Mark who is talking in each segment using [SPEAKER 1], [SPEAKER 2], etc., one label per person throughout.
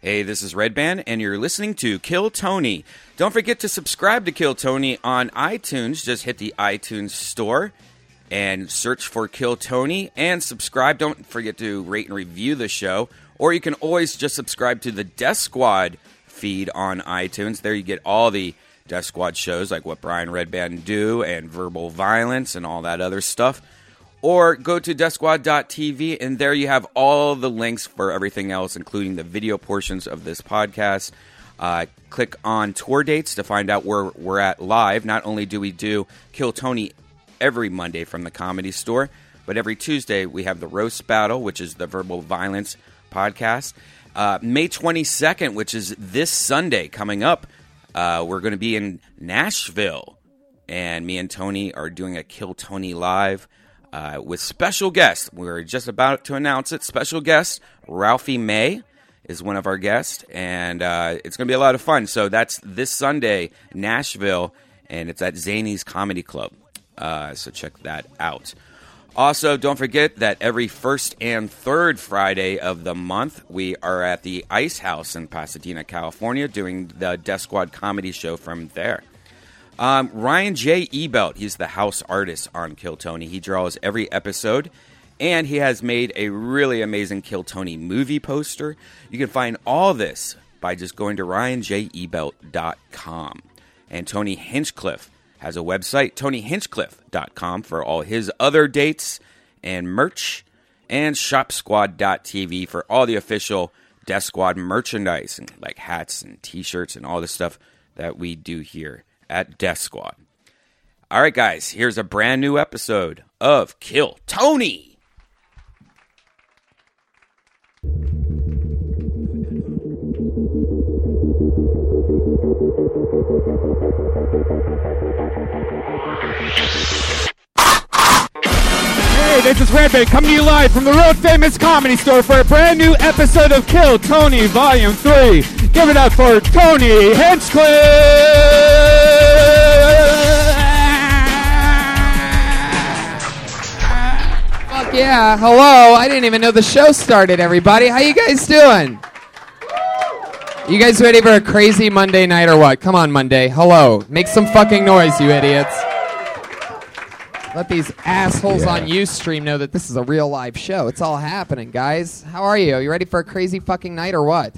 [SPEAKER 1] Hey, this is Red Band, and you're listening to Kill Tony. Don't forget to subscribe to Kill Tony on iTunes. Just hit the iTunes store and search for Kill Tony and subscribe. Don't forget to rate and review the show. Or you can always just subscribe to the Death Squad feed on iTunes. There you get all the Death Squad shows like what Brian Redband do and verbal violence and all that other stuff. Or go to deathsquad.tv and there you have all the links for everything else, including the video portions of this podcast. Uh, click on tour dates to find out where we're at live. Not only do we do Kill Tony every Monday from the comedy store, but every Tuesday we have the Roast Battle, which is the verbal violence podcast. Uh, May 22nd, which is this Sunday coming up, uh, we're going to be in Nashville. And me and Tony are doing a Kill Tony Live uh, with special guest. We're just about to announce it. Special guest, Ralphie May is one of our guests. And uh, it's going to be a lot of fun. So that's this Sunday, Nashville. And it's at Zany's Comedy Club. Uh, so check that out. Also, don't forget that every first and third Friday of the month, we are at the Ice House in Pasadena, California, doing the Death Squad comedy show from there. Um, Ryan J. Ebelt, he's the house artist on Kill Tony. He draws every episode, and he has made a really amazing Kill Tony movie poster. You can find all this by just going to ryanjebelt.com. And Tony Hinchcliffe has a website, tonyhinchcliffe.com, for all his other dates and merch, and shopsquad.tv for all the official Death Squad merchandise, and like hats and t shirts and all the stuff that we do here at Death Squad. All right, guys, here's a brand new episode of Kill Tony.
[SPEAKER 2] Hey, this is Redbait coming to you live from the road famous comedy store for a brand new episode of Kill Tony Volume 3. Give it up for Tony Hinchcliffe!
[SPEAKER 3] Fuck yeah! Hello. I didn't even know the show started. Everybody, how you guys doing? You guys ready for a crazy Monday night or what? Come on, Monday. Hello. Make some fucking noise, you idiots. Let these assholes on UStream know that this is a real live show. It's all happening, guys. How are you? You ready for a crazy fucking night or what?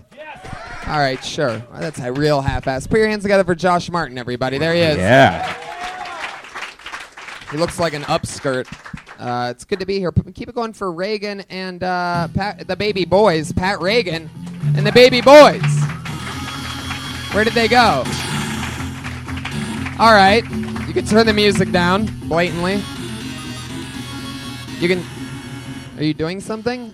[SPEAKER 3] All right, sure. Well, that's a real half-ass. Put your hands together for Josh Martin, everybody. There he is.
[SPEAKER 2] Yeah.
[SPEAKER 3] He looks like an upskirt. Uh, it's good to be here. P- Keep it going for Reagan and uh, Pat, the baby boys, Pat Reagan and the baby boys. Where did they go? All right, you can turn the music down blatantly. You can. Are you doing something?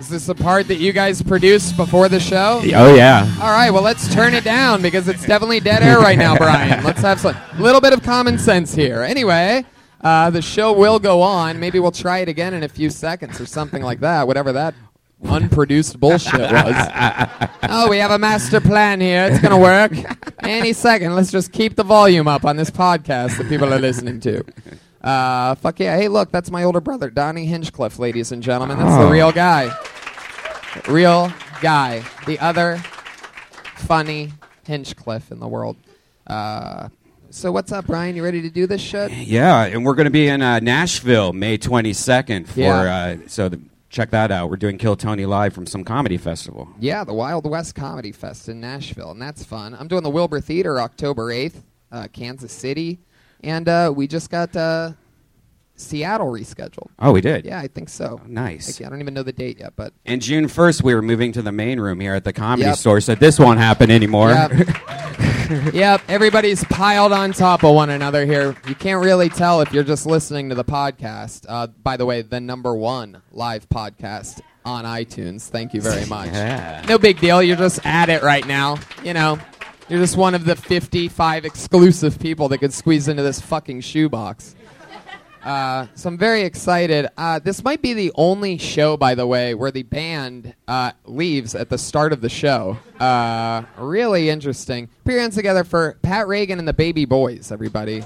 [SPEAKER 3] Is this the part that you guys produced before the show?
[SPEAKER 2] Oh, yeah.
[SPEAKER 3] All right, well, let's turn it down because it's definitely dead air right now, Brian. Let's have some little bit of common sense here. Anyway, uh, the show will go on. Maybe we'll try it again in a few seconds or something like that, whatever that unproduced bullshit was. oh, we have a master plan here. It's going to work. Any second, let's just keep the volume up on this podcast that people are listening to. Uh, fuck yeah. Hey, look, that's my older brother, Donnie Hinchcliffe, ladies and gentlemen. That's the real guy. Real guy. The other funny Hinchcliffe in the world. Uh, so what's up, Brian? You ready to do this shit?
[SPEAKER 2] Yeah, and we're going to be in uh, Nashville May 22nd for,
[SPEAKER 3] Yeah.
[SPEAKER 2] uh, so the, check that out. We're doing Kill Tony Live from some comedy festival.
[SPEAKER 3] Yeah, the Wild West Comedy Fest in Nashville, and that's fun. I'm doing the Wilbur Theater October 8th, uh, Kansas City, and uh, we just got uh, Seattle rescheduled.
[SPEAKER 2] Oh, we did? Oh,
[SPEAKER 3] Yeah, I think so.
[SPEAKER 2] Nice.
[SPEAKER 3] I, I don't even know the date yet, but
[SPEAKER 2] And June 1st, we were moving to the main room here at the comedy
[SPEAKER 3] Yep.
[SPEAKER 2] store, so this won't happen anymore.
[SPEAKER 3] Yep. yep. Everybody's piled on top of one another here. You can't really tell if you're just listening to the podcast. Uh, by the way, the number one live podcast on iTunes. Thank you very much.
[SPEAKER 2] Yeah.
[SPEAKER 3] No big deal. You're just at it right now. You know, you're just one of the 55 exclusive people that could squeeze into this fucking shoebox. Uh, so I'm very excited. Uh, this might be the only show, by the way, where the band uh, leaves at the start of the show. Uh, really interesting. Put your hands together for Pat Reagan and the Baby Boys, everybody.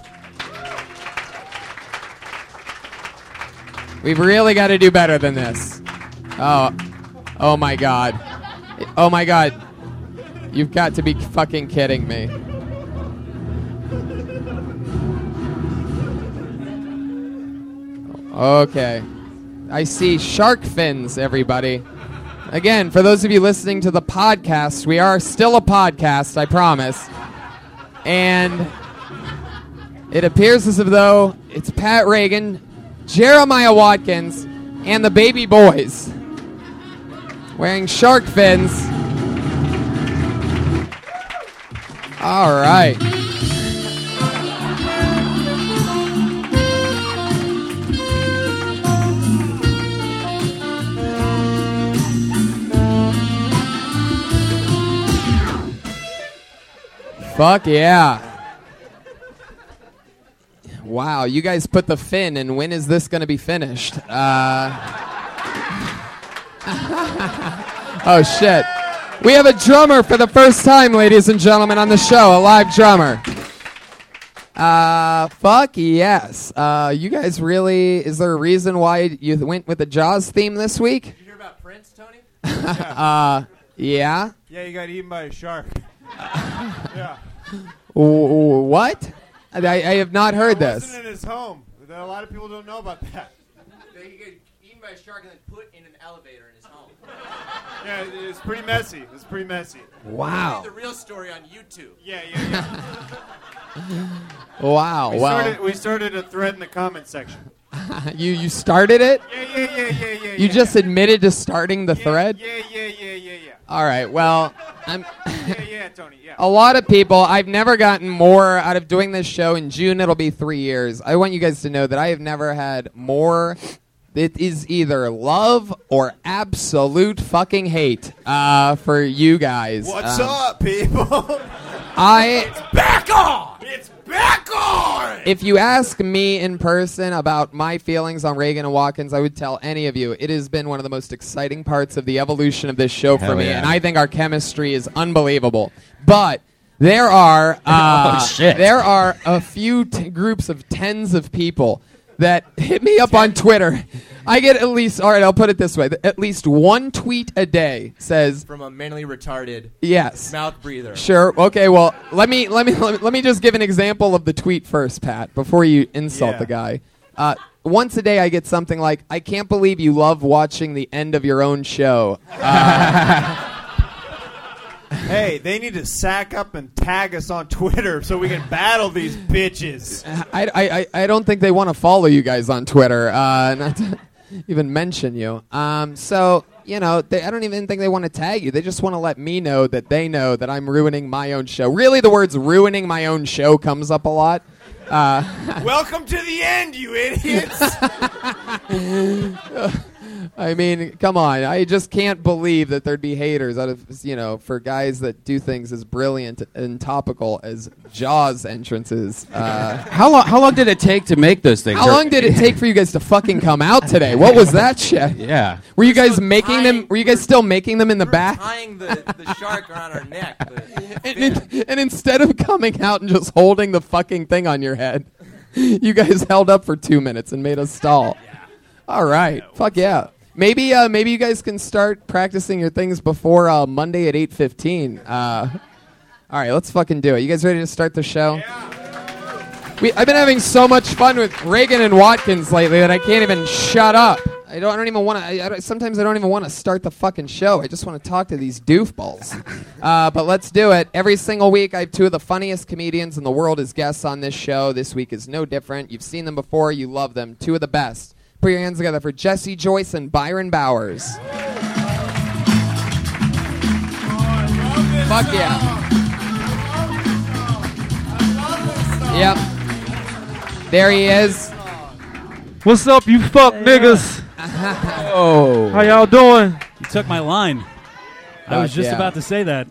[SPEAKER 3] We've really got to do better than this. Oh, Oh my god. Oh my god. You've got to be fucking kidding me. Okay. I see shark fins, everybody. Again, for those of you listening to the podcast, we are still a podcast, I promise. And it appears as if though it's Pat Reagan, Jeremiah Watkins, and the baby boys wearing shark fins. All right. Fuck yeah. Wow, you guys put the fin, and when is this going to be finished? Uh... oh, shit. We have a drummer for the first time, ladies and gentlemen, on the show, a live drummer. Uh, fuck yes. Uh, you guys really, is there a reason why you went with the Jaws theme this week?
[SPEAKER 4] Did you hear about Prince, Tony?
[SPEAKER 3] uh, yeah.
[SPEAKER 4] Yeah, you got eaten by a shark. yeah.
[SPEAKER 3] W- what? I, I have not heard this.
[SPEAKER 4] Wasn't in his home. A lot of people don't know about that. They get eaten by a shark and then put in an elevator in his home. Yeah, it- it's pretty messy. It's pretty messy.
[SPEAKER 3] Wow.
[SPEAKER 5] The real story on YouTube.
[SPEAKER 4] Yeah, yeah, yeah.
[SPEAKER 3] Wow.
[SPEAKER 4] We,
[SPEAKER 3] Oh, well,
[SPEAKER 4] started, we started a thread in the comment section.
[SPEAKER 3] you you started it.
[SPEAKER 4] Yeah, yeah, yeah, yeah, yeah.
[SPEAKER 3] You
[SPEAKER 4] yeah.
[SPEAKER 3] just admitted to starting the
[SPEAKER 4] yeah,
[SPEAKER 3] thread.
[SPEAKER 4] Yeah, yeah, yeah, yeah, yeah.
[SPEAKER 3] All right. Well, I'm.
[SPEAKER 4] Yeah, yeah, Tony. Yeah.
[SPEAKER 3] a lot of people. I've never gotten more out of doing this show. In June, it'll be three years. I want you guys to know that I have never had more. It is either love or absolute fucking hate uh, for you guys.
[SPEAKER 4] What's
[SPEAKER 3] Um,
[SPEAKER 4] up, people?
[SPEAKER 3] I.
[SPEAKER 5] Back on!
[SPEAKER 4] it's back on.
[SPEAKER 3] If you ask me in person about my feelings on Reagan and Watkins, I would tell any of you it has been one of the most exciting parts of the evolution of this show for
[SPEAKER 1] Hell
[SPEAKER 3] me,
[SPEAKER 1] yeah.
[SPEAKER 3] and I think our chemistry is unbelievable. But there are uh,
[SPEAKER 1] Oh, shit.
[SPEAKER 3] there are a few t- groups of tens of people that hit me up on Twitter. I get at least all right. I'll put it this way: at least one tweet a day says
[SPEAKER 5] From a mentally retarded
[SPEAKER 3] yes.
[SPEAKER 5] mouth breather.
[SPEAKER 3] Sure. Okay. Well, Uh, let me let me let me- let me just give an example of the tweet first, Pat, before you insult
[SPEAKER 4] Yeah.
[SPEAKER 3] the guy. Uh, once a day, I get something like, "I can't believe you love watching the end of your own show." Uh,
[SPEAKER 4] Hey, they need to sack up and tag us on Twitter so we can battle these bitches.
[SPEAKER 3] I, I, I, I don't think they want to follow you guys on Twitter, uh, not to even mention you. Um, so, you know, they, I don't even think they want to tag you. They just want to let me know that they know that I'm ruining my own show. Really, the words ruining my own show comes up a lot. Uh,
[SPEAKER 4] Welcome to the end, you idiots.
[SPEAKER 3] I mean, come on. I just can't believe that there'd be haters out of, you know, for guys that do things as brilliant and topical as Jaws entrances. Uh,
[SPEAKER 6] How long? How long did it take to make those things?
[SPEAKER 3] how
[SPEAKER 6] Or-
[SPEAKER 3] long did it take for you guys to fucking come out today? What was that shit?
[SPEAKER 6] Yeah.
[SPEAKER 3] Were you guys making them?
[SPEAKER 5] tying-
[SPEAKER 3] Were you guys still making them in the
[SPEAKER 5] We're
[SPEAKER 3] back?
[SPEAKER 5] tying the, the shark around our neck. But
[SPEAKER 3] And, in- and instead of coming out and just holding the fucking thing on your head, you guys held up for two minutes and made us stall. All right, fuck yeah. Maybe uh, maybe you guys can start practicing your things before uh, Monday at eight fifteen. Uh, all right, let's fucking do it. You guys ready to start the show? We, I've been having so much fun with Reagan and Watkins lately that I can't even shut up. I don't, I don't even want to. I, I don't- sometimes I don't even want to start the fucking show. I just want to talk to these doofballs. uh, but let's do it. Every single week, I have two of the funniest comedians in the world as guests on this show. This week is no different. You've seen them before. You love them. Two of the best. Put your hands together for Jesse Joyce and Byron Bowers. Fuck yeah. Yep. There he is.
[SPEAKER 2] What's up, you fuck niggas?
[SPEAKER 6] Oh.
[SPEAKER 2] How y'all doing?
[SPEAKER 7] You took my line. I was
[SPEAKER 3] Fuck
[SPEAKER 7] just
[SPEAKER 3] yeah.
[SPEAKER 7] about to say that.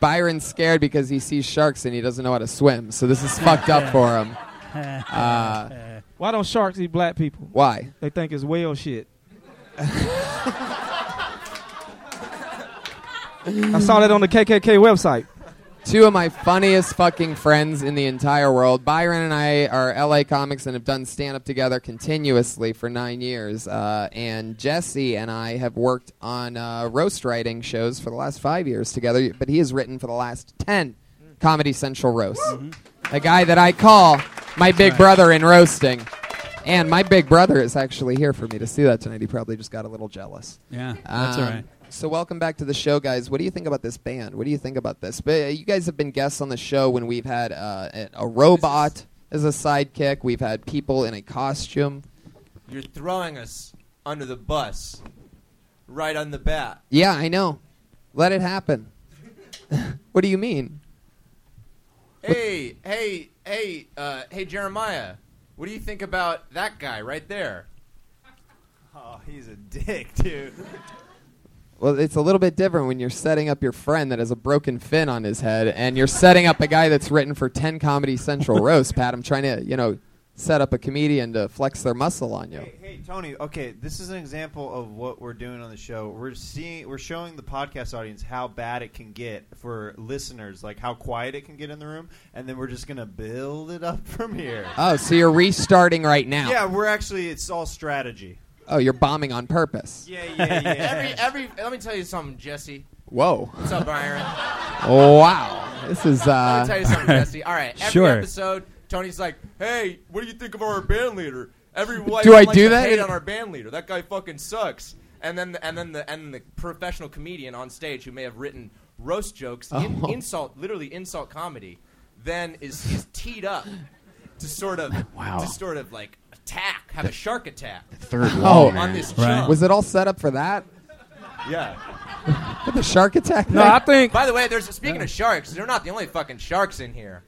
[SPEAKER 3] Byron's scared because he sees sharks and he doesn't know how to swim. So this is fucked up for him. Uh,
[SPEAKER 8] Why don't sharks eat black people?
[SPEAKER 3] Why?
[SPEAKER 8] They think it's whale shit. I saw that on the KKK website.
[SPEAKER 3] two of my funniest fucking friends in the entire world. Byron and I are LA comics and have done stand up together continuously for nine years. Uh, and Jesse and I have worked on uh, roast writing shows for the last five years together, but he has written for the last 10 Comedy Central roasts. The guy that I call my big brother in roasting. And my big brother is actually here for me to see that tonight. He probably just got a little jealous. Um,
[SPEAKER 7] Yeah, that's all right.
[SPEAKER 3] So welcome back to the show, guys. What do you think about this band? What do you think about this? But uh, you guys have been guests on the show when we've had uh, a- a robot as a sidekick. We've had people in a costume.
[SPEAKER 5] You're throwing us under the bus, right on the bat.
[SPEAKER 3] Yeah, I know. Let it happen. what do you mean?
[SPEAKER 5] Hey, hey, hey, uh, hey, Jeremiah. What do you think about that guy right there?
[SPEAKER 4] Oh, he's a dick, dude.
[SPEAKER 3] Well, it's a little bit different when you're setting up your friend that has a broken fin on his head, and you're setting up a guy that's written for ten Comedy Central roast. Pat, I'm trying to, you know, set up a comedian to flex their muscle on you.
[SPEAKER 4] Hey, hey, Tony. Okay, this is an example of what we're doing on the show. We're seeing, we're showing the podcast audience how bad it can get for listeners, like how quiet it can get in the room, and then we're just gonna build it up from here.
[SPEAKER 3] Oh, so you're restarting right now?
[SPEAKER 4] Yeah, we're actually it's all strategy.
[SPEAKER 3] Oh, you're bombing on purpose.
[SPEAKER 4] Yeah, yeah, yeah.
[SPEAKER 5] every, every. Let me tell you something, Jesse.
[SPEAKER 3] Whoa.
[SPEAKER 5] What's up, Byron?
[SPEAKER 3] Wow. This is
[SPEAKER 5] Let me tell
[SPEAKER 3] uh
[SPEAKER 5] you something, Jesse. All right, every
[SPEAKER 7] Sure.
[SPEAKER 5] episode, Tony's like, "Hey, what do you think of our band leader?" Every white
[SPEAKER 3] Do I
[SPEAKER 5] likes
[SPEAKER 3] do
[SPEAKER 5] to
[SPEAKER 3] that?
[SPEAKER 5] hate on our band leader. That guy fucking sucks. And then, the, and then the and the professional comedian on stage who may have written roast jokes, in, insult, literally insult comedy, then is, is teed up to sort of to sort of like attack, have a shark attack
[SPEAKER 6] Third
[SPEAKER 3] Oh,
[SPEAKER 6] wall.
[SPEAKER 5] on this
[SPEAKER 7] Right.
[SPEAKER 5] chump.
[SPEAKER 3] was it all set up for that?
[SPEAKER 4] yeah.
[SPEAKER 3] For the shark attack?
[SPEAKER 8] No, I think
[SPEAKER 5] By the way, there's speaking of sharks, they're not the only fucking sharks in here.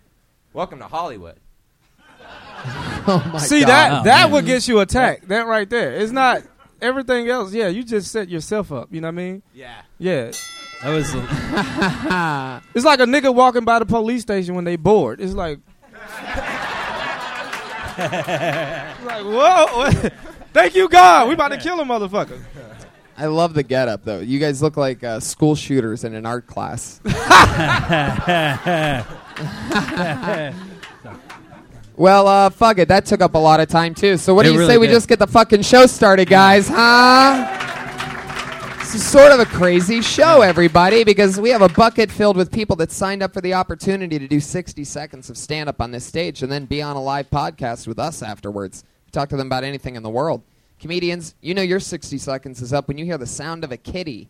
[SPEAKER 5] Welcome to Hollywood.
[SPEAKER 3] oh my
[SPEAKER 8] see
[SPEAKER 3] God.
[SPEAKER 8] that
[SPEAKER 7] Oh,
[SPEAKER 8] that
[SPEAKER 7] man.
[SPEAKER 8] would get you attacked. That right there. It's not everything else. Yeah, you just set yourself up. You know what I mean?
[SPEAKER 5] Yeah.
[SPEAKER 8] Yeah.
[SPEAKER 7] That was
[SPEAKER 8] It's like a nigga walking by the police station when they bored. It's like, like whoa! Thank you, God. We about to kill a motherfucker.
[SPEAKER 3] I love the getup though. You guys look like uh, school shooters in an art class. well, uh, fuck it. That took up a lot of time too. So what
[SPEAKER 7] It
[SPEAKER 3] do you
[SPEAKER 7] really
[SPEAKER 3] say we
[SPEAKER 7] did.
[SPEAKER 3] just get the fucking show started, guys? Huh? This is sort of a crazy show, everybody, because we have a bucket filled with people that signed up for the opportunity to do 60 seconds of stand up on this stage and then be on a live podcast with us afterwards. Talk to them about anything in the world. Comedians, you know your 60 seconds is up when you hear the sound of a kitty.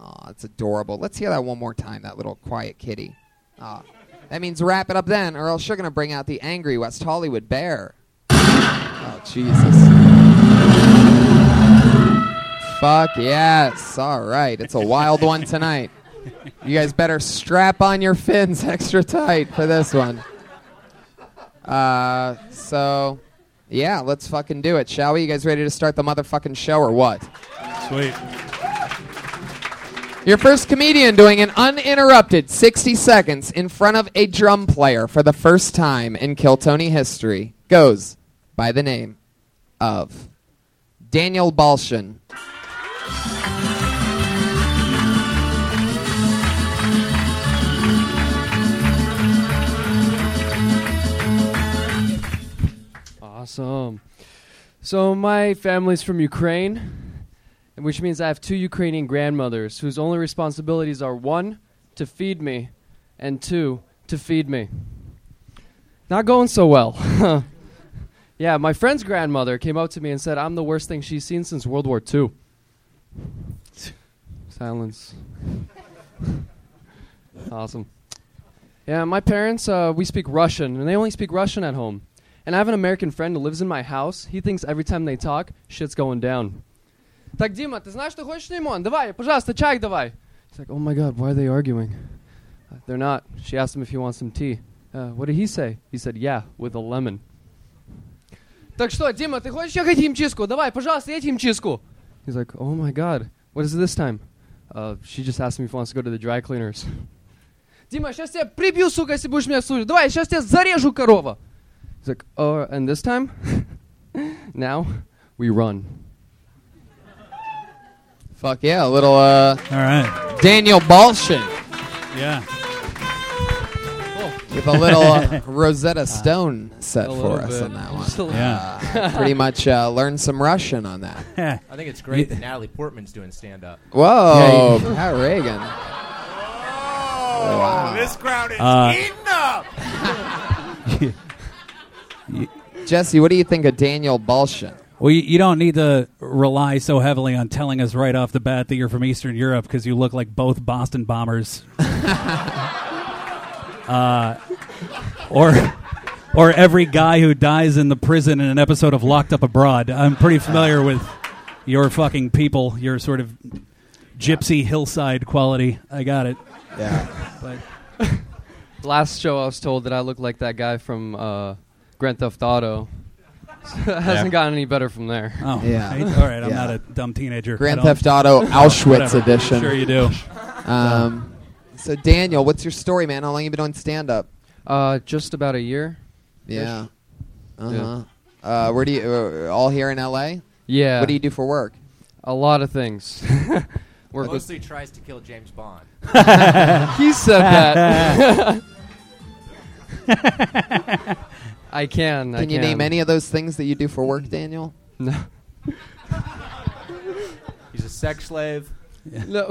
[SPEAKER 3] Aw, it's adorable. Let's hear that one more time, that little quiet kitty. Aw. That means wrap it up then, or else you're going to bring out the angry West Hollywood bear. Oh, Jesus. Fuck yes. All right. It's a wild one tonight. You guys better strap on your fins extra tight for this one. Uh, so, yeah, let's fucking do it, shall we? You guys ready to start the motherfucking show or what?
[SPEAKER 7] sweet.
[SPEAKER 3] Your first comedian doing an uninterrupted 60 seconds in front of a drum player for the first time in Kill Tony history goes by the name of Daniel Balshin.
[SPEAKER 9] Awesome. So my family's from Ukraine, which means I have two Ukrainian grandmothers whose only responsibilities are one, to feed me, and two, to feed me. Not going so well. yeah, my friend's grandmother came up to me and said I'm the worst thing she's seen since World War II. Silence. awesome. Yeah, my parents, uh, we speak Russian, and they only speak Russian at home. And I have an American friend who lives in my house. He thinks every time they talk, shit's going down. Так, Дима, ты знаешь, что хочешь лимон? Давай, пожалуйста, чай давай. He's like, oh my god, why are they arguing? Uh, they're not. She asked him if he wants some tea. Uh, what did he say? He said, yeah, with a lemon. Так что, Дима, ты хочешь ехать химчистку? Давай, пожалуйста, едь химчистку. He's like, oh my god, what is it this time? Uh, she just asked me if he wants to go to the dry cleaners. Дима, сейчас тебя прибью, сука, если будешь меня слушать. Давай, сейчас тебя зарежу, корова. He's like, oh, and this time? now, we run.
[SPEAKER 3] Fuck yeah, a little uh,
[SPEAKER 7] All right.
[SPEAKER 3] Daniel Balshin.
[SPEAKER 7] Yeah.
[SPEAKER 3] with a little uh, Rosetta Stone set
[SPEAKER 9] Ah. a
[SPEAKER 3] for
[SPEAKER 9] little
[SPEAKER 3] us
[SPEAKER 9] bit.
[SPEAKER 3] on that
[SPEAKER 9] Just a
[SPEAKER 3] one.
[SPEAKER 9] little-
[SPEAKER 3] Uh, pretty much uh, learn some Russian on that.
[SPEAKER 5] I think it's great that Natalie Portman's doing stand up.
[SPEAKER 3] Whoa, Pat Reagan.
[SPEAKER 5] This crowd is
[SPEAKER 7] Uh,
[SPEAKER 5] eating up.
[SPEAKER 3] Jesse, what do you think of Daniel Balshin?
[SPEAKER 7] Well, you, you don't need to rely so heavily on telling us right off the bat that you're from Eastern Europe because you look like both Boston bombers. uh, or. Or every guy who dies in the prison in an episode of Locked Up Abroad. I'm pretty familiar with your fucking people, your sort of gypsy hillside quality. I got it.
[SPEAKER 3] Yeah.
[SPEAKER 7] But
[SPEAKER 9] Last show, I was told that I look like that guy from uh, Grand Theft Auto. So it hasn't gotten any better from there.
[SPEAKER 7] oh,
[SPEAKER 3] Yeah.
[SPEAKER 7] I- all right, I'm
[SPEAKER 3] Yeah.
[SPEAKER 7] not a dumb teenager.
[SPEAKER 3] Grand
[SPEAKER 7] I don't-
[SPEAKER 3] Theft Auto Auschwitz
[SPEAKER 7] whatever.
[SPEAKER 3] edition.
[SPEAKER 7] Sure, you do.
[SPEAKER 3] Um, so Daniel, what's your story, man? How long you been doing stand up?
[SPEAKER 9] Uh, just about a year.
[SPEAKER 3] Yeah. Uh-huh. Uh Where do you? Uh, all here in L.A.
[SPEAKER 9] Yeah.
[SPEAKER 3] What do you do for work?
[SPEAKER 9] a lot of things. Work with.
[SPEAKER 5] Mostly tries to kill James Bond.
[SPEAKER 9] He said that. I can. I
[SPEAKER 3] Can you name any of those things that you do for work, Daniel?
[SPEAKER 9] No.
[SPEAKER 5] He's a sex slave.
[SPEAKER 9] no.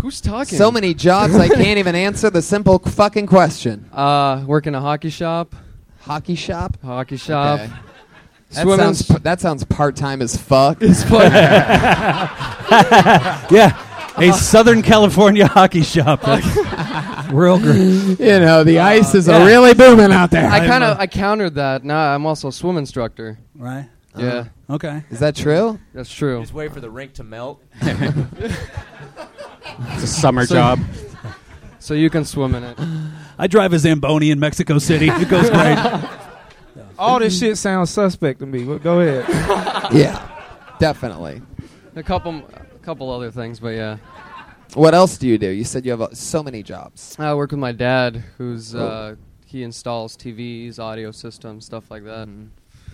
[SPEAKER 9] Who's talking?
[SPEAKER 3] So many jobs, I can't even answer the simple fucking question.
[SPEAKER 9] Uh, work in a hockey shop.
[SPEAKER 3] Hockey shop.
[SPEAKER 9] Hockey shop.
[SPEAKER 3] Okay. That
[SPEAKER 9] Swimming.
[SPEAKER 3] sounds p- that sounds part time as fuck.
[SPEAKER 7] Yeah, a Southern California hockey shop. That's real great.
[SPEAKER 3] you know, the
[SPEAKER 9] Uh,
[SPEAKER 3] ice is
[SPEAKER 7] yeah.
[SPEAKER 3] really booming out there.
[SPEAKER 9] I kind of I countered that. Now I'm also a swim instructor.
[SPEAKER 7] Right.
[SPEAKER 9] yeah,
[SPEAKER 7] Okay.
[SPEAKER 3] Uh-huh. Is that true?
[SPEAKER 9] that's true.
[SPEAKER 5] Just wait for the rink to melt.
[SPEAKER 6] It's a summer
[SPEAKER 9] So-
[SPEAKER 6] job.
[SPEAKER 9] So you can swim in it.
[SPEAKER 7] I drive a Zamboni in Mexico City. It goes great.
[SPEAKER 8] All this shit sounds suspect to me. Well, Go ahead.
[SPEAKER 3] yeah, definitely.
[SPEAKER 9] A couple, a couple other things, but yeah.
[SPEAKER 3] What else do you do? You said you have uh, so many jobs.
[SPEAKER 9] I work with my dad, who's
[SPEAKER 3] Oh.
[SPEAKER 9] uh, he installs TVs, audio systems, stuff like that.
[SPEAKER 3] Mm-hmm.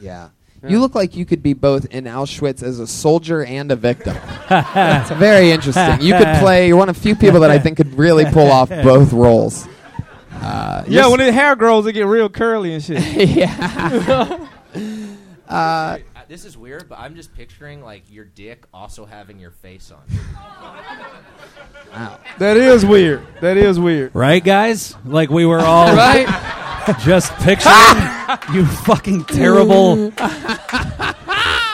[SPEAKER 3] Yeah.
[SPEAKER 9] Yeah.
[SPEAKER 3] You look like you could be both in Auschwitz as a soldier and a victim. It's very interesting. You could play. You're one of few people that I think could really pull off both roles. Uh,
[SPEAKER 8] yeah,
[SPEAKER 3] you're
[SPEAKER 8] when the hair grows, it get real curly and shit.
[SPEAKER 5] Uh, This is weird, but I'm just picturing like your dick also having your face on.
[SPEAKER 8] That is weird. That is weird.
[SPEAKER 7] Right, guys? Like we were all
[SPEAKER 9] Right?
[SPEAKER 7] just picturing you fucking terrible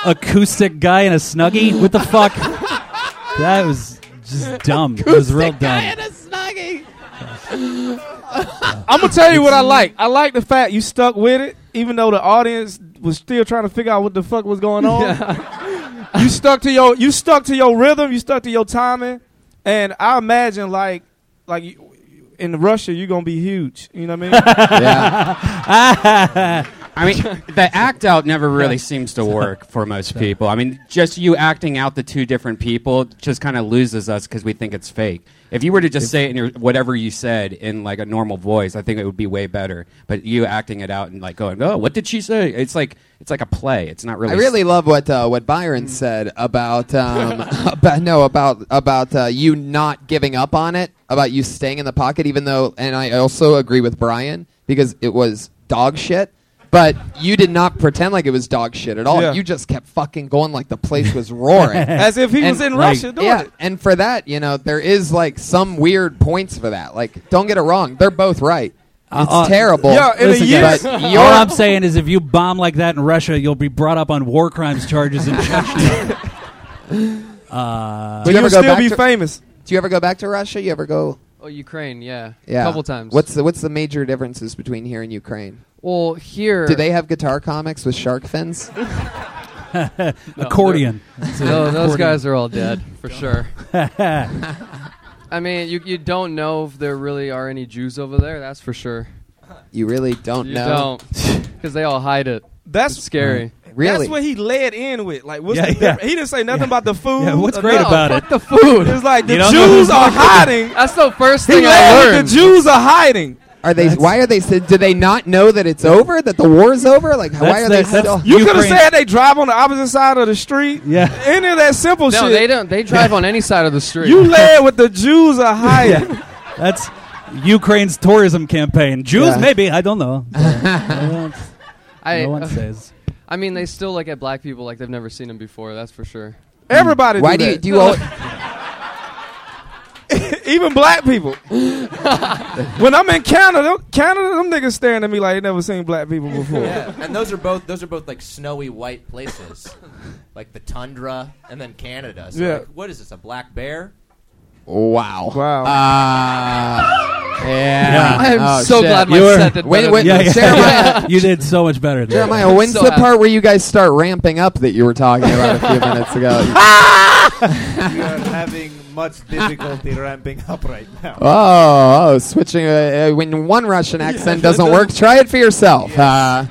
[SPEAKER 7] acoustic guy in a snuggie. What the fuck? That was just dumb. it was real dumb.
[SPEAKER 8] I'm gonna tell you what I like. I like the fact you stuck with it, even though the audience was still trying to figure out what the fuck was going on. you stuck to your you stuck to your rhythm. You stuck to your timing, and I imagine like like you, in Russia you're gonna be huge. You know what I mean?
[SPEAKER 3] yeah.
[SPEAKER 6] I mean, the act out never really seems to work for most people. I mean, just you acting out the two different people just kind of loses us because we think it's fake. If you were to just say it in your whatever you said in like a normal voice, I think it would be way better. But you acting it out and like going, "Oh, what did she say?" It's like it's like a play. It's not really.
[SPEAKER 3] I really love what uh, what Byron said about um, about no about about uh, you not giving up on it, about you staying in the pocket, even though. And I also agree with Brian because it was dog shit. But you did not pretend like it was dog shit at all.
[SPEAKER 8] Yeah.
[SPEAKER 3] You just kept fucking going like the place was roaring.
[SPEAKER 8] As if he was
[SPEAKER 3] And,
[SPEAKER 8] in
[SPEAKER 7] like,
[SPEAKER 8] Russia doing
[SPEAKER 3] yeah,
[SPEAKER 8] it.
[SPEAKER 3] and for that, you know, there is like some weird points for that. Like, don't get it wrong; they're both right. It's
[SPEAKER 7] uh,
[SPEAKER 3] terrible.
[SPEAKER 8] Yeah, in a
[SPEAKER 7] Listen,
[SPEAKER 8] year.
[SPEAKER 7] guys,
[SPEAKER 3] but you're-
[SPEAKER 7] all I'm saying is if you bomb like that in Russia, you'll be brought up on war crimes charges in Chechnya. Uh,
[SPEAKER 3] Do
[SPEAKER 8] But
[SPEAKER 3] you ever
[SPEAKER 8] you'll
[SPEAKER 3] go
[SPEAKER 8] still
[SPEAKER 3] back
[SPEAKER 8] be
[SPEAKER 3] to-
[SPEAKER 8] famous.
[SPEAKER 3] do you ever go back to Russia? You ever go?
[SPEAKER 9] Oh, Ukraine, yeah.
[SPEAKER 3] Yeah.
[SPEAKER 9] A couple times.
[SPEAKER 3] What's the what's the major differences between here and Ukraine?
[SPEAKER 9] well here?
[SPEAKER 3] Do they have guitar comics with shark fins?
[SPEAKER 7] Accordion.
[SPEAKER 9] No, those guys are all dead for sure. I mean, you you don't know if there really are any Jews over there. That's for sure.
[SPEAKER 3] You really don't
[SPEAKER 9] You
[SPEAKER 3] know.
[SPEAKER 9] don't, because they all hide it. It's
[SPEAKER 8] That's
[SPEAKER 9] scary.
[SPEAKER 3] Really?
[SPEAKER 8] That's what he led in with. Like, what's
[SPEAKER 7] Yeah,
[SPEAKER 8] the
[SPEAKER 7] yeah.
[SPEAKER 8] difference? He didn't say nothing about the food.
[SPEAKER 7] Yeah, what's
[SPEAKER 8] or
[SPEAKER 7] great
[SPEAKER 8] nothing.
[SPEAKER 7] about it?
[SPEAKER 9] Fuck the food.
[SPEAKER 8] It's like the
[SPEAKER 7] You don't know
[SPEAKER 8] Jews
[SPEAKER 7] who's
[SPEAKER 8] are hiding.
[SPEAKER 9] That's the first
[SPEAKER 8] He
[SPEAKER 9] thing I
[SPEAKER 8] led
[SPEAKER 9] learned.
[SPEAKER 8] with the Jews are hiding.
[SPEAKER 3] are they? Why are they? so- Do they not know that it's over? That the war's over? Like, why
[SPEAKER 7] That's
[SPEAKER 3] are
[SPEAKER 7] the-
[SPEAKER 3] they
[SPEAKER 7] that's-
[SPEAKER 3] still?
[SPEAKER 8] You could have
[SPEAKER 7] Ukraine-
[SPEAKER 8] said they drive on the opposite side of the street.
[SPEAKER 7] Yeah.
[SPEAKER 8] Any of that simple
[SPEAKER 9] no,
[SPEAKER 8] shit.
[SPEAKER 9] they don't. They drive on any side of the street.
[SPEAKER 8] You led with the Jews are hiding.
[SPEAKER 7] That's Ukraine's tourism campaign. Jews,
[SPEAKER 3] Yeah.
[SPEAKER 7] maybe I don't know. no, one,
[SPEAKER 9] I, uh,
[SPEAKER 7] no one says.
[SPEAKER 9] I mean, they still look at black people like they've never seen them before. That's for sure.
[SPEAKER 8] Everybody
[SPEAKER 3] Why
[SPEAKER 8] do,
[SPEAKER 3] do you
[SPEAKER 8] that.
[SPEAKER 3] do you all,
[SPEAKER 8] Even black people. when I'm in Canada, Canada, them niggas staring at me like they never seen black people before.
[SPEAKER 5] Yeah, and those are both those are both like snowy white places, like the tundra and then Canada. So
[SPEAKER 8] Yeah.
[SPEAKER 5] like, what is this? A black bear?
[SPEAKER 3] Wow.
[SPEAKER 8] Wow.
[SPEAKER 3] Uh, yeah.
[SPEAKER 9] I am
[SPEAKER 3] Oh,
[SPEAKER 9] so
[SPEAKER 3] shit.
[SPEAKER 9] glad my
[SPEAKER 7] You were-
[SPEAKER 9] set did
[SPEAKER 3] Wait,
[SPEAKER 9] better
[SPEAKER 3] wait,
[SPEAKER 9] than-
[SPEAKER 7] Yeah, yeah,
[SPEAKER 3] Jeremiah-
[SPEAKER 7] you did so much better. Than
[SPEAKER 3] Jeremiah, when's
[SPEAKER 9] So
[SPEAKER 3] the
[SPEAKER 9] happy.
[SPEAKER 3] part where you guys start ramping up that you were talking about a few minutes ago?
[SPEAKER 4] We are having much difficulty ramping up right now.
[SPEAKER 3] Oh, oh switching. Uh, uh, when one Russian accent doesn't work, try it for yourself. Uh,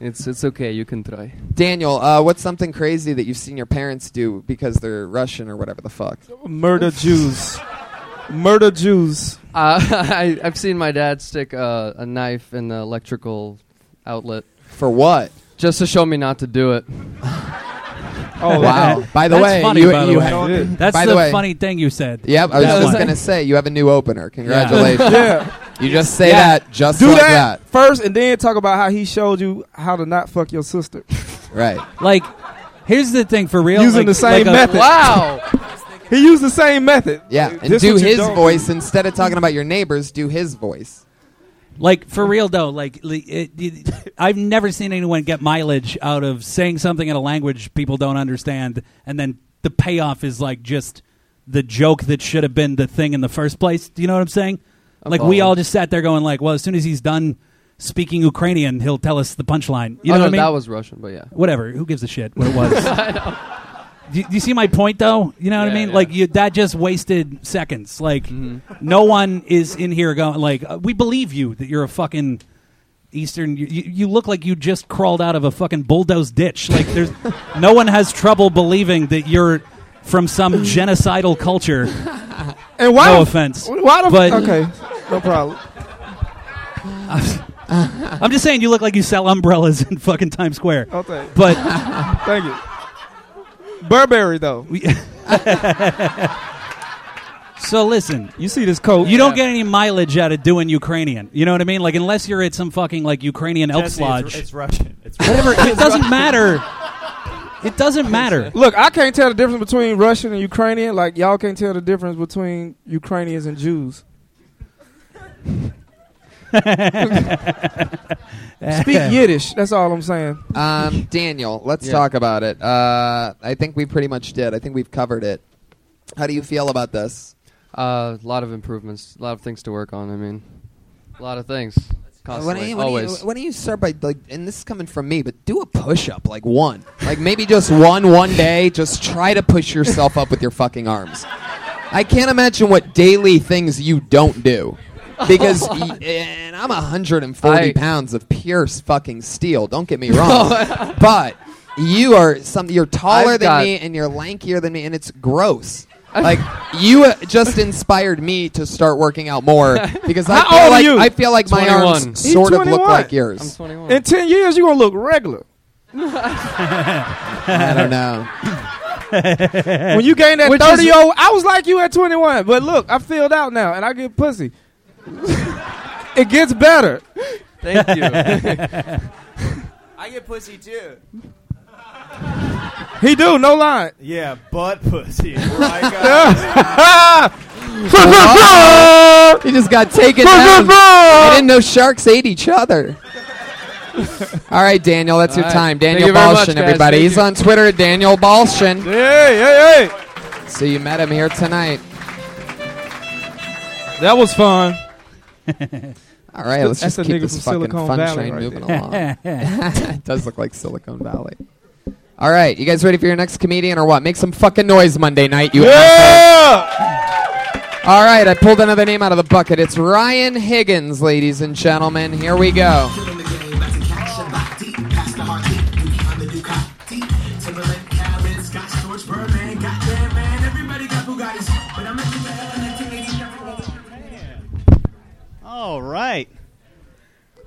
[SPEAKER 9] It's it's okay. You can try.
[SPEAKER 3] Daniel, uh, what's something crazy that you've seen your parents do because they're Russian or whatever the fuck?
[SPEAKER 8] Murder Jews. Murder Jews.
[SPEAKER 9] Uh, I, I've seen my dad stick uh, a knife in the electrical outlet
[SPEAKER 3] For what?
[SPEAKER 9] just to show me not to do it.
[SPEAKER 8] Oh
[SPEAKER 3] Wow. By the
[SPEAKER 7] That's
[SPEAKER 3] way,
[SPEAKER 7] funny,
[SPEAKER 3] you,
[SPEAKER 7] by the
[SPEAKER 3] you
[SPEAKER 7] way.
[SPEAKER 3] have-
[SPEAKER 8] Shit.
[SPEAKER 7] That's
[SPEAKER 3] By
[SPEAKER 7] the
[SPEAKER 3] the way-
[SPEAKER 7] funny thing you said.
[SPEAKER 3] Yep, I was
[SPEAKER 7] That
[SPEAKER 3] just
[SPEAKER 7] one.
[SPEAKER 3] gonna say you have a new opener. Congratulations!
[SPEAKER 8] Yeah.
[SPEAKER 3] You just say
[SPEAKER 8] Yeah.
[SPEAKER 3] that just
[SPEAKER 8] Do
[SPEAKER 3] like
[SPEAKER 8] that,
[SPEAKER 3] that.
[SPEAKER 8] first, and then talk about how he showed you how to not fuck your sister
[SPEAKER 3] right?
[SPEAKER 7] Like, here's the thing for real.
[SPEAKER 8] using
[SPEAKER 7] like-
[SPEAKER 8] the same
[SPEAKER 7] like a-
[SPEAKER 8] method.
[SPEAKER 9] Wow.
[SPEAKER 8] He used the same method.
[SPEAKER 3] Yeah, and
[SPEAKER 8] This
[SPEAKER 3] do
[SPEAKER 8] what you
[SPEAKER 3] his
[SPEAKER 8] don't
[SPEAKER 3] voice instead of talking about your neighbors. Do his voice.
[SPEAKER 7] Like for real though, like li- it, it, I've never seen anyone get mileage out of saying something in a language people don't understand, and then the payoff is like just the joke that should have been the thing in the first place. Do you know what I'm saying? Like we
[SPEAKER 9] following.
[SPEAKER 7] all just sat there going like, well, as soon as he's done speaking Ukrainian, he'll tell us the punchline. You know
[SPEAKER 9] oh,
[SPEAKER 7] what I
[SPEAKER 9] no,
[SPEAKER 7] mean?
[SPEAKER 9] that was Russian, but yeah.
[SPEAKER 7] Whatever. Who gives a shit what it was? Do you, do you see my point though? You know what I
[SPEAKER 9] Yeah,
[SPEAKER 7] mean?
[SPEAKER 9] yeah.
[SPEAKER 7] Like you, that just wasted seconds. Like Mm-hmm. no one is in here going like uh, we believe you that you're a fucking Eastern. You, you, you look like you just crawled out of a fucking bulldozed ditch. Like there's no one has trouble believing that you're from some genocidal culture.
[SPEAKER 8] And why?
[SPEAKER 7] No
[SPEAKER 8] the-
[SPEAKER 7] offense,
[SPEAKER 8] Why the?
[SPEAKER 7] but-
[SPEAKER 8] okay, no problem.
[SPEAKER 7] I'm just saying you look like you sell umbrellas in fucking Times Square.
[SPEAKER 8] Okay,
[SPEAKER 7] But
[SPEAKER 8] thank you. Burberry though.
[SPEAKER 7] we, so listen.
[SPEAKER 8] You see this coat?
[SPEAKER 7] You don't get any mileage out of doing Ukrainian. You know what I mean? Like unless you're at some fucking like Ukrainian Elks
[SPEAKER 4] Jesse,
[SPEAKER 7] lodge.
[SPEAKER 4] It's, it's Russian. It's
[SPEAKER 7] Whatever. It doesn't matter. It doesn't matter.
[SPEAKER 8] Look, I can't tell the difference between Russian and Ukrainian. Like y'all can't tell the difference between Ukrainians and Jews. Speak Yiddish. That's all I'm saying.
[SPEAKER 3] Um, Daniel, let's
[SPEAKER 9] Yeah.
[SPEAKER 3] talk about it. Uh, I think we pretty much did. I think we've covered it. How do you feel about this?
[SPEAKER 9] Uh, a lot of improvements, a lot of things to work on. I mean, a lot of things.
[SPEAKER 3] Why don't
[SPEAKER 9] Constantly,
[SPEAKER 3] you- why don't you,
[SPEAKER 9] always.
[SPEAKER 3] why don't you start by like? And this is coming from me, but do a push up, like one, like maybe just one, one day. Just try to push yourself up with your fucking arms. I can't imagine what daily things you don't do. Because y- and I'm 140
[SPEAKER 9] I-
[SPEAKER 3] pounds of pure fucking steel. Don't get me wrong, but you are some. You're taller
[SPEAKER 9] I've
[SPEAKER 3] than
[SPEAKER 9] got-
[SPEAKER 3] me, and you're lankier than me, and it's gross. Like you uh, just inspired me to start working out more because I
[SPEAKER 8] How
[SPEAKER 3] feel
[SPEAKER 8] old are
[SPEAKER 3] like
[SPEAKER 8] you?
[SPEAKER 3] I feel like my
[SPEAKER 9] 21.
[SPEAKER 3] arms
[SPEAKER 8] He's
[SPEAKER 3] sort of look
[SPEAKER 8] 21.
[SPEAKER 3] like
[SPEAKER 9] I'm
[SPEAKER 3] yours.
[SPEAKER 9] 21.
[SPEAKER 8] In ten years, you are gonna look regular.
[SPEAKER 3] I don't know.
[SPEAKER 8] when you gain that
[SPEAKER 9] Which is-
[SPEAKER 8] thirty year old, I was like you at twenty one. But look, I filled out now, and I get pussy. it gets better.
[SPEAKER 9] Thank you.
[SPEAKER 5] I get pussy too.
[SPEAKER 8] He do no line.
[SPEAKER 4] yeah, butt pussy. Oh my God.
[SPEAKER 3] He just got taken down. I didn't know sharks ate each other. All right, Daniel, that's your
[SPEAKER 9] All right.
[SPEAKER 3] time.
[SPEAKER 9] Thank
[SPEAKER 3] Daniel
[SPEAKER 9] you very much,
[SPEAKER 3] Balshin,
[SPEAKER 9] guys.
[SPEAKER 3] everybody.
[SPEAKER 9] Thank
[SPEAKER 3] He's
[SPEAKER 9] you.
[SPEAKER 3] on Twitter at Daniel Balshin.
[SPEAKER 8] Hey, hey, hey!
[SPEAKER 3] So you met him here tonight.
[SPEAKER 8] That was fun.
[SPEAKER 3] All right, let's
[SPEAKER 8] That's
[SPEAKER 3] just
[SPEAKER 8] a
[SPEAKER 3] keep
[SPEAKER 8] nigga
[SPEAKER 3] this
[SPEAKER 8] from
[SPEAKER 3] fucking
[SPEAKER 8] Silicon
[SPEAKER 3] fun
[SPEAKER 8] Valley
[SPEAKER 3] train
[SPEAKER 8] right
[SPEAKER 3] moving along. it does look like Silicon Valley. All right, you guys ready for your next comedian or what? Make some fucking noise Monday night, you assholes.
[SPEAKER 8] Yeah.
[SPEAKER 3] All right, I pulled another name out of the bucket. It's Ryan Higgins, ladies and gentlemen. Here we go.
[SPEAKER 10] All right.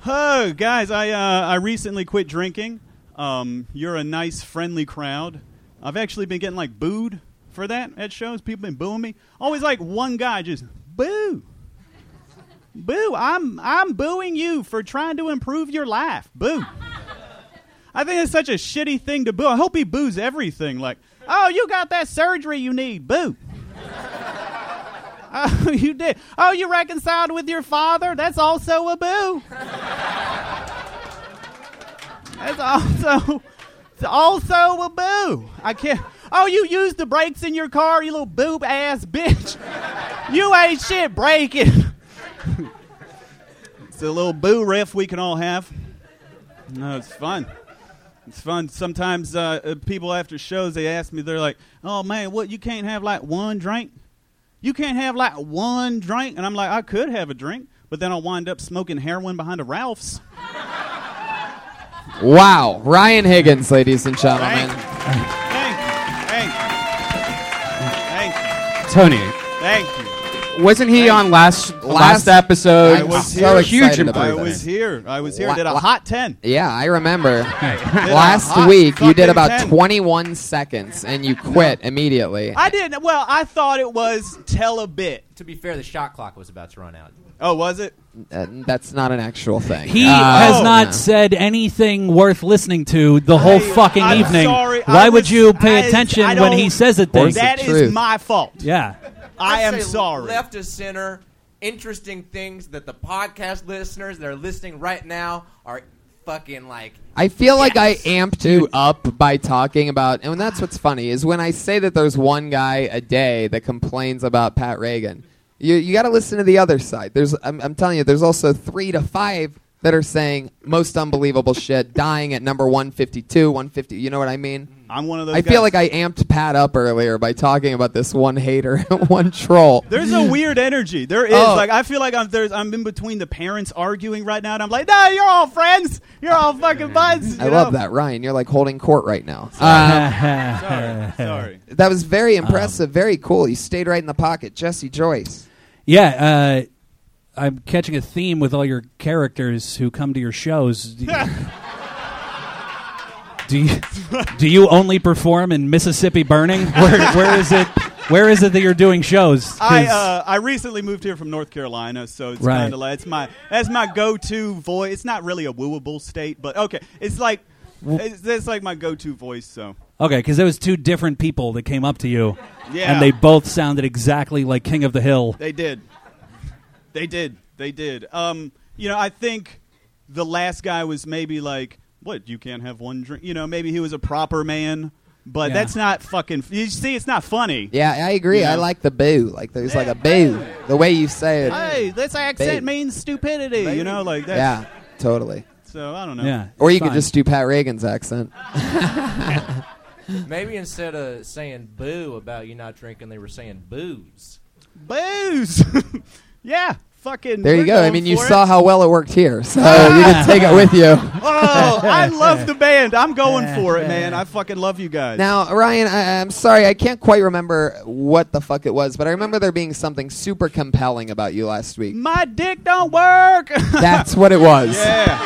[SPEAKER 10] Oh, guys, I, uh, I recently quit drinking. Um, you're a nice, friendly crowd. I've actually been getting, like, booed for that at shows. People been booing me. Always, like, one guy just, boo. Boo, I'm I'm booing you for trying to improve your life. Boo. I think it's such a shitty thing to boo. I hope he boos everything like, "Oh, you got that surgery you need." Boo. oh, you did. Oh, you reconciled with your father? That's also a boo. That's also it's also a boo. I can't. Oh, you used the brakes in your car, you little boob ass bitch. You ain't shit braking. it's a little boo riff we can all have. No, it's fun. It's fun. Sometimes uh, uh, people after shows they ask me, they're like, "Oh man, what? You can't have like one drink? You can't have like one drink?" And I'm like, "I could have a drink, but then I'll wind up smoking heroin behind a Ralph's."
[SPEAKER 3] Wow, Ryan Higgins, ladies and gentlemen.
[SPEAKER 6] Tony,
[SPEAKER 10] Thank you.
[SPEAKER 6] wasn't he on last
[SPEAKER 3] Last-
[SPEAKER 6] last, episode?
[SPEAKER 3] I was
[SPEAKER 6] So
[SPEAKER 3] here.
[SPEAKER 6] huge
[SPEAKER 3] excited about
[SPEAKER 10] I
[SPEAKER 6] improvement.
[SPEAKER 10] was here. I was here.
[SPEAKER 3] Wha-
[SPEAKER 10] Did a
[SPEAKER 3] wha-
[SPEAKER 10] hot ten.
[SPEAKER 3] Yeah, I remember.
[SPEAKER 10] Did a
[SPEAKER 3] Last
[SPEAKER 10] hot
[SPEAKER 3] week, you did
[SPEAKER 10] fucking
[SPEAKER 3] about
[SPEAKER 10] 10.
[SPEAKER 3] 21 seconds and you quit immediately.
[SPEAKER 10] I didn't. Well, I thought it was tell a bit.
[SPEAKER 5] To be fair, the shot clock was about to run out.
[SPEAKER 10] Oh, was it?
[SPEAKER 3] Uh, that's not an actual thing.
[SPEAKER 7] He
[SPEAKER 3] Uh,
[SPEAKER 7] has
[SPEAKER 10] Oh.
[SPEAKER 7] not
[SPEAKER 3] no.
[SPEAKER 7] said anything worth listening to the whole
[SPEAKER 10] Hey,
[SPEAKER 7] fucking
[SPEAKER 10] I'm
[SPEAKER 7] evening.
[SPEAKER 10] sorry. I
[SPEAKER 7] Why would
[SPEAKER 10] was-
[SPEAKER 7] you pay
[SPEAKER 10] I-
[SPEAKER 7] attention
[SPEAKER 10] I
[SPEAKER 7] when
[SPEAKER 10] don't-
[SPEAKER 7] he says a thing?
[SPEAKER 3] Where's the
[SPEAKER 10] That is
[SPEAKER 3] truth?
[SPEAKER 10] my fault.
[SPEAKER 7] Yeah.
[SPEAKER 10] I
[SPEAKER 5] I'd
[SPEAKER 10] am
[SPEAKER 5] say
[SPEAKER 10] sorry.
[SPEAKER 5] Left of center, interesting things that the podcast listeners that are listening right now are fucking like.
[SPEAKER 3] I feel like I amped you up by talking about, and that's what's funny is when I say that there's one guy a day that complains about Pat Reagan. You you got to listen to the other side. There's I'm, I'm telling you, there's also three to five that are saying most unbelievable shit, dying at number 152, 150. You know what I mean?
[SPEAKER 10] I'm one of those.
[SPEAKER 3] I feel
[SPEAKER 10] guys.
[SPEAKER 3] like I amped Pat up earlier by talking about this one hater, one troll.
[SPEAKER 10] There's a weird energy. There is
[SPEAKER 3] Oh.
[SPEAKER 10] like I feel like I'm there's I'm in between the parents arguing right now, and I'm like, no, you're all friends, you're all fucking buds.
[SPEAKER 3] I
[SPEAKER 10] you
[SPEAKER 3] love
[SPEAKER 10] know?
[SPEAKER 3] that, Ryan. You're like holding court right now. Um,
[SPEAKER 7] Uh,
[SPEAKER 10] Sorry, sorry.
[SPEAKER 3] that was very
[SPEAKER 7] Um,
[SPEAKER 3] impressive, very cool. You stayed right in the pocket, Jesse Joyce.
[SPEAKER 7] Yeah, uh, I'm catching a theme with all your characters who come to your shows. Do you, do you, do you only perform in Mississippi Burning? Where, where is it? Where is it that you're doing shows? 'Cause-
[SPEAKER 10] I uh, I recently moved here from North Carolina, so it's
[SPEAKER 7] Right.
[SPEAKER 10] kind of like it's my that's my go-to voice. It's not really a wooable state, but okay, it's like it's, it's like my go-to voice. So
[SPEAKER 7] okay, because there was two different people that came up to you,
[SPEAKER 10] uh, Yeah.
[SPEAKER 7] and they both sounded exactly like King of the Hill.
[SPEAKER 10] They did. They did. They did. Um, you know, I think the last guy was maybe like, "What? You can't have one drink." You know, maybe he was a proper man, but
[SPEAKER 7] Yeah.
[SPEAKER 10] that's not fucking. You see, it's not funny.
[SPEAKER 3] Yeah, I agree.
[SPEAKER 10] Yeah.
[SPEAKER 3] I like the boo. Like there's like a boo. The way you say it.
[SPEAKER 10] Hey, this
[SPEAKER 3] Babe.
[SPEAKER 10] accent means stupidity. You know, like that.
[SPEAKER 3] yeah, totally.
[SPEAKER 10] So I don't know.
[SPEAKER 7] Yeah,
[SPEAKER 3] Or you
[SPEAKER 7] fine.
[SPEAKER 3] could just do Pat Reagan's accent.
[SPEAKER 5] Maybe instead of saying boo about you not drinking, they were saying booze.
[SPEAKER 10] Booze. yeah. Fucking.
[SPEAKER 3] There you
[SPEAKER 10] we're
[SPEAKER 3] go. I
[SPEAKER 10] going
[SPEAKER 3] mean, you
[SPEAKER 10] for it.
[SPEAKER 3] saw how well it worked here, so you can take it with you.
[SPEAKER 10] Oh, I love the band. I'm going for it, man. I fucking love you guys.
[SPEAKER 3] Now, Ryan, I, I'm sorry, I can't quite remember what the fuck it was, but I remember there being something super compelling about you last week.
[SPEAKER 10] my dick don't work.
[SPEAKER 3] That's what it was.
[SPEAKER 10] yeah.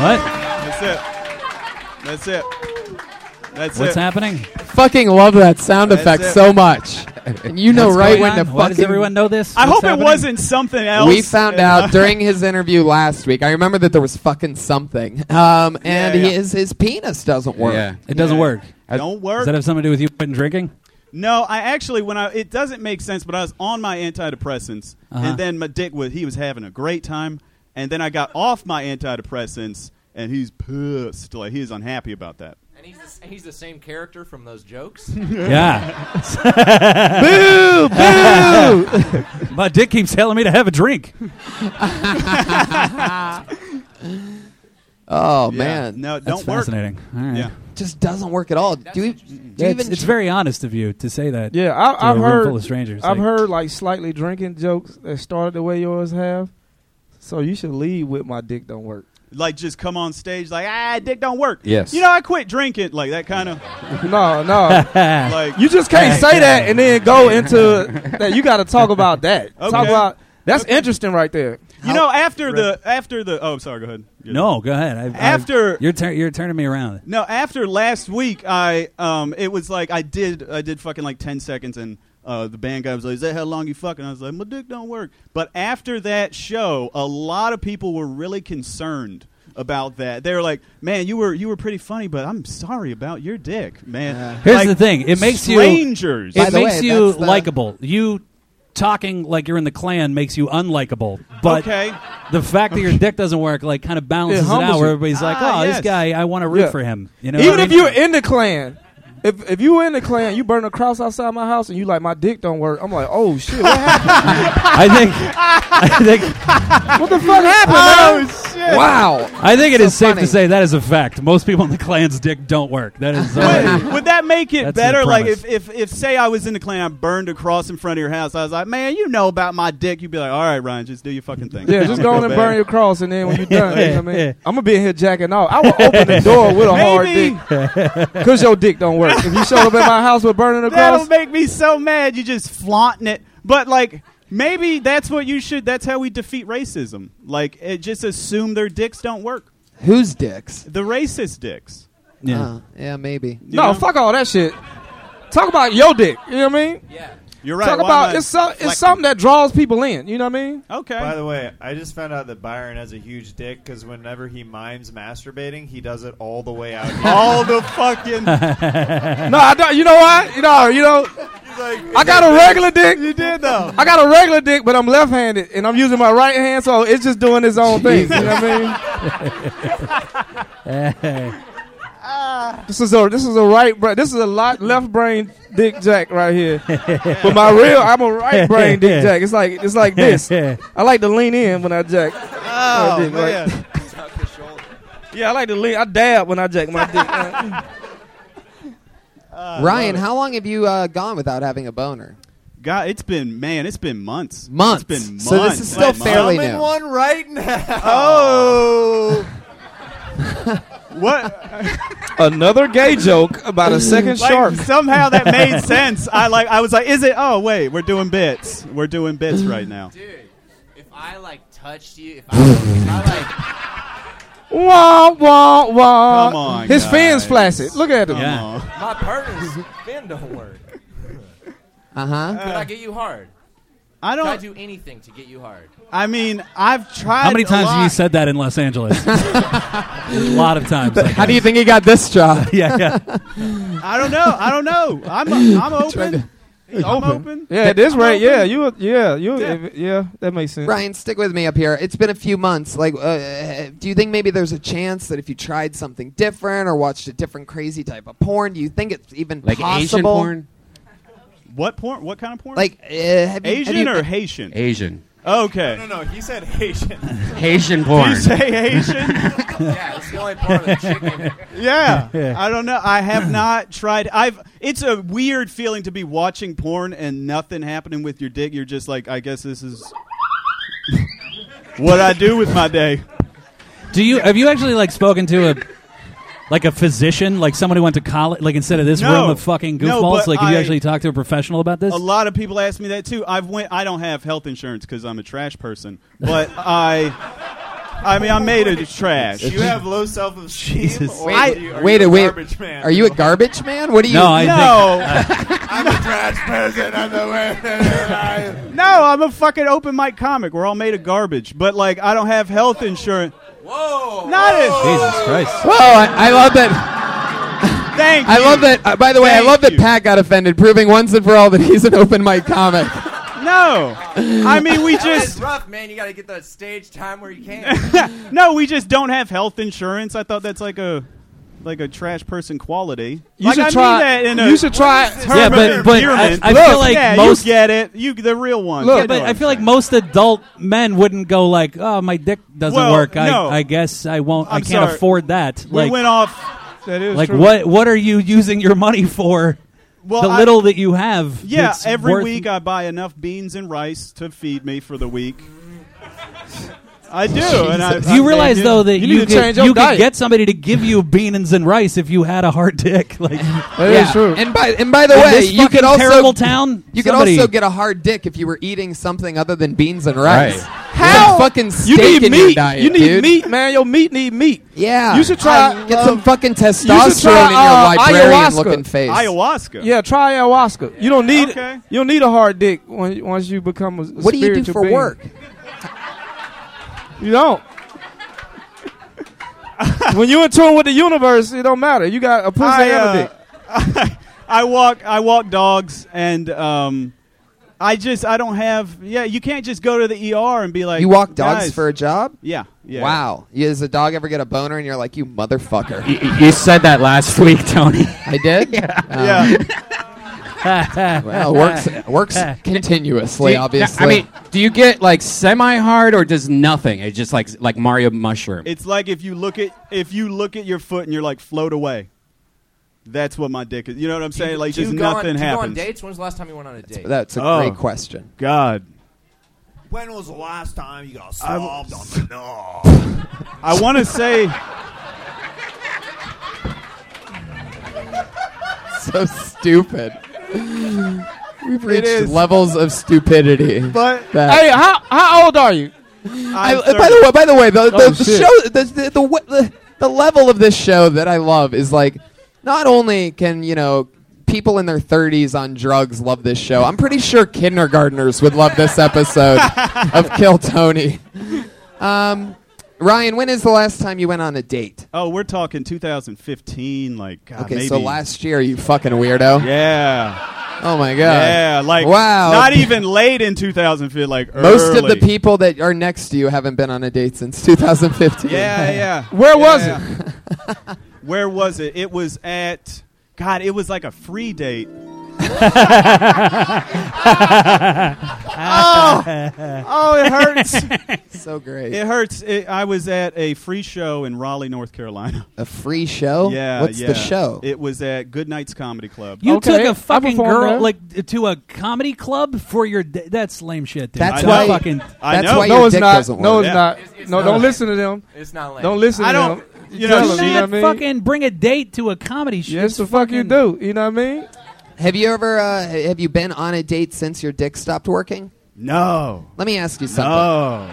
[SPEAKER 7] what?
[SPEAKER 10] That's it. That's it. That's
[SPEAKER 7] What's
[SPEAKER 10] it.
[SPEAKER 7] happening?
[SPEAKER 3] Fucking love that sound
[SPEAKER 10] That's
[SPEAKER 3] effect
[SPEAKER 10] it.
[SPEAKER 3] so much. And you know
[SPEAKER 7] What's
[SPEAKER 3] right
[SPEAKER 7] going
[SPEAKER 3] when to
[SPEAKER 7] on? Why
[SPEAKER 3] fucking
[SPEAKER 7] does everyone know this?
[SPEAKER 10] I
[SPEAKER 7] What's
[SPEAKER 10] hope it
[SPEAKER 7] happening?
[SPEAKER 10] wasn't something else.
[SPEAKER 3] We found
[SPEAKER 10] And, uh,
[SPEAKER 3] out during his interview last week. I remember that there was fucking something, um, and
[SPEAKER 10] Yeah, yeah.
[SPEAKER 3] his his penis doesn't work.
[SPEAKER 6] Yeah.
[SPEAKER 7] It doesn't work.
[SPEAKER 10] Don't work.
[SPEAKER 7] Does that have something to do with you quitting drinking?
[SPEAKER 10] no, I actually when I it doesn't make sense, but I was on my antidepressants,
[SPEAKER 7] Uh-huh.
[SPEAKER 10] and then my dick was he was having a great time, and then I got off my antidepressants, and he's pissed, like he's unhappy about that.
[SPEAKER 5] And he's the, s- he's the same character from those jokes.
[SPEAKER 7] Yeah. boo! Boo! My dick keeps telling me to have a drink.
[SPEAKER 3] Oh
[SPEAKER 10] Yeah.
[SPEAKER 3] man,
[SPEAKER 10] no,
[SPEAKER 7] That's
[SPEAKER 10] don't work.
[SPEAKER 7] fascinating. All right.
[SPEAKER 10] Yeah,
[SPEAKER 3] just doesn't work at all. do you, do you
[SPEAKER 7] it's,
[SPEAKER 3] even?
[SPEAKER 7] it's very honest of you to say that.
[SPEAKER 8] Yeah,
[SPEAKER 7] to
[SPEAKER 8] I,
[SPEAKER 7] a
[SPEAKER 8] I've
[SPEAKER 7] room
[SPEAKER 8] heard.
[SPEAKER 7] full of strangers.
[SPEAKER 8] I've
[SPEAKER 7] like,
[SPEAKER 8] heard like slightly drinking jokes that started the way yours have. So you should leave with my dick don't work.
[SPEAKER 10] like just come on stage, like ah, dick don't work.
[SPEAKER 6] Yes.
[SPEAKER 10] you know I quit drinking, like that kind of
[SPEAKER 8] no, no.
[SPEAKER 10] like
[SPEAKER 8] You just can't say that and then go into that. You got to talk about that. Talk
[SPEAKER 10] Okay.
[SPEAKER 8] about that's
[SPEAKER 10] Okay.
[SPEAKER 8] interesting right there.
[SPEAKER 10] you know after the after the oh sorry go ahead
[SPEAKER 7] No, go ahead. I,
[SPEAKER 10] After-
[SPEAKER 7] I, you're tur- you're turning me around.
[SPEAKER 10] No, after last week, I um, it was like I did I did fucking like ten seconds, and uh, the band guy was like, "Is that how long you fucking?" I was like, "My dick don't work." But after that show, a lot of people were really concerned about that. They were like, "Man, you were you were pretty funny, but I'm sorry about your dick, man."
[SPEAKER 7] Here's
[SPEAKER 10] Like,
[SPEAKER 7] the thing: it makes you
[SPEAKER 10] strangers.
[SPEAKER 7] It makes you likable. You talking like you're in the Klan makes you unlikable. But
[SPEAKER 10] Okay.
[SPEAKER 7] the fact that your dick doesn't work like kind of balances it,
[SPEAKER 8] humbles
[SPEAKER 7] out. Where
[SPEAKER 8] you.
[SPEAKER 7] everybody's like,
[SPEAKER 10] Ah,
[SPEAKER 7] "Oh,
[SPEAKER 10] yes.
[SPEAKER 7] this guy, I want to root
[SPEAKER 8] Yeah.
[SPEAKER 7] for him." You know,
[SPEAKER 8] Even
[SPEAKER 7] what I
[SPEAKER 8] if
[SPEAKER 7] mean?
[SPEAKER 8] you're in the clan, if if you in the clan, you burn a cross outside my house, and you like my dick don't work. I'm like, oh shit, what happened?
[SPEAKER 7] I think, I think,
[SPEAKER 8] what the fuck happened?
[SPEAKER 10] Oh,
[SPEAKER 8] man?
[SPEAKER 3] Wow.
[SPEAKER 7] I think it
[SPEAKER 3] So
[SPEAKER 7] is safe
[SPEAKER 3] funny.
[SPEAKER 7] to say that is a fact. Most people in the Klan's dick don't work. That is. Uh,
[SPEAKER 10] would, would that make it
[SPEAKER 7] That's
[SPEAKER 10] better?
[SPEAKER 7] the
[SPEAKER 10] Like
[SPEAKER 7] premise.
[SPEAKER 10] if, if if say I was in the clan, I burned a cross in front of your house. I was like, man, you know about my dick. You'd be like, all right, Ryan, just do your fucking thing.
[SPEAKER 8] Yeah, just go on and
[SPEAKER 10] back.
[SPEAKER 8] burn your cross, and then when you're done, you know what I mean? I'm gonna be in here jacking off. I will open the door with a hard
[SPEAKER 10] Maybe.
[SPEAKER 8] dick, cause your dick don't work. If you showed up at my house with burning a
[SPEAKER 10] That'll
[SPEAKER 8] cross,
[SPEAKER 10] make me so mad. You just flaunting it, but like. Maybe that's what you should. That's how we defeat racism. Like, it, just assume their dicks don't work.
[SPEAKER 3] Whose dicks?
[SPEAKER 10] The racist dicks.
[SPEAKER 7] yeah.
[SPEAKER 3] Uh, yeah, maybe.
[SPEAKER 10] you
[SPEAKER 8] no,
[SPEAKER 10] know?
[SPEAKER 8] fuck all that shit. Talk about your dick. You know what I mean?
[SPEAKER 10] You're right.
[SPEAKER 8] Talk
[SPEAKER 10] why
[SPEAKER 8] about
[SPEAKER 10] am I
[SPEAKER 8] it's so,
[SPEAKER 10] deflecting?
[SPEAKER 8] it's something that draws people in. You know what I mean?
[SPEAKER 10] Okay.
[SPEAKER 4] By the way, I just found out that Byron has a huge dick because whenever he mimes masturbating, he does it all the way out. Here.
[SPEAKER 10] all the fucking.
[SPEAKER 8] No, I don't. You know what? You know, you know. I got a regular dick. You did though. I got a regular dick, but I'm left-handed, and I'm using my right hand, so it's just doing its own thing. You know what I mean? this is a this is a right brain. This is a lot left brain dick jack right here. but my real, I'm a right brain dick jack. It's like it's like this. I like to lean in when I jack.
[SPEAKER 10] Oh,
[SPEAKER 8] dick, right?
[SPEAKER 10] man.
[SPEAKER 8] Yeah, I like to lean. I dab when I jack my dick.
[SPEAKER 3] Ryan, how long have you uh, gone without having a boner?
[SPEAKER 10] God, it's been man, it's been months.
[SPEAKER 3] Months.
[SPEAKER 10] It's been months.
[SPEAKER 3] So this is still
[SPEAKER 10] Like,
[SPEAKER 3] fairly
[SPEAKER 4] I'm in
[SPEAKER 3] new.
[SPEAKER 4] one right now.
[SPEAKER 10] Oh. what?
[SPEAKER 8] Another gay joke about a second
[SPEAKER 10] Like,
[SPEAKER 8] shark.
[SPEAKER 10] Somehow that made sense. I like. I was like, is it? Oh wait, we're doing bits. We're doing bits right now.
[SPEAKER 5] Dude, if I like touched you, if I, if I
[SPEAKER 8] Wah wah wah.
[SPEAKER 10] Come on,
[SPEAKER 8] His fins
[SPEAKER 10] guys.
[SPEAKER 8] flaccid. Look at him.
[SPEAKER 10] Come
[SPEAKER 7] Yeah.
[SPEAKER 10] on.
[SPEAKER 5] like my partner's fin don't work, could
[SPEAKER 3] Uh huh.
[SPEAKER 5] I get you hard?
[SPEAKER 10] I
[SPEAKER 5] Could I
[SPEAKER 10] don't.
[SPEAKER 5] do anything to get you hard?
[SPEAKER 10] I mean, I've tried.
[SPEAKER 7] How many times
[SPEAKER 10] a
[SPEAKER 7] have you
[SPEAKER 10] lot.
[SPEAKER 7] said that in Los Angeles? a lot of times. I
[SPEAKER 3] How do you
[SPEAKER 7] guess.
[SPEAKER 3] think he got this job?
[SPEAKER 7] Yeah, yeah.
[SPEAKER 10] I don't know. I don't know. I'm. I'm open. I'm open.
[SPEAKER 8] Yeah, at this
[SPEAKER 10] I'm
[SPEAKER 8] rate,
[SPEAKER 10] open.
[SPEAKER 8] yeah, you, yeah, you,
[SPEAKER 10] Yeah.
[SPEAKER 8] yeah. yeah, that makes sense.
[SPEAKER 3] Ryan, stick with me up here. It's been a few months. Like, uh, do you think maybe there's a chance that if you tried something different or watched a different crazy type of porn, do you think it's even
[SPEAKER 6] Like Asian
[SPEAKER 3] possible?
[SPEAKER 6] porn?
[SPEAKER 10] What porn? What kind of porn?
[SPEAKER 3] Like, uh, have you,
[SPEAKER 10] Asian
[SPEAKER 3] have you-
[SPEAKER 10] or Haitian?
[SPEAKER 6] Asian.
[SPEAKER 10] Okay.
[SPEAKER 4] No, no, he said Haitian.
[SPEAKER 6] Haitian
[SPEAKER 10] Did
[SPEAKER 6] porn.
[SPEAKER 10] you say Haitian?
[SPEAKER 5] Yeah, it's the only part of the chicken.
[SPEAKER 10] Yeah, I don't know. I have not tried. I've. It's a weird feeling to be watching porn and nothing happening with your dick. You're just like, I guess this is what I do with my day.
[SPEAKER 7] Do you have you actually like spoken to a like a physician, like someone who went to college, like instead of this
[SPEAKER 10] No.
[SPEAKER 7] room of fucking
[SPEAKER 10] No,
[SPEAKER 7] goofballs,
[SPEAKER 10] but
[SPEAKER 7] like have you
[SPEAKER 10] I-
[SPEAKER 7] actually talked to a professional about this?
[SPEAKER 10] A lot of people ask me that too. I've went. I don't have health insurance because I'm a trash person, but I. I mean, I'm made of trash.
[SPEAKER 4] Do you have low self-esteem?
[SPEAKER 7] Jesus.
[SPEAKER 4] Or
[SPEAKER 3] Wait,
[SPEAKER 4] do you, are
[SPEAKER 3] wait,
[SPEAKER 4] you a
[SPEAKER 3] wait.
[SPEAKER 4] garbage man?
[SPEAKER 3] Are you a garbage man? What do you?
[SPEAKER 7] no, I
[SPEAKER 10] no,
[SPEAKER 4] I'm a trash person. I'm the way.
[SPEAKER 10] no, I'm a fucking open mic comic. We're all made of garbage, but like, I don't have health insurance.
[SPEAKER 5] Whoa!
[SPEAKER 10] Not a-
[SPEAKER 7] think Jesus Christ.
[SPEAKER 3] Whoa! I, I love that.
[SPEAKER 10] Thank
[SPEAKER 3] I
[SPEAKER 10] you.
[SPEAKER 3] love that. Uh, by the way, I
[SPEAKER 10] Thank
[SPEAKER 3] love that
[SPEAKER 10] you.
[SPEAKER 3] Pat got offended, proving once and for all that he's an open mic comic.
[SPEAKER 10] No, I mean, we just.
[SPEAKER 5] That's rough, man. You got to get that stage time where you can.
[SPEAKER 10] No, we just don't have health insurance. I thought that's like a like a trash person quality.
[SPEAKER 8] You
[SPEAKER 10] like,
[SPEAKER 8] should
[SPEAKER 10] I
[SPEAKER 8] try.
[SPEAKER 10] Mean that in a
[SPEAKER 8] you should try.
[SPEAKER 10] term
[SPEAKER 7] Yeah,
[SPEAKER 10] of
[SPEAKER 7] but- but I-
[SPEAKER 10] endearment.
[SPEAKER 7] I
[SPEAKER 10] Look,
[SPEAKER 7] feel like
[SPEAKER 10] yeah,
[SPEAKER 7] most-
[SPEAKER 10] you get it. You the real one.
[SPEAKER 8] Look,
[SPEAKER 7] Yeah, but I feel like most adult men wouldn't go like, "Oh, my dick doesn't
[SPEAKER 10] Well,
[SPEAKER 7] work. I,
[SPEAKER 10] no.
[SPEAKER 7] I guess I won't. I'm I
[SPEAKER 10] I'm
[SPEAKER 7] can not
[SPEAKER 10] sorry.
[SPEAKER 7] afford that."
[SPEAKER 10] we
[SPEAKER 7] Like,
[SPEAKER 10] went off.
[SPEAKER 8] That is
[SPEAKER 7] like
[SPEAKER 8] true.
[SPEAKER 7] what? What are you using your money for?
[SPEAKER 10] Well,
[SPEAKER 7] the
[SPEAKER 10] I-
[SPEAKER 7] little that you have.
[SPEAKER 10] yeah,
[SPEAKER 7] that's
[SPEAKER 10] every
[SPEAKER 7] worth-
[SPEAKER 10] week I buy enough beans and rice to feed me for the week. I do. And I,
[SPEAKER 7] Do you realize though that
[SPEAKER 8] You
[SPEAKER 7] you,
[SPEAKER 8] need to
[SPEAKER 7] could,
[SPEAKER 8] change your
[SPEAKER 7] you could
[SPEAKER 8] diet.
[SPEAKER 7] get somebody to give you beans and rice if you had a hard dick? Like
[SPEAKER 3] That is true. And by and by the
[SPEAKER 7] In
[SPEAKER 3] way,
[SPEAKER 7] this
[SPEAKER 3] you could
[SPEAKER 7] fucking
[SPEAKER 3] also
[SPEAKER 7] terrible town,
[SPEAKER 3] You could
[SPEAKER 7] somebody-
[SPEAKER 3] also get a hard dick if you were eating something other than beans and rice.
[SPEAKER 6] Right.
[SPEAKER 3] How fucking
[SPEAKER 8] You
[SPEAKER 3] steak
[SPEAKER 8] need
[SPEAKER 3] in
[SPEAKER 8] meat.
[SPEAKER 3] your diet,
[SPEAKER 8] you need
[SPEAKER 3] dude.
[SPEAKER 8] meat, man. Your meat need meat.
[SPEAKER 3] Yeah,
[SPEAKER 8] You should try- um,
[SPEAKER 3] I- get some fucking
[SPEAKER 8] you
[SPEAKER 3] testosterone
[SPEAKER 8] should try, uh,
[SPEAKER 3] in your librarian
[SPEAKER 8] ayahuasca.
[SPEAKER 3] looking face.
[SPEAKER 10] ayahuasca.
[SPEAKER 8] Yeah, try ayahuasca. You don't need
[SPEAKER 10] Okay.
[SPEAKER 8] you don't need a hard dick when, once you become a a
[SPEAKER 3] What do you do
[SPEAKER 8] spiritual
[SPEAKER 3] for
[SPEAKER 8] being.
[SPEAKER 3] work?
[SPEAKER 8] You don't. when you in tune with the universe, it don't matter. You got a pussy
[SPEAKER 10] I,
[SPEAKER 8] and a
[SPEAKER 10] uh,
[SPEAKER 8] dick.
[SPEAKER 10] I walk. I walk dogs, and um, I just I don't have. Yeah, you can't just go to the ER and be like.
[SPEAKER 3] You walk dogs
[SPEAKER 10] "Guys."
[SPEAKER 3] for a job?
[SPEAKER 10] Yeah. Yeah.
[SPEAKER 3] Wow. Yeah, Does a dog ever get a boner and you're like, you motherfucker?
[SPEAKER 6] Y- You said that last week, Tony.
[SPEAKER 3] I did? yeah.
[SPEAKER 10] Yeah.
[SPEAKER 3] Well, works, works continuously, obviously.
[SPEAKER 6] I mean, do you get like semi-hard or just nothing? It's just like like Mario mushroom.
[SPEAKER 10] It's like if you look at if you look at your foot and you're like float away. That's what my dick is. You know what I'm saying? Like
[SPEAKER 5] do you
[SPEAKER 10] just
[SPEAKER 5] go on-
[SPEAKER 10] nothing
[SPEAKER 5] do you go on
[SPEAKER 10] happens.
[SPEAKER 5] dates? When was the last time you went on a date?
[SPEAKER 3] That's a
[SPEAKER 10] Oh.
[SPEAKER 3] great question.
[SPEAKER 10] God.
[SPEAKER 4] When was the last time you got slobbed on the knob?
[SPEAKER 10] I want to say
[SPEAKER 3] So stupid. We've reached
[SPEAKER 10] is.
[SPEAKER 3] levels of stupidity.
[SPEAKER 10] but
[SPEAKER 3] That-
[SPEAKER 8] Hey, how how old are you?
[SPEAKER 3] I,
[SPEAKER 10] I'm
[SPEAKER 3] uh, by the way, by the way, the, the,
[SPEAKER 8] Oh,
[SPEAKER 3] the
[SPEAKER 8] shit.
[SPEAKER 3] show, the the, the wa- the the level of this show that I love is like, not only can you know people in their 30s on drugs love this show, I'm pretty sure kindergartners would love this episode of Kill Tony. Um, Ryan, when is the last time you went on a date?
[SPEAKER 10] Oh, we're talking 2015 like God,
[SPEAKER 3] Okay,
[SPEAKER 10] maybe.
[SPEAKER 3] so last year, you fucking weirdo.
[SPEAKER 10] Yeah.
[SPEAKER 3] Oh my god.
[SPEAKER 10] Yeah, like
[SPEAKER 3] wow.
[SPEAKER 10] not even late in 2015 like
[SPEAKER 3] Most of the
[SPEAKER 10] early.
[SPEAKER 3] people that are next to you haven't been on a date since 2015.
[SPEAKER 10] Yeah, yeah.
[SPEAKER 8] Where was
[SPEAKER 10] it? Where was it? It was at God, it was like a free date.
[SPEAKER 8] Oh, it hurts.
[SPEAKER 3] so great.
[SPEAKER 10] It hurts. It, I was at a free show in Raleigh, North Carolina.
[SPEAKER 3] A free show?
[SPEAKER 10] Yeah.
[SPEAKER 3] What's
[SPEAKER 10] yeah.
[SPEAKER 3] the show?
[SPEAKER 10] It was at Good Nights Comedy Club.
[SPEAKER 7] You
[SPEAKER 8] Okay,
[SPEAKER 7] took
[SPEAKER 8] I
[SPEAKER 7] a fucking
[SPEAKER 8] performed
[SPEAKER 7] girl
[SPEAKER 8] there.
[SPEAKER 7] like to a comedy club for your. Da- that's lame shit, dude.
[SPEAKER 3] That's
[SPEAKER 10] I why-
[SPEAKER 7] fucking.
[SPEAKER 10] I
[SPEAKER 3] That's
[SPEAKER 10] know.
[SPEAKER 3] why
[SPEAKER 8] no,
[SPEAKER 3] Your
[SPEAKER 8] it's
[SPEAKER 3] dick
[SPEAKER 8] not.
[SPEAKER 3] doesn't
[SPEAKER 8] No,
[SPEAKER 3] work.
[SPEAKER 8] it's
[SPEAKER 10] Yeah.
[SPEAKER 8] not.
[SPEAKER 5] It's- it's
[SPEAKER 8] no,
[SPEAKER 5] not.
[SPEAKER 8] don't listen to them.
[SPEAKER 5] It's not lame.
[SPEAKER 8] Don't listen
[SPEAKER 10] I
[SPEAKER 8] to
[SPEAKER 10] don't-
[SPEAKER 8] them.
[SPEAKER 10] you
[SPEAKER 8] Tell
[SPEAKER 10] know,
[SPEAKER 7] Do
[SPEAKER 8] them,
[SPEAKER 10] she-
[SPEAKER 8] you know
[SPEAKER 7] not
[SPEAKER 8] what I mean?
[SPEAKER 7] fucking bring a date to a comedy show.
[SPEAKER 8] Yes, the fuck you do. You know what I mean?
[SPEAKER 3] Have you ever uh, h- have you been on a date since your dick stopped working?
[SPEAKER 10] No.
[SPEAKER 3] Let me ask you something.
[SPEAKER 10] No.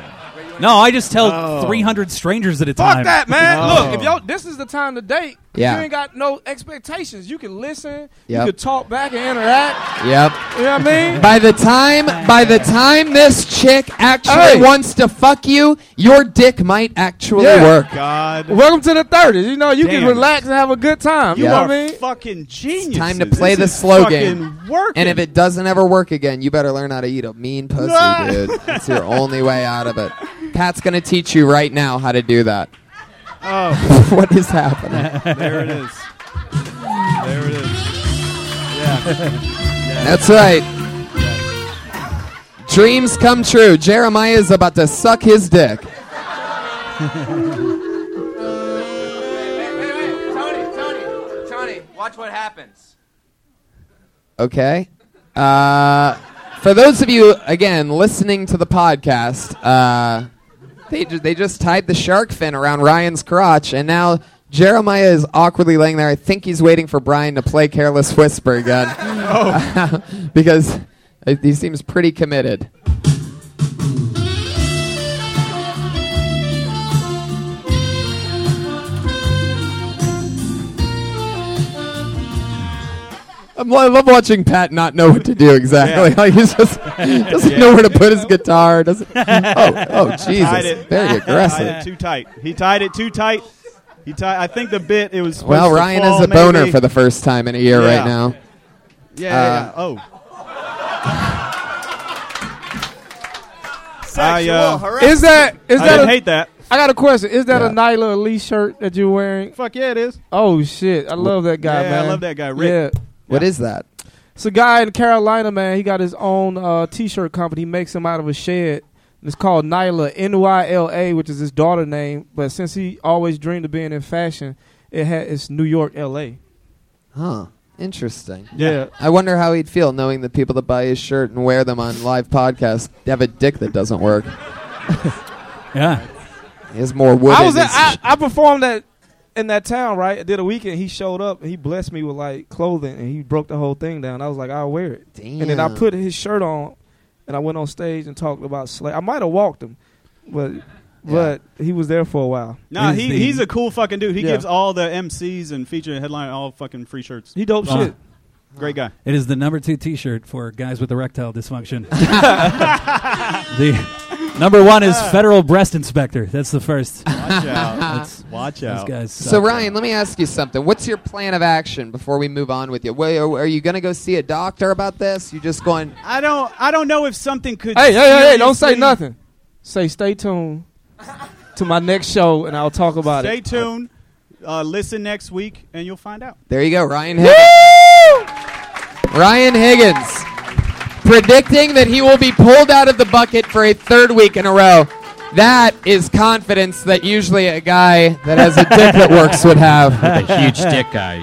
[SPEAKER 7] No, I just tell
[SPEAKER 3] Oh.
[SPEAKER 10] No.
[SPEAKER 7] 300 strangers at a time.
[SPEAKER 8] Fuck that, man.
[SPEAKER 10] No.
[SPEAKER 8] Look, if yo, this is the time to date.
[SPEAKER 3] Yeah.
[SPEAKER 8] You ain't got no expectations. You can listen.
[SPEAKER 3] Yep.
[SPEAKER 8] You can talk back and interact.
[SPEAKER 3] Yep.
[SPEAKER 8] You know what I mean?
[SPEAKER 3] By the time by the time this chick actually
[SPEAKER 8] Hey.
[SPEAKER 3] wants to fuck you, your dick might actually
[SPEAKER 8] Yeah.
[SPEAKER 3] work.
[SPEAKER 10] God.
[SPEAKER 8] Welcome to the thirties. You know, you can
[SPEAKER 10] Damn.
[SPEAKER 8] relax and have a good time.
[SPEAKER 10] You
[SPEAKER 8] You know
[SPEAKER 10] are
[SPEAKER 8] what I mean?
[SPEAKER 10] fucking genius.
[SPEAKER 3] time to play the slow game.
[SPEAKER 10] Working.
[SPEAKER 3] And if it doesn't ever work again, you better learn how to eat a mean pussy, dude. That's your only way out of it. Pat's gonna teach you right now how to do that.
[SPEAKER 10] oh,
[SPEAKER 3] what is happening?
[SPEAKER 10] there it is. There it is.
[SPEAKER 3] That's right. Dreams come true. Jeremiah is about to suck his dick.
[SPEAKER 5] Wait, wait, wait. Tony, Tony, Tony, watch what happens.
[SPEAKER 3] Okay. Uh, for those of you again listening to the podcast, uh, they ju- they just tied the shark fin around Ryan's crotch, and now Jeremiah is awkwardly laying there. I think he's waiting for Brian to play "Careless Whisper" again,
[SPEAKER 10] Oh.
[SPEAKER 3] because uh, he seems pretty committed. I'm, I love watching Pat not know what to do exactly.
[SPEAKER 10] Yeah.
[SPEAKER 3] Like he's just doesn't know where to put his guitar. Doesn't. Oh, oh,
[SPEAKER 10] Tied
[SPEAKER 3] Jesus!
[SPEAKER 10] it.
[SPEAKER 3] Very
[SPEAKER 10] Tied
[SPEAKER 3] aggressive.
[SPEAKER 10] it too tight. He tied it too tight. He tied. I think the bit it was. supposed
[SPEAKER 3] Well,
[SPEAKER 10] to
[SPEAKER 3] Ryan
[SPEAKER 10] fall,
[SPEAKER 3] is a boner
[SPEAKER 10] maybe.
[SPEAKER 3] for the first time in a year
[SPEAKER 10] Yeah.
[SPEAKER 3] right now. Uh,
[SPEAKER 10] Yeah. yeah, yeah. Oh. I, uh,
[SPEAKER 8] Is that is
[SPEAKER 10] I
[SPEAKER 8] that
[SPEAKER 10] didn't
[SPEAKER 8] a,
[SPEAKER 10] hate that.
[SPEAKER 8] I got a question. Is that
[SPEAKER 3] Yeah.
[SPEAKER 8] a Nyla Lee shirt that you're wearing?
[SPEAKER 10] Fuck yeah, it is.
[SPEAKER 8] Oh shit! I love that guy,
[SPEAKER 10] yeah,
[SPEAKER 8] man.
[SPEAKER 10] I love that guy, Rick.
[SPEAKER 8] Yeah,
[SPEAKER 3] What is that?
[SPEAKER 8] it's a guy in Carolina, man. He got his own uh, t-shirt company. He makes them out of a shed. And It's called Nyla N Y L A, which is his daughter name. But since he always dreamed of being in fashion, it had it's New York L A.
[SPEAKER 3] Huh. Interesting.
[SPEAKER 8] Yeah.
[SPEAKER 3] I wonder how he'd feel knowing the people that buy his shirt and wear them on live podcasts have a dick that doesn't work.
[SPEAKER 7] Yeah.
[SPEAKER 3] Is more wood.
[SPEAKER 8] I was at, I, I performed at in that town, right? I did a weekend. He showed up and he blessed me with like clothing and he broke the whole thing down. I was like, I'll wear it. And then I
[SPEAKER 3] Damn.
[SPEAKER 8] put his shirt on and I went on stage and talked about slave. I might have walked him, but but he was there for a while.
[SPEAKER 10] Nah,
[SPEAKER 7] He's
[SPEAKER 10] he,
[SPEAKER 7] the-
[SPEAKER 10] he's a cool fucking dude. He
[SPEAKER 8] Yeah.
[SPEAKER 10] gives all the MCs and feature and headline all fucking free shirts.
[SPEAKER 8] He dope
[SPEAKER 7] Oh.
[SPEAKER 8] shit.
[SPEAKER 10] Great guy.
[SPEAKER 7] It is the number two T-shirt for guys with erectile dysfunction. the number one is federal breast inspector. That's the first.
[SPEAKER 10] Watch out. Watch
[SPEAKER 7] Those
[SPEAKER 10] out.
[SPEAKER 7] guys.
[SPEAKER 3] So
[SPEAKER 7] suck.
[SPEAKER 3] Ryan, let me ask you something. What's your plan of action before we move on with you? Wait, are are you going to go see a doctor about this? You just going?
[SPEAKER 10] I don't. I don't know if something could.
[SPEAKER 8] Hey, hey, hey, hey, don't say
[SPEAKER 10] seriously-
[SPEAKER 8] nothing. Say stay tuned to my next show and I'll talk about
[SPEAKER 10] Stay
[SPEAKER 8] it.
[SPEAKER 10] tuned. Uh, listen next week, and you'll find out.
[SPEAKER 3] There you go, Ryan Higgins. Ryan Higgins predicting that he will be pulled out of the bucket for a third week in a row. That is confidence that usually a guy that has a dick that works would have.
[SPEAKER 6] a huge dick guy.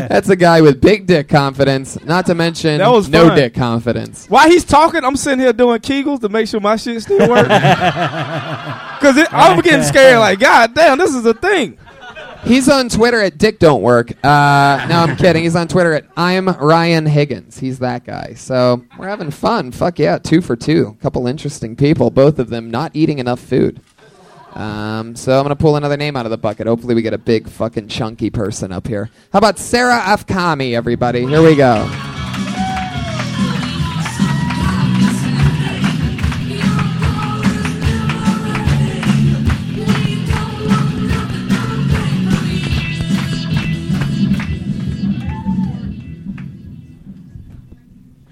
[SPEAKER 3] That's a guy with big dick confidence, not to mention
[SPEAKER 8] That was
[SPEAKER 3] no
[SPEAKER 8] fun.
[SPEAKER 3] dick confidence.
[SPEAKER 8] While he's talking, I'm sitting here doing Kegels to make sure my shit still works. Cause it, I'm getting scared. Like, God damn, this is a thing.
[SPEAKER 3] He's on Twitter at Dick Don't Work. Uh, no, I'm kidding. He's on Twitter at I'm Ryan Higgins. He's that guy. So we're having fun. Fuck yeah, two for two. couple interesting people, both of them not eating enough food. Um, so I'm gonna pull another name out of the bucket. Hopefully we get a big fucking chunky person up here. How about Sarah Afkami, everybody? Here we go.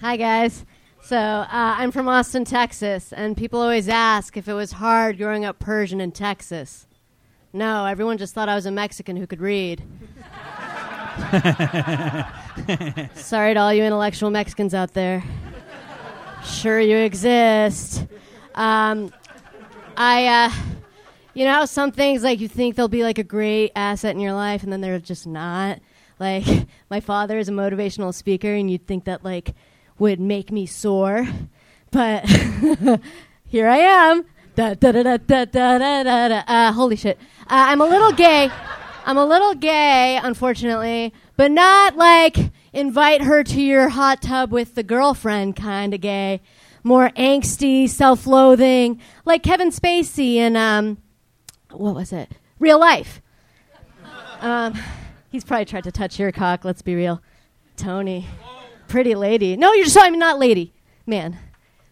[SPEAKER 11] Hi, guys. So, uh, I'm from Austin, Texas, and people always ask if it was hard growing up Persian in Texas. No, everyone just thought I was a Mexican who could read. Sorry to all you intellectual Mexicans out there. Sure, you exist. Um, I, uh, you know how some things, like, you think they'll be like a great asset in your life, and then they're just not? Like, my father is a motivational speaker, and you'd think that, like, would make me soar. But here I am. Da, da, da, da, da, da, da, da, da. Uh, holy shit. Uh, I'm a little gay. I'm a little gay, unfortunately, but not like invite her to your hot tub with the girlfriend kind of gay. More angsty, self loathing, like Kevin Spacey in, um, what was it? Real life. Um, he's probably tried to touch your cock, let's be real. Tony. Pretty lady. No, you're sorry, I mean, not lady, man.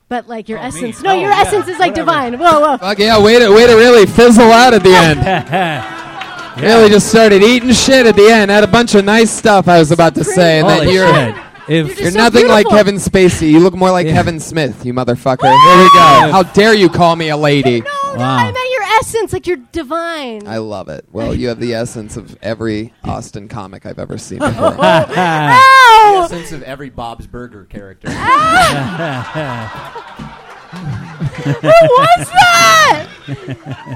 [SPEAKER 11] But like your essence. No, your essence is like divine. Whoa, whoa.
[SPEAKER 3] Fuck yeah, way to way to really fizzle out at the
[SPEAKER 7] Oh,
[SPEAKER 3] end. Really just started eating shit at the end. Had a bunch of nice stuff I was about to say, and
[SPEAKER 7] Holy
[SPEAKER 3] then you're
[SPEAKER 7] shit! If
[SPEAKER 3] You're
[SPEAKER 11] You're so
[SPEAKER 3] nothing like
[SPEAKER 11] beautiful.
[SPEAKER 3] Kevin Spacey. You look more like Kevin Smith, you motherfucker. Here we go. How dare you call me a lady?
[SPEAKER 11] No, no,
[SPEAKER 7] Wow.
[SPEAKER 11] I meant your essence, like you're divine.
[SPEAKER 3] I love it. Well, you have the essence of every Austin comic I've ever seen before.
[SPEAKER 5] The
[SPEAKER 11] Ow!
[SPEAKER 5] essence of every Bob's Burger character.
[SPEAKER 11] What was that?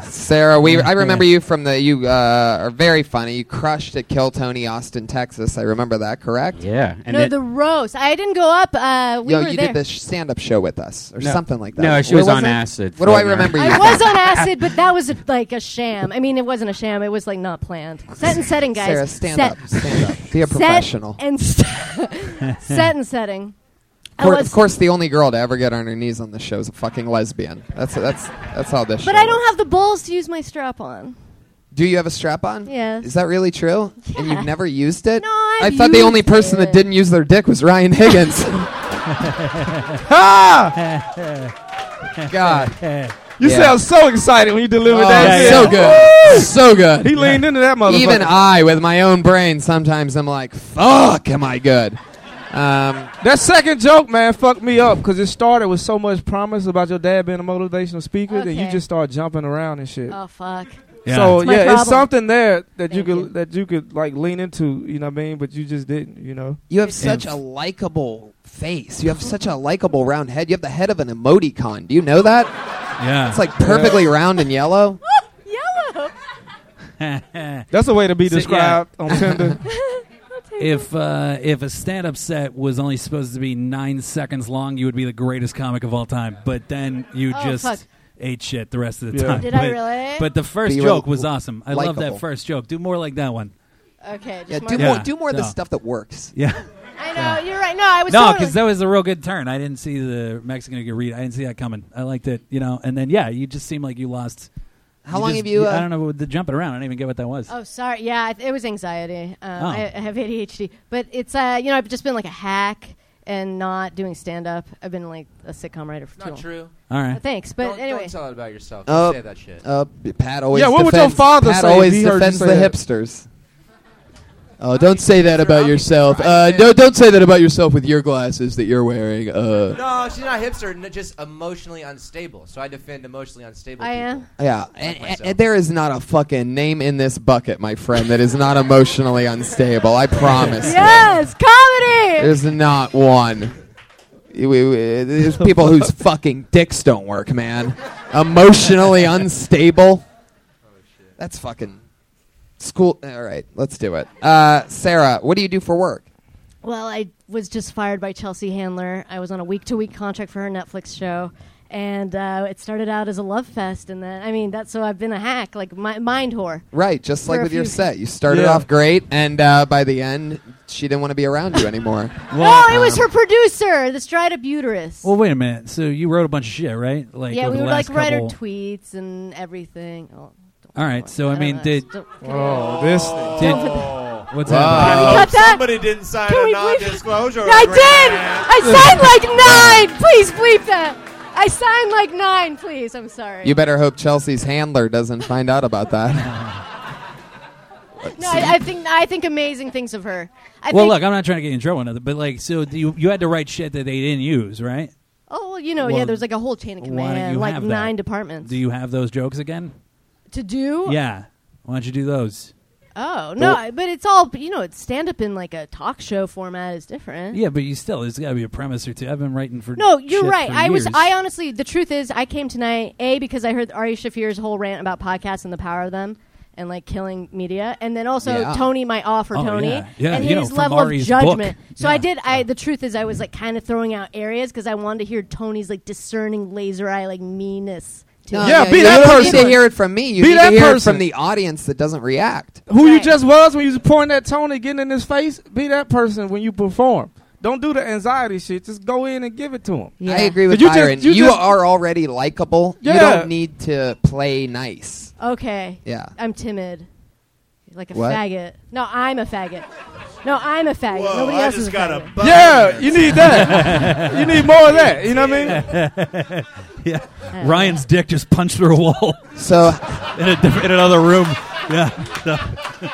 [SPEAKER 3] Sarah, we I remember you from the you uh, are very funny. You crushed at Kill Tony Austin, Texas. I remember that, correct?
[SPEAKER 6] Yeah. And
[SPEAKER 11] no,
[SPEAKER 6] it-
[SPEAKER 11] the roast. I didn't go up. Uh, we
[SPEAKER 3] Yo,
[SPEAKER 11] were
[SPEAKER 3] you
[SPEAKER 11] there.
[SPEAKER 3] did the sh- stand-up show with us or something like that.
[SPEAKER 6] no, she
[SPEAKER 3] Where
[SPEAKER 6] was on
[SPEAKER 3] it?
[SPEAKER 6] acid.
[SPEAKER 3] What do I
[SPEAKER 6] floating around.
[SPEAKER 3] remember you?
[SPEAKER 11] I was on acid, but that was a, like a sham. I mean, it wasn't a sham. It was like not planned. Set and setting, guys.
[SPEAKER 3] Sarah, stand
[SPEAKER 11] Set-
[SPEAKER 3] up, stand up, be a
[SPEAKER 11] set
[SPEAKER 3] professional.
[SPEAKER 11] and st- set and setting. I
[SPEAKER 3] Cour-
[SPEAKER 11] was-
[SPEAKER 3] of course, the only girl to ever get on her knees on the show is a fucking lesbian. That's that's that's how this.
[SPEAKER 11] But
[SPEAKER 3] show
[SPEAKER 11] I don't
[SPEAKER 3] works.
[SPEAKER 11] have the balls to use my strap on.
[SPEAKER 3] Do you have a strap on?
[SPEAKER 11] Yes.
[SPEAKER 3] Is that really true? And
[SPEAKER 11] Yeah.
[SPEAKER 3] you've never used it?
[SPEAKER 11] No, I've
[SPEAKER 3] I thought the only
[SPEAKER 11] used
[SPEAKER 3] person that
[SPEAKER 11] it.
[SPEAKER 3] didn't use their dick was Ryan Higgins. Ah! God.
[SPEAKER 8] Ah! You
[SPEAKER 3] Yeah.
[SPEAKER 8] sound so excited when you deliver
[SPEAKER 3] Oh,
[SPEAKER 8] that. shit.
[SPEAKER 3] so good. So good.
[SPEAKER 8] He leaned into that motherfucker.
[SPEAKER 3] Even I, with my own brain, sometimes I'm like, fuck, am I good? Um,
[SPEAKER 8] that second joke, man, fucked me up because it started with so much promise about your dad being a motivational speaker, that you
[SPEAKER 11] Okay.
[SPEAKER 8] just start jumping around and shit.
[SPEAKER 11] Oh fuck!
[SPEAKER 7] Yeah.
[SPEAKER 8] So
[SPEAKER 11] It's my
[SPEAKER 8] yeah,
[SPEAKER 11] problem.
[SPEAKER 8] it's something there that you
[SPEAKER 11] Thank
[SPEAKER 8] could
[SPEAKER 11] you.
[SPEAKER 8] that you could like lean into, you know what I mean? But you just didn't, you know.
[SPEAKER 3] you have such a likable face. You have such a likable round head. You have the head of an emoticon. Do you know that?
[SPEAKER 7] yeah.
[SPEAKER 3] It's like perfectly round and yellow.
[SPEAKER 11] Yellow.
[SPEAKER 8] That's a way to be
[SPEAKER 7] So, yeah.
[SPEAKER 8] described on Tinder.
[SPEAKER 7] if uh, if a stand-up set was only supposed to be nine seconds long, you would be the greatest comic of all time. But then you
[SPEAKER 11] Oh,
[SPEAKER 7] just
[SPEAKER 11] fuck.
[SPEAKER 7] ate shit the rest of the
[SPEAKER 9] Yeah.
[SPEAKER 7] time.
[SPEAKER 11] Did I
[SPEAKER 7] But-
[SPEAKER 11] really?
[SPEAKER 7] But the first
[SPEAKER 11] Be
[SPEAKER 7] joke
[SPEAKER 11] rel-
[SPEAKER 7] was awesome. I love
[SPEAKER 11] likable.
[SPEAKER 7] that first joke. Do more like that one.
[SPEAKER 11] Okay,
[SPEAKER 7] Yeah,
[SPEAKER 11] just
[SPEAKER 7] do
[SPEAKER 11] more.
[SPEAKER 7] more- Yeah. do more of the No. stuff
[SPEAKER 3] that works.
[SPEAKER 7] Yeah.
[SPEAKER 11] I know you're right. No, I was
[SPEAKER 7] no,
[SPEAKER 11] totally-
[SPEAKER 7] because that was a real good turn. I didn't see the Mexican get read. I didn't see that coming. I liked it, you know. And then yeah, you just seem like you lost.
[SPEAKER 11] How long
[SPEAKER 7] just-
[SPEAKER 11] have you, uh,
[SPEAKER 7] I don't know the jumping around. I don't even get what that was.
[SPEAKER 11] Oh, sorry. Yeah, it- it was anxiety. Um,
[SPEAKER 7] Oh.
[SPEAKER 11] I, I have ADHD, but it's uh, you know, I've just been like a hack and not doing stand up. I've been like a sitcom writer for
[SPEAKER 5] Not
[SPEAKER 11] too long.
[SPEAKER 5] true.
[SPEAKER 7] All
[SPEAKER 11] Uh, thanks, but
[SPEAKER 5] don't,
[SPEAKER 11] anyway.
[SPEAKER 5] don't tell it about yourself. Don't
[SPEAKER 3] Uh,
[SPEAKER 5] say that shit.
[SPEAKER 3] uh, Pat always.
[SPEAKER 8] Yeah, what would
[SPEAKER 3] defends,
[SPEAKER 8] your father
[SPEAKER 3] Pat
[SPEAKER 8] say if he
[SPEAKER 3] always
[SPEAKER 8] heard you
[SPEAKER 3] defends
[SPEAKER 8] say
[SPEAKER 3] the
[SPEAKER 8] that?
[SPEAKER 3] hipsters. Oh, don't say that about yourself. Uh, no, don't say that about yourself with your glasses that you're wearing. Uh,
[SPEAKER 5] No, she's not hipster. n- Just emotionally unstable. So I defend emotionally unstable.
[SPEAKER 11] I
[SPEAKER 5] people.
[SPEAKER 11] am.
[SPEAKER 3] yeah,
[SPEAKER 5] Like
[SPEAKER 3] and, and-
[SPEAKER 5] myself.
[SPEAKER 3] and there is not a fucking name in this bucket, my friend, that is not emotionally unstable. I promise.
[SPEAKER 11] Yes, comedy.
[SPEAKER 3] There's not one. We- we- There's people whose fucking dicks don't work, man. Emotionally unstable. That's fucking school. All right, let's do it. Uh, Sarah, what do you do for work?
[SPEAKER 11] Well, I was just fired by Chelsea Handler. I was on a week to week contract for her Netflix show. And uh, it started out as a love fest, and then I mean that's so I've been a hack, like mi- mind whore.
[SPEAKER 3] Right, just
[SPEAKER 11] For
[SPEAKER 3] like
[SPEAKER 11] a
[SPEAKER 3] with your
[SPEAKER 11] few-
[SPEAKER 3] set. You started
[SPEAKER 8] Yeah.
[SPEAKER 3] off great, and uh, by the end, she didn't want to be around you anymore. Um,
[SPEAKER 11] no, Oh, it was her producer, the dried up uterus.
[SPEAKER 7] Well, wait a minute. So you wrote a bunch of shit, right? Like
[SPEAKER 11] yeah,
[SPEAKER 7] over
[SPEAKER 11] we
[SPEAKER 7] the
[SPEAKER 11] would like
[SPEAKER 7] last
[SPEAKER 11] write her
[SPEAKER 7] couple.
[SPEAKER 11] tweets and everything. Oh, don't-
[SPEAKER 7] All right. So I,
[SPEAKER 11] don't
[SPEAKER 7] mean,
[SPEAKER 11] know.
[SPEAKER 7] did
[SPEAKER 11] Don't-
[SPEAKER 8] Oh, this
[SPEAKER 7] did
[SPEAKER 11] Don't put
[SPEAKER 7] what's
[SPEAKER 3] Wow.
[SPEAKER 7] happening?
[SPEAKER 11] Can we cut that?
[SPEAKER 4] Somebody didn't sign
[SPEAKER 11] Can
[SPEAKER 4] a
[SPEAKER 11] we bleep-
[SPEAKER 4] non-disclosure.
[SPEAKER 11] I
[SPEAKER 4] agreement.
[SPEAKER 11] did. I signed like nine. Please bleep that. I signed like nine. Please, I'm sorry.
[SPEAKER 3] You better hope Chelsea's handler doesn't find out about that.
[SPEAKER 11] no, I, I think I think amazing things of her. I
[SPEAKER 7] Well,
[SPEAKER 11] think,
[SPEAKER 7] look, I'm not trying to get you in trouble, another, but like, so do you you had to write shit that they didn't use, right?
[SPEAKER 11] Oh, well, you know, yeah.
[SPEAKER 7] Well,
[SPEAKER 11] There's like a whole chain of
[SPEAKER 7] why don't
[SPEAKER 11] command,
[SPEAKER 7] you
[SPEAKER 11] like
[SPEAKER 7] have that?
[SPEAKER 11] nine departments
[SPEAKER 7] Do you have those jokes again?
[SPEAKER 11] to do.
[SPEAKER 7] Yeah. Why don't you do those?
[SPEAKER 11] Oh no, I- but it's all you know. It's stand up in like a talk show format is different.
[SPEAKER 7] Yeah, but you still, there's got to be a premise or two. I've been writing for
[SPEAKER 11] Mm-hmm. No, you're
[SPEAKER 7] shit
[SPEAKER 11] right.
[SPEAKER 7] for
[SPEAKER 11] I was.
[SPEAKER 7] years.
[SPEAKER 11] I honestly, the truth is, I came tonight a because I heard Ari Shafir's whole rant about podcasts and the power of them. And like killing media, and then also
[SPEAKER 3] Yeah.
[SPEAKER 11] Tony, my offer,
[SPEAKER 7] Oh,
[SPEAKER 11] Tony,
[SPEAKER 7] yeah. Yeah,
[SPEAKER 11] and
[SPEAKER 7] you know,
[SPEAKER 11] his
[SPEAKER 7] from
[SPEAKER 11] level
[SPEAKER 7] Ari's
[SPEAKER 11] of judgment.
[SPEAKER 7] book.
[SPEAKER 11] So
[SPEAKER 7] Yeah.
[SPEAKER 11] I did. I the truth is, I was like kind of throwing out areas because I wanted to hear Tony's like discerning laser eye, like meanness. To
[SPEAKER 3] No,
[SPEAKER 11] it.
[SPEAKER 8] Yeah,
[SPEAKER 3] no,
[SPEAKER 8] be
[SPEAKER 3] you
[SPEAKER 8] that
[SPEAKER 3] don't need
[SPEAKER 8] person.
[SPEAKER 3] to hear it from me. You
[SPEAKER 8] Be
[SPEAKER 3] need to
[SPEAKER 8] that
[SPEAKER 3] hear it
[SPEAKER 8] person.
[SPEAKER 3] from the audience that doesn't react.
[SPEAKER 8] Who you
[SPEAKER 11] Right.
[SPEAKER 8] just was when you was pointing at Tony, getting in his face. Be that person when you perform. Don't do the anxiety shit. Just go in and give it to him.
[SPEAKER 11] Yeah.
[SPEAKER 3] I agree with
[SPEAKER 8] You just-
[SPEAKER 3] Byron.
[SPEAKER 8] you
[SPEAKER 3] you
[SPEAKER 8] just-
[SPEAKER 3] are already likable. You
[SPEAKER 8] Yeah.
[SPEAKER 3] don't need to play nice.
[SPEAKER 11] Okay.
[SPEAKER 3] Yeah.
[SPEAKER 11] I'm timid. Like a
[SPEAKER 3] What?
[SPEAKER 11] faggot. No, I'm a faggot. No, I'm a faggot.
[SPEAKER 4] Whoa,
[SPEAKER 11] Nobody
[SPEAKER 4] I
[SPEAKER 11] else
[SPEAKER 4] just
[SPEAKER 11] is a
[SPEAKER 4] got
[SPEAKER 11] faggot.
[SPEAKER 4] a bone.
[SPEAKER 8] Yeah, you need that. you need more of that. You know what I mean?
[SPEAKER 7] yeah. Ryan's dick just punched through a wall
[SPEAKER 3] So,
[SPEAKER 7] in, a diff- in another room. Yeah.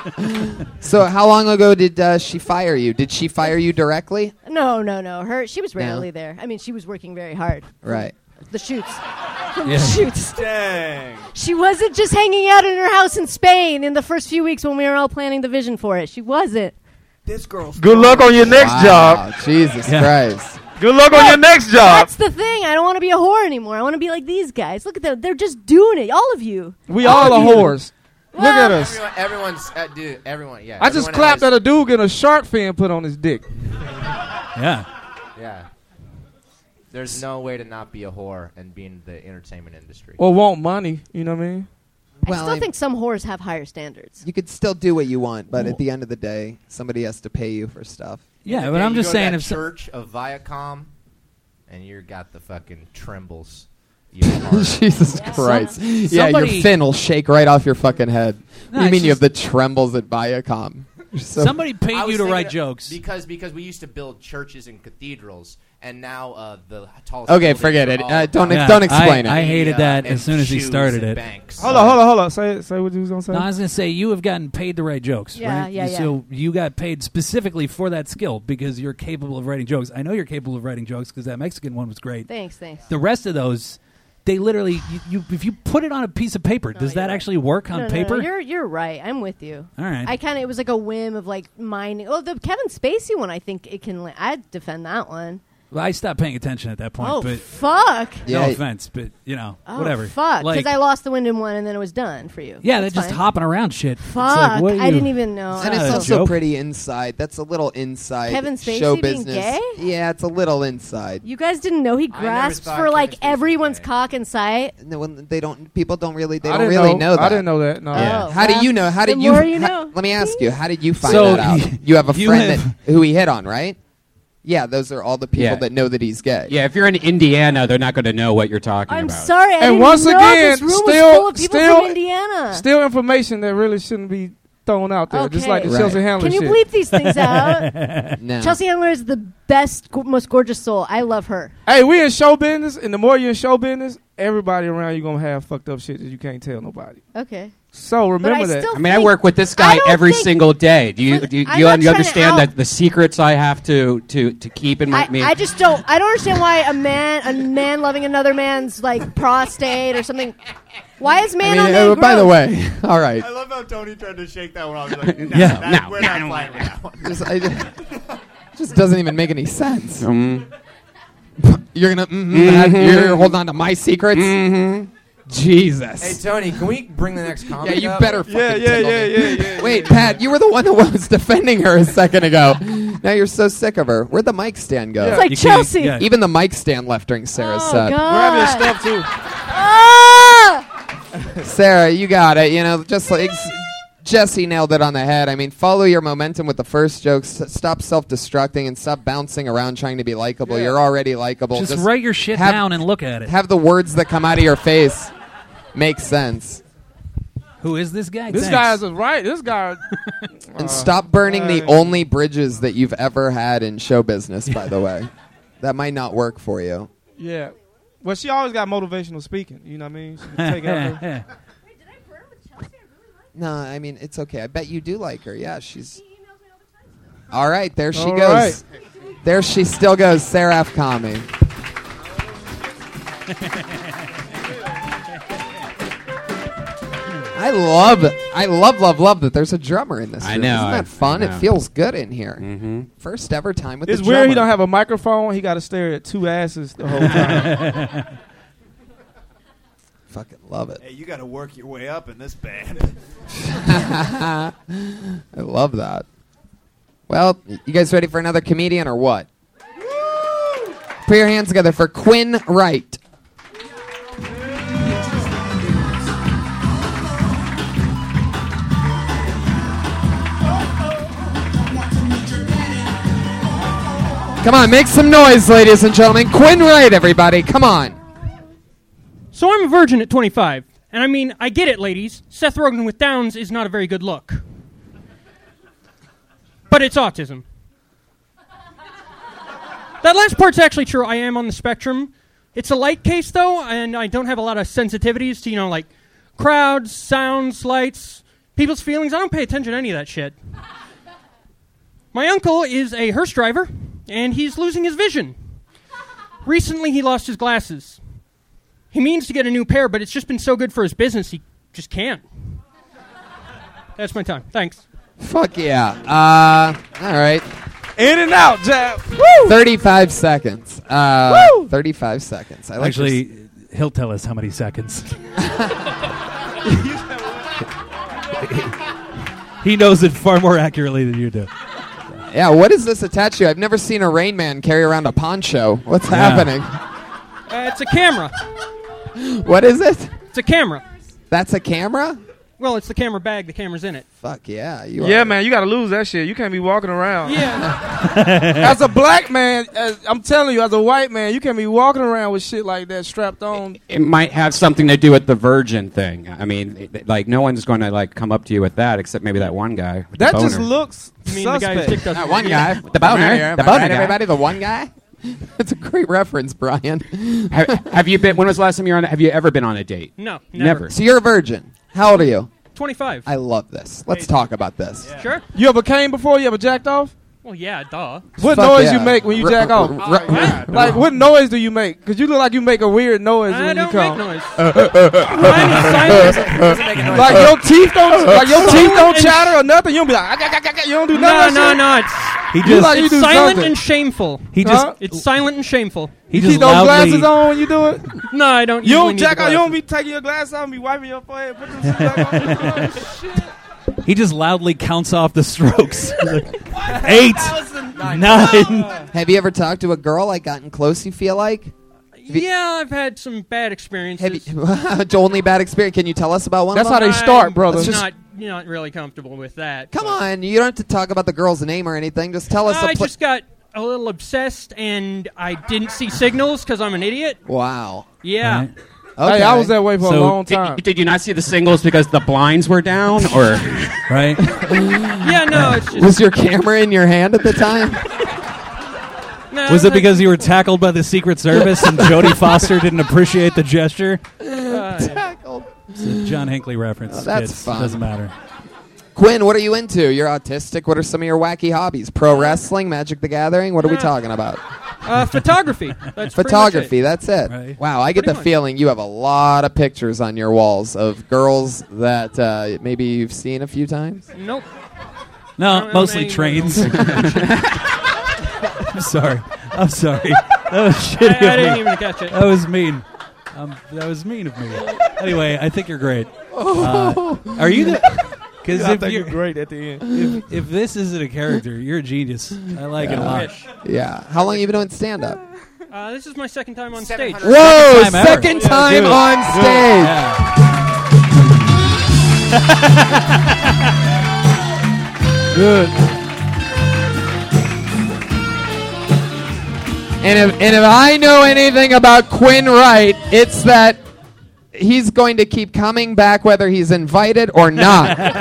[SPEAKER 3] so how long ago did uh, she fire you? Did she fire you directly?
[SPEAKER 11] No, no, no. Her she was
[SPEAKER 3] No.
[SPEAKER 11] rarely there. I mean, she was working very hard.
[SPEAKER 3] Right.
[SPEAKER 11] The shoots.
[SPEAKER 7] Yeah.
[SPEAKER 11] The shoots.
[SPEAKER 4] Dang.
[SPEAKER 11] She wasn't just hanging out in her house in Spain in the first few weeks when we were all planning the vision for it. She wasn't.
[SPEAKER 4] This girl's
[SPEAKER 8] Good luck on your next job.
[SPEAKER 3] Wow, Jesus
[SPEAKER 7] Yeah.
[SPEAKER 3] Christ.
[SPEAKER 8] Good luck on your next job.
[SPEAKER 11] That's the thing. I don't want to be a whore anymore. I want to be like these guys. Look at them. They're just doing it. All of you.
[SPEAKER 8] We all are whores. Look at
[SPEAKER 11] Well-
[SPEAKER 8] us.
[SPEAKER 5] Everyone, everyone's uh, dude. Everyone. Yeah.
[SPEAKER 8] I just
[SPEAKER 5] everyone
[SPEAKER 8] clapped
[SPEAKER 5] has-
[SPEAKER 8] at a dude getting a shark fin put on his dick.
[SPEAKER 7] Yeah.
[SPEAKER 5] Yeah. There's no way to not be a whore and be in the entertainment industry.
[SPEAKER 8] Or want money. You know what I mean?
[SPEAKER 11] I
[SPEAKER 3] Well,
[SPEAKER 11] still
[SPEAKER 3] I-
[SPEAKER 11] think some whores have higher standards.
[SPEAKER 3] You could still do what you want, but at the end of the day, somebody has to pay you for stuff.
[SPEAKER 7] Yeah,
[SPEAKER 5] And
[SPEAKER 7] but
[SPEAKER 5] then
[SPEAKER 7] I'm
[SPEAKER 5] you
[SPEAKER 7] just
[SPEAKER 5] go to
[SPEAKER 7] saying
[SPEAKER 5] that
[SPEAKER 7] if so-
[SPEAKER 5] church of Viacom, and you got the fucking trembles. You are.
[SPEAKER 3] Jesus Christ. yeah,
[SPEAKER 7] somebody-
[SPEAKER 3] your fin will shake right off your fucking head.
[SPEAKER 7] No,
[SPEAKER 3] you mean
[SPEAKER 7] it's
[SPEAKER 3] you have the trembles at Viacom? You're so-
[SPEAKER 7] somebody paid
[SPEAKER 5] I was
[SPEAKER 7] you to
[SPEAKER 5] thinking
[SPEAKER 7] write
[SPEAKER 5] of-
[SPEAKER 7] jokes.
[SPEAKER 5] because because we used to build churches and cathedrals, and now uh, the tallest.
[SPEAKER 3] okay,
[SPEAKER 5] buildings
[SPEAKER 3] forget
[SPEAKER 5] are
[SPEAKER 3] it.
[SPEAKER 5] all
[SPEAKER 3] Uh, don't
[SPEAKER 7] Yeah,
[SPEAKER 3] don't explain
[SPEAKER 7] I
[SPEAKER 3] it.
[SPEAKER 7] hated
[SPEAKER 5] media
[SPEAKER 7] that as
[SPEAKER 5] and
[SPEAKER 7] soon as he
[SPEAKER 5] Jews
[SPEAKER 7] started
[SPEAKER 5] and
[SPEAKER 7] it.
[SPEAKER 5] banks.
[SPEAKER 8] Hold on, hold on, hold on. Say, say what you was gonna say.
[SPEAKER 7] No, I was gonna say you have gotten paid to write jokes,
[SPEAKER 11] Yeah,
[SPEAKER 7] right?
[SPEAKER 11] yeah, yeah.
[SPEAKER 7] So you got paid specifically for that skill because you're capable of writing jokes. I know you're capable of writing jokes because that Mexican one was great.
[SPEAKER 11] Thanks, thanks.
[SPEAKER 7] the rest of those, they literally, you, you if you put it on a piece of paper, does
[SPEAKER 11] you're
[SPEAKER 7] that
[SPEAKER 11] right.
[SPEAKER 7] actually work on
[SPEAKER 11] no, no, no,
[SPEAKER 7] paper?
[SPEAKER 11] you're you're right. I'm with you.
[SPEAKER 7] All right.
[SPEAKER 11] I kind of it was like a whim of like mining. Oh, the Kevin Spacey one. I think it can. la- I'd defend that one.
[SPEAKER 7] Well, I stopped paying attention at that point.
[SPEAKER 11] Oh,
[SPEAKER 7] but
[SPEAKER 11] fuck.
[SPEAKER 7] No
[SPEAKER 11] Yeah.
[SPEAKER 7] offense, but you know,
[SPEAKER 11] Oh,
[SPEAKER 7] whatever.
[SPEAKER 11] Fuck, because
[SPEAKER 7] Like,
[SPEAKER 11] I lost the wind in one and then it was done for you.
[SPEAKER 7] yeah, they're
[SPEAKER 11] That's
[SPEAKER 7] just
[SPEAKER 11] fine.
[SPEAKER 7] hopping around shit. It's
[SPEAKER 11] Fuck,
[SPEAKER 7] like, what are
[SPEAKER 11] I
[SPEAKER 7] you-
[SPEAKER 11] didn't even know.
[SPEAKER 3] and
[SPEAKER 11] It's
[SPEAKER 3] it's
[SPEAKER 11] not a
[SPEAKER 3] also
[SPEAKER 7] joke.
[SPEAKER 3] pretty inside. That's a little inside
[SPEAKER 11] Kevin Spacey
[SPEAKER 3] show
[SPEAKER 11] being
[SPEAKER 3] business.
[SPEAKER 11] gay?
[SPEAKER 3] Yeah, it's a little inside.
[SPEAKER 11] You guys didn't know he
[SPEAKER 3] never
[SPEAKER 11] grasps
[SPEAKER 3] thought
[SPEAKER 11] for like
[SPEAKER 3] Kevin Spacey was
[SPEAKER 11] everyone's cock in sight.
[SPEAKER 3] No, when they don't. People don't really. They
[SPEAKER 8] I
[SPEAKER 3] don't
[SPEAKER 8] didn't
[SPEAKER 3] really
[SPEAKER 8] know-
[SPEAKER 3] know. that.
[SPEAKER 8] I didn't know that, no.
[SPEAKER 11] Yeah.
[SPEAKER 3] How
[SPEAKER 11] Oh, Well,
[SPEAKER 3] do you know? How
[SPEAKER 11] the
[SPEAKER 3] did you?
[SPEAKER 11] more you
[SPEAKER 3] how-
[SPEAKER 11] know.
[SPEAKER 3] let me ask you. How did you find
[SPEAKER 6] So,
[SPEAKER 3] that out? You have a
[SPEAKER 6] you
[SPEAKER 3] friend
[SPEAKER 6] have-
[SPEAKER 3] that, who he hit on, right? Yeah, those are all the people
[SPEAKER 6] Yeah.
[SPEAKER 3] that know that he's gay.
[SPEAKER 6] Yeah, if you're in Indiana, they're not going to know what you're talking
[SPEAKER 11] I'm
[SPEAKER 6] about.
[SPEAKER 11] sorry, I
[SPEAKER 8] And
[SPEAKER 11] didn't
[SPEAKER 8] once
[SPEAKER 11] know
[SPEAKER 8] again,
[SPEAKER 11] this room was
[SPEAKER 8] still-
[SPEAKER 11] full of people
[SPEAKER 8] still-
[SPEAKER 11] from Indiana.
[SPEAKER 8] Still information that really shouldn't be thrown out there, just like the
[SPEAKER 3] Right.
[SPEAKER 8] Chelsea Handler
[SPEAKER 11] Can you
[SPEAKER 8] shit.
[SPEAKER 11] bleep these things out?
[SPEAKER 3] No.
[SPEAKER 11] Chelsea Handler is the best, go- most gorgeous soul. I love her.
[SPEAKER 8] Hey, we in show business, and the more you in show business, everybody around you gonna have fucked up shit that you can't tell nobody.
[SPEAKER 11] Okay.
[SPEAKER 8] So remember
[SPEAKER 11] I
[SPEAKER 8] that.
[SPEAKER 11] still-
[SPEAKER 6] I mean, I
[SPEAKER 11] think-
[SPEAKER 6] work with this
[SPEAKER 11] I
[SPEAKER 6] guy
[SPEAKER 11] don't
[SPEAKER 6] every
[SPEAKER 11] think-
[SPEAKER 6] single day. Do you do you,
[SPEAKER 11] I'm not
[SPEAKER 6] you, you
[SPEAKER 11] trying to
[SPEAKER 6] understand
[SPEAKER 11] out-
[SPEAKER 6] that the secrets I have to to, to keep in my
[SPEAKER 11] I, I just don't. I don't understand why a man, a man loving another man's like prostate or something. Why is man
[SPEAKER 3] I mean,
[SPEAKER 11] on man
[SPEAKER 3] uh, by the
[SPEAKER 11] gross?
[SPEAKER 3] way, all right.
[SPEAKER 4] I love how Tony tried to shake that one off. He's like, nah,
[SPEAKER 7] Yeah.
[SPEAKER 4] that-
[SPEAKER 6] No,
[SPEAKER 4] we're
[SPEAKER 6] no,
[SPEAKER 4] not
[SPEAKER 6] I
[SPEAKER 4] playing
[SPEAKER 6] don't like
[SPEAKER 4] with that one.
[SPEAKER 3] Just, I just, just doesn't even make any sense.
[SPEAKER 6] Mm.
[SPEAKER 3] You're gonna. Mm-hmm, You're holding on to my secrets. Jesus.
[SPEAKER 5] Hey Tony, can we bring the next
[SPEAKER 3] Yeah,
[SPEAKER 5] comic?
[SPEAKER 3] you
[SPEAKER 5] up?
[SPEAKER 3] better fucking
[SPEAKER 8] Yeah, yeah,
[SPEAKER 3] tickle
[SPEAKER 8] yeah,
[SPEAKER 3] me.
[SPEAKER 8] yeah, yeah,
[SPEAKER 3] Wait, Pat, you were the one that was defending her a second ago. Now you're so sick of her. Where'd the mic stand go?
[SPEAKER 11] It's like
[SPEAKER 7] You can't-
[SPEAKER 11] Chelsea.
[SPEAKER 7] yeah.
[SPEAKER 3] Even the mic stand left during Sarah's
[SPEAKER 11] oh
[SPEAKER 3] set.
[SPEAKER 11] God.
[SPEAKER 8] stuff too.
[SPEAKER 11] Ah!
[SPEAKER 3] Sarah, you got it. You know, just like Jesse nailed it on the head. I mean, follow your momentum with the first jokes. S- Stop self-destructing and stop bouncing around trying to be likable. You're already likable.
[SPEAKER 7] Just write your shit
[SPEAKER 3] have-
[SPEAKER 7] down and look at it.
[SPEAKER 3] have the words that come out of your face make sense.
[SPEAKER 7] Who is this guy?
[SPEAKER 8] This
[SPEAKER 7] Thanks.
[SPEAKER 8] guy's a right. This guy.
[SPEAKER 3] And stop burning the only bridges that you've ever had in show business, by the way. That might not work for you.
[SPEAKER 8] Yeah. Well, she always got motivational speaking. You know what I mean? She can take out her-
[SPEAKER 3] No, I mean, it's okay. I bet you do like her. Yeah, she's. All right, there she
[SPEAKER 8] All
[SPEAKER 3] goes. There she still goes, Seraph Kami. I love, I love, love, love that there's a drummer in this.
[SPEAKER 6] I
[SPEAKER 3] room.
[SPEAKER 6] know,
[SPEAKER 3] isn't
[SPEAKER 6] I-
[SPEAKER 3] that fun?
[SPEAKER 6] I
[SPEAKER 3] It
[SPEAKER 6] know.
[SPEAKER 3] feels good in here.
[SPEAKER 6] hmm
[SPEAKER 3] First ever time with
[SPEAKER 8] It's
[SPEAKER 3] the
[SPEAKER 8] weird he don't
[SPEAKER 3] drummer.
[SPEAKER 8] have a microphone. He got to stare at two asses the whole time.
[SPEAKER 3] Fucking love it.
[SPEAKER 4] Hey, you got to work your way up in this band.
[SPEAKER 3] I love that. Well, you guys ready for another comedian or what? Put your hands together for Quinn Wright. Come on, make some noise, ladies and gentlemen. Quinn Wright, everybody. Come on.
[SPEAKER 12] So I'm a virgin at 25. And I mean, I get it, ladies. Seth Rogen with Downs is not a very good look. But it's autism. That last part's actually true. I am on the spectrum. It's a light case, though, and I don't have a lot of sensitivities to, you know, like crowds, sounds, lights, people's feelings. I don't pay attention to any of that shit. My uncle is a hearse driver, and he's losing his vision. Recently, he lost his glasses. He means to get a new pair, but it's just been so good for his business, he just can't. That's my time. Thanks.
[SPEAKER 3] Fuck yeah. Uh, all right.
[SPEAKER 8] In and out, jab.
[SPEAKER 3] 35 seconds. Uh, 35 seconds. I like your
[SPEAKER 7] Actually, he'll tell us how many seconds. he knows it far more accurately than you do.
[SPEAKER 3] Yeah, what does this attach to? I've never seen a Rain Man carry around a poncho. What's
[SPEAKER 7] Yeah.
[SPEAKER 3] happening?
[SPEAKER 12] Uh, it's a camera.
[SPEAKER 3] What is it?
[SPEAKER 12] It's a camera.
[SPEAKER 3] That's a camera?
[SPEAKER 12] Well, it's the camera bag. The camera's in it.
[SPEAKER 3] Fuck yeah. You
[SPEAKER 8] Yeah,
[SPEAKER 3] are-
[SPEAKER 8] man, you got to lose that shit. You can't be walking around.
[SPEAKER 12] Yeah.
[SPEAKER 8] As a black man, as, I'm telling you, as a white man, you can't be walking around with shit like that strapped on.
[SPEAKER 6] It might have something to do with the virgin thing. I mean, it- like no one's going to like come up to you with that, except maybe that one guy. with the
[SPEAKER 8] That just
[SPEAKER 6] boner.
[SPEAKER 8] looks
[SPEAKER 12] I mean, the guy whose
[SPEAKER 8] suspect.
[SPEAKER 12] dick doesn't.
[SPEAKER 3] That one guy. The
[SPEAKER 6] boner. The boner guy.
[SPEAKER 3] Everybody, the one guy? That's a great reference, Brian.
[SPEAKER 6] have, have you been? When was the last time you were on? Have you ever been on a date?
[SPEAKER 12] No, never.
[SPEAKER 3] So you're a virgin. How old are you?
[SPEAKER 12] 25.
[SPEAKER 3] I love this. Let's talk about this.
[SPEAKER 12] Sure.
[SPEAKER 8] you ever came before? You ever jacked off?
[SPEAKER 12] Well, yeah, duh.
[SPEAKER 8] What noise you make when you jack off?
[SPEAKER 12] what?
[SPEAKER 8] like what noise do you make? Cause you look like you make a weird noise
[SPEAKER 12] I
[SPEAKER 8] when
[SPEAKER 12] don't
[SPEAKER 8] you come.
[SPEAKER 12] make noise. noise.
[SPEAKER 8] Uh, like your teeth don't, like your teeth don't chatter or nothing. You don't be like, "Ah, ah, ah, ah, ah," you don't do
[SPEAKER 12] No,
[SPEAKER 8] nothing.
[SPEAKER 12] no, no. It's,
[SPEAKER 8] He
[SPEAKER 12] it's
[SPEAKER 8] just- like you do
[SPEAKER 12] silent
[SPEAKER 8] something.
[SPEAKER 12] and shameful.
[SPEAKER 8] He just- Huh?
[SPEAKER 12] it's silent and shameful.
[SPEAKER 8] You keep those glasses on when you do it.
[SPEAKER 12] No, I don't.
[SPEAKER 8] You
[SPEAKER 12] usually
[SPEAKER 8] don't
[SPEAKER 12] need
[SPEAKER 8] jack
[SPEAKER 12] the
[SPEAKER 8] off. You don't
[SPEAKER 12] glasses.
[SPEAKER 8] be taking your glass off and be wiping your forehead. Put them back on. Shit.
[SPEAKER 7] He just loudly counts off the strokes. Eight, nine.
[SPEAKER 3] Have you ever talked to a girl like gotten close? You feel like
[SPEAKER 12] Yeah, I've had some bad experiences.
[SPEAKER 3] only bad experience. Can you tell us about one?
[SPEAKER 12] That's
[SPEAKER 3] of
[SPEAKER 12] how
[SPEAKER 3] them?
[SPEAKER 12] they start, I'm brother. not- You're not really comfortable with that.
[SPEAKER 3] Come on, you don't have to talk about the girl's name or anything. Just tell us.
[SPEAKER 12] I
[SPEAKER 3] a pla-
[SPEAKER 12] just got a little obsessed and I didn't see signals because I'm an idiot.
[SPEAKER 3] wow.
[SPEAKER 12] Yeah.
[SPEAKER 8] Hey, I was that way for
[SPEAKER 6] So
[SPEAKER 8] a long
[SPEAKER 6] did-
[SPEAKER 8] time.
[SPEAKER 6] Did, you not see the singles because the blinds were down, or
[SPEAKER 7] right?
[SPEAKER 12] yeah, no, it's just.
[SPEAKER 3] Was your camera in your hand at the time?
[SPEAKER 12] No,
[SPEAKER 7] Was it
[SPEAKER 12] that-
[SPEAKER 7] because you were tackled by the Secret Service and Jodie Foster didn't appreciate the gesture? Uh,
[SPEAKER 3] Tackled.
[SPEAKER 7] It's a John Hinckley reference.
[SPEAKER 3] Oh, that's
[SPEAKER 7] kids.
[SPEAKER 3] fun.
[SPEAKER 7] Doesn't matter.
[SPEAKER 3] Quinn, what are you into? You're autistic. What are some of your wacky hobbies? Pro wrestling, Magic the Gathering. What are we talking about?
[SPEAKER 12] Uh, photography. That's pretty much it.
[SPEAKER 3] Photography. That's it.
[SPEAKER 12] Right.
[SPEAKER 3] Wow, I get
[SPEAKER 12] Pretty
[SPEAKER 3] the
[SPEAKER 12] much.
[SPEAKER 3] feeling you have a lot of pictures on your walls of girls that uh, maybe you've seen a few times.
[SPEAKER 12] Nope. I
[SPEAKER 7] No,
[SPEAKER 12] don't
[SPEAKER 7] mostly
[SPEAKER 12] know
[SPEAKER 7] trains.
[SPEAKER 12] anything
[SPEAKER 7] I'm sorry. I'm sorry. That was
[SPEAKER 12] I- I
[SPEAKER 7] shitty. of
[SPEAKER 12] didn't
[SPEAKER 7] me.
[SPEAKER 12] even catch it.
[SPEAKER 7] That was mean. Um, that was mean of me. Anyway, I think you're great. Uh, are you the? Because
[SPEAKER 8] I
[SPEAKER 7] if
[SPEAKER 8] think
[SPEAKER 7] you're,
[SPEAKER 8] you're great at the end.
[SPEAKER 7] if, if this isn't a character, you're a genius. I like it a lot.
[SPEAKER 3] Yeah. How long you been doing stand up?
[SPEAKER 12] Uh, this is my second time on stage.
[SPEAKER 3] Whoa!
[SPEAKER 7] time ever.
[SPEAKER 3] second
[SPEAKER 7] Yeah,
[SPEAKER 3] time
[SPEAKER 7] dude.
[SPEAKER 3] on
[SPEAKER 7] Dude,
[SPEAKER 3] stage.
[SPEAKER 8] Good.
[SPEAKER 3] And if, and if I know anything about Quinn Wright, it's that he's going to keep coming back whether he's invited or not.
[SPEAKER 8] Hey,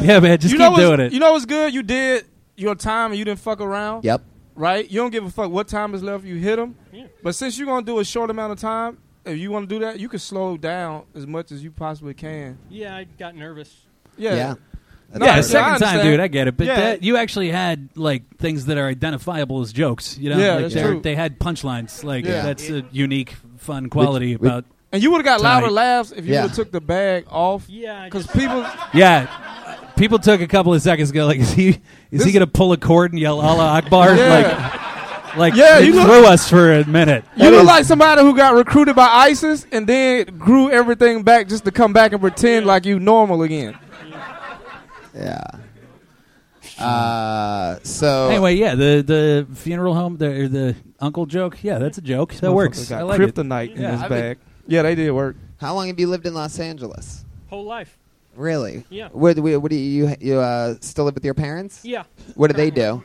[SPEAKER 7] Yeah, man, just
[SPEAKER 8] you know
[SPEAKER 7] keep
[SPEAKER 8] what's,
[SPEAKER 7] doing it.
[SPEAKER 8] You know what's good? You did your time and you didn't fuck around.
[SPEAKER 3] yep.
[SPEAKER 8] Right? You don't give a fuck what time is left. You hit them. But since you're gonna do a short amount of time, if you want to do that, you can slow down as much as you possibly can.
[SPEAKER 12] Yeah, I got nervous.
[SPEAKER 8] Yeah.
[SPEAKER 3] Yeah.
[SPEAKER 8] No,
[SPEAKER 7] yeah,
[SPEAKER 8] I
[SPEAKER 7] second time,
[SPEAKER 8] understand.
[SPEAKER 7] dude. I get it. But
[SPEAKER 8] Yeah.
[SPEAKER 7] that, you actually had like things that are identifiable as jokes. You know,
[SPEAKER 8] Yeah,
[SPEAKER 7] like
[SPEAKER 8] that's
[SPEAKER 7] they-
[SPEAKER 8] true.
[SPEAKER 7] they had punchlines. Like
[SPEAKER 3] Yeah.
[SPEAKER 7] that's a unique, fun quality
[SPEAKER 3] which-
[SPEAKER 7] about.
[SPEAKER 8] And you would have got
[SPEAKER 7] Tonight.
[SPEAKER 8] louder laughs if you
[SPEAKER 3] Yeah.
[SPEAKER 8] would have took the bag off.
[SPEAKER 12] Yeah, I
[SPEAKER 8] Because
[SPEAKER 12] just-
[SPEAKER 8] people,
[SPEAKER 7] yeah, people took a couple of seconds. to Go like, is he is he
[SPEAKER 8] This-
[SPEAKER 7] gonna pull a cord and yell Allah Akbar?
[SPEAKER 8] Yeah.
[SPEAKER 7] Like, like
[SPEAKER 8] Yeah,
[SPEAKER 7] they
[SPEAKER 8] you look-
[SPEAKER 7] threw us for a minute.
[SPEAKER 8] you look like somebody who got recruited by ISIS and then grew everything back just to come back and pretend like you normal again.
[SPEAKER 3] Yeah. Uh, so
[SPEAKER 7] Anyway, yeah, the the funeral home, the or the uncle joke. Yeah, that's a joke. That works.
[SPEAKER 8] Got
[SPEAKER 7] I like it.
[SPEAKER 8] kryptonite in
[SPEAKER 7] Yeah,
[SPEAKER 8] his
[SPEAKER 7] I've been-
[SPEAKER 8] bag. yeah, they did work.
[SPEAKER 3] how long have you lived in Los Angeles?
[SPEAKER 12] Whole life.
[SPEAKER 3] Really?
[SPEAKER 12] Yeah.
[SPEAKER 3] What, what, what do you you uh, still live with your parents?
[SPEAKER 12] Yeah.
[SPEAKER 3] What do they do?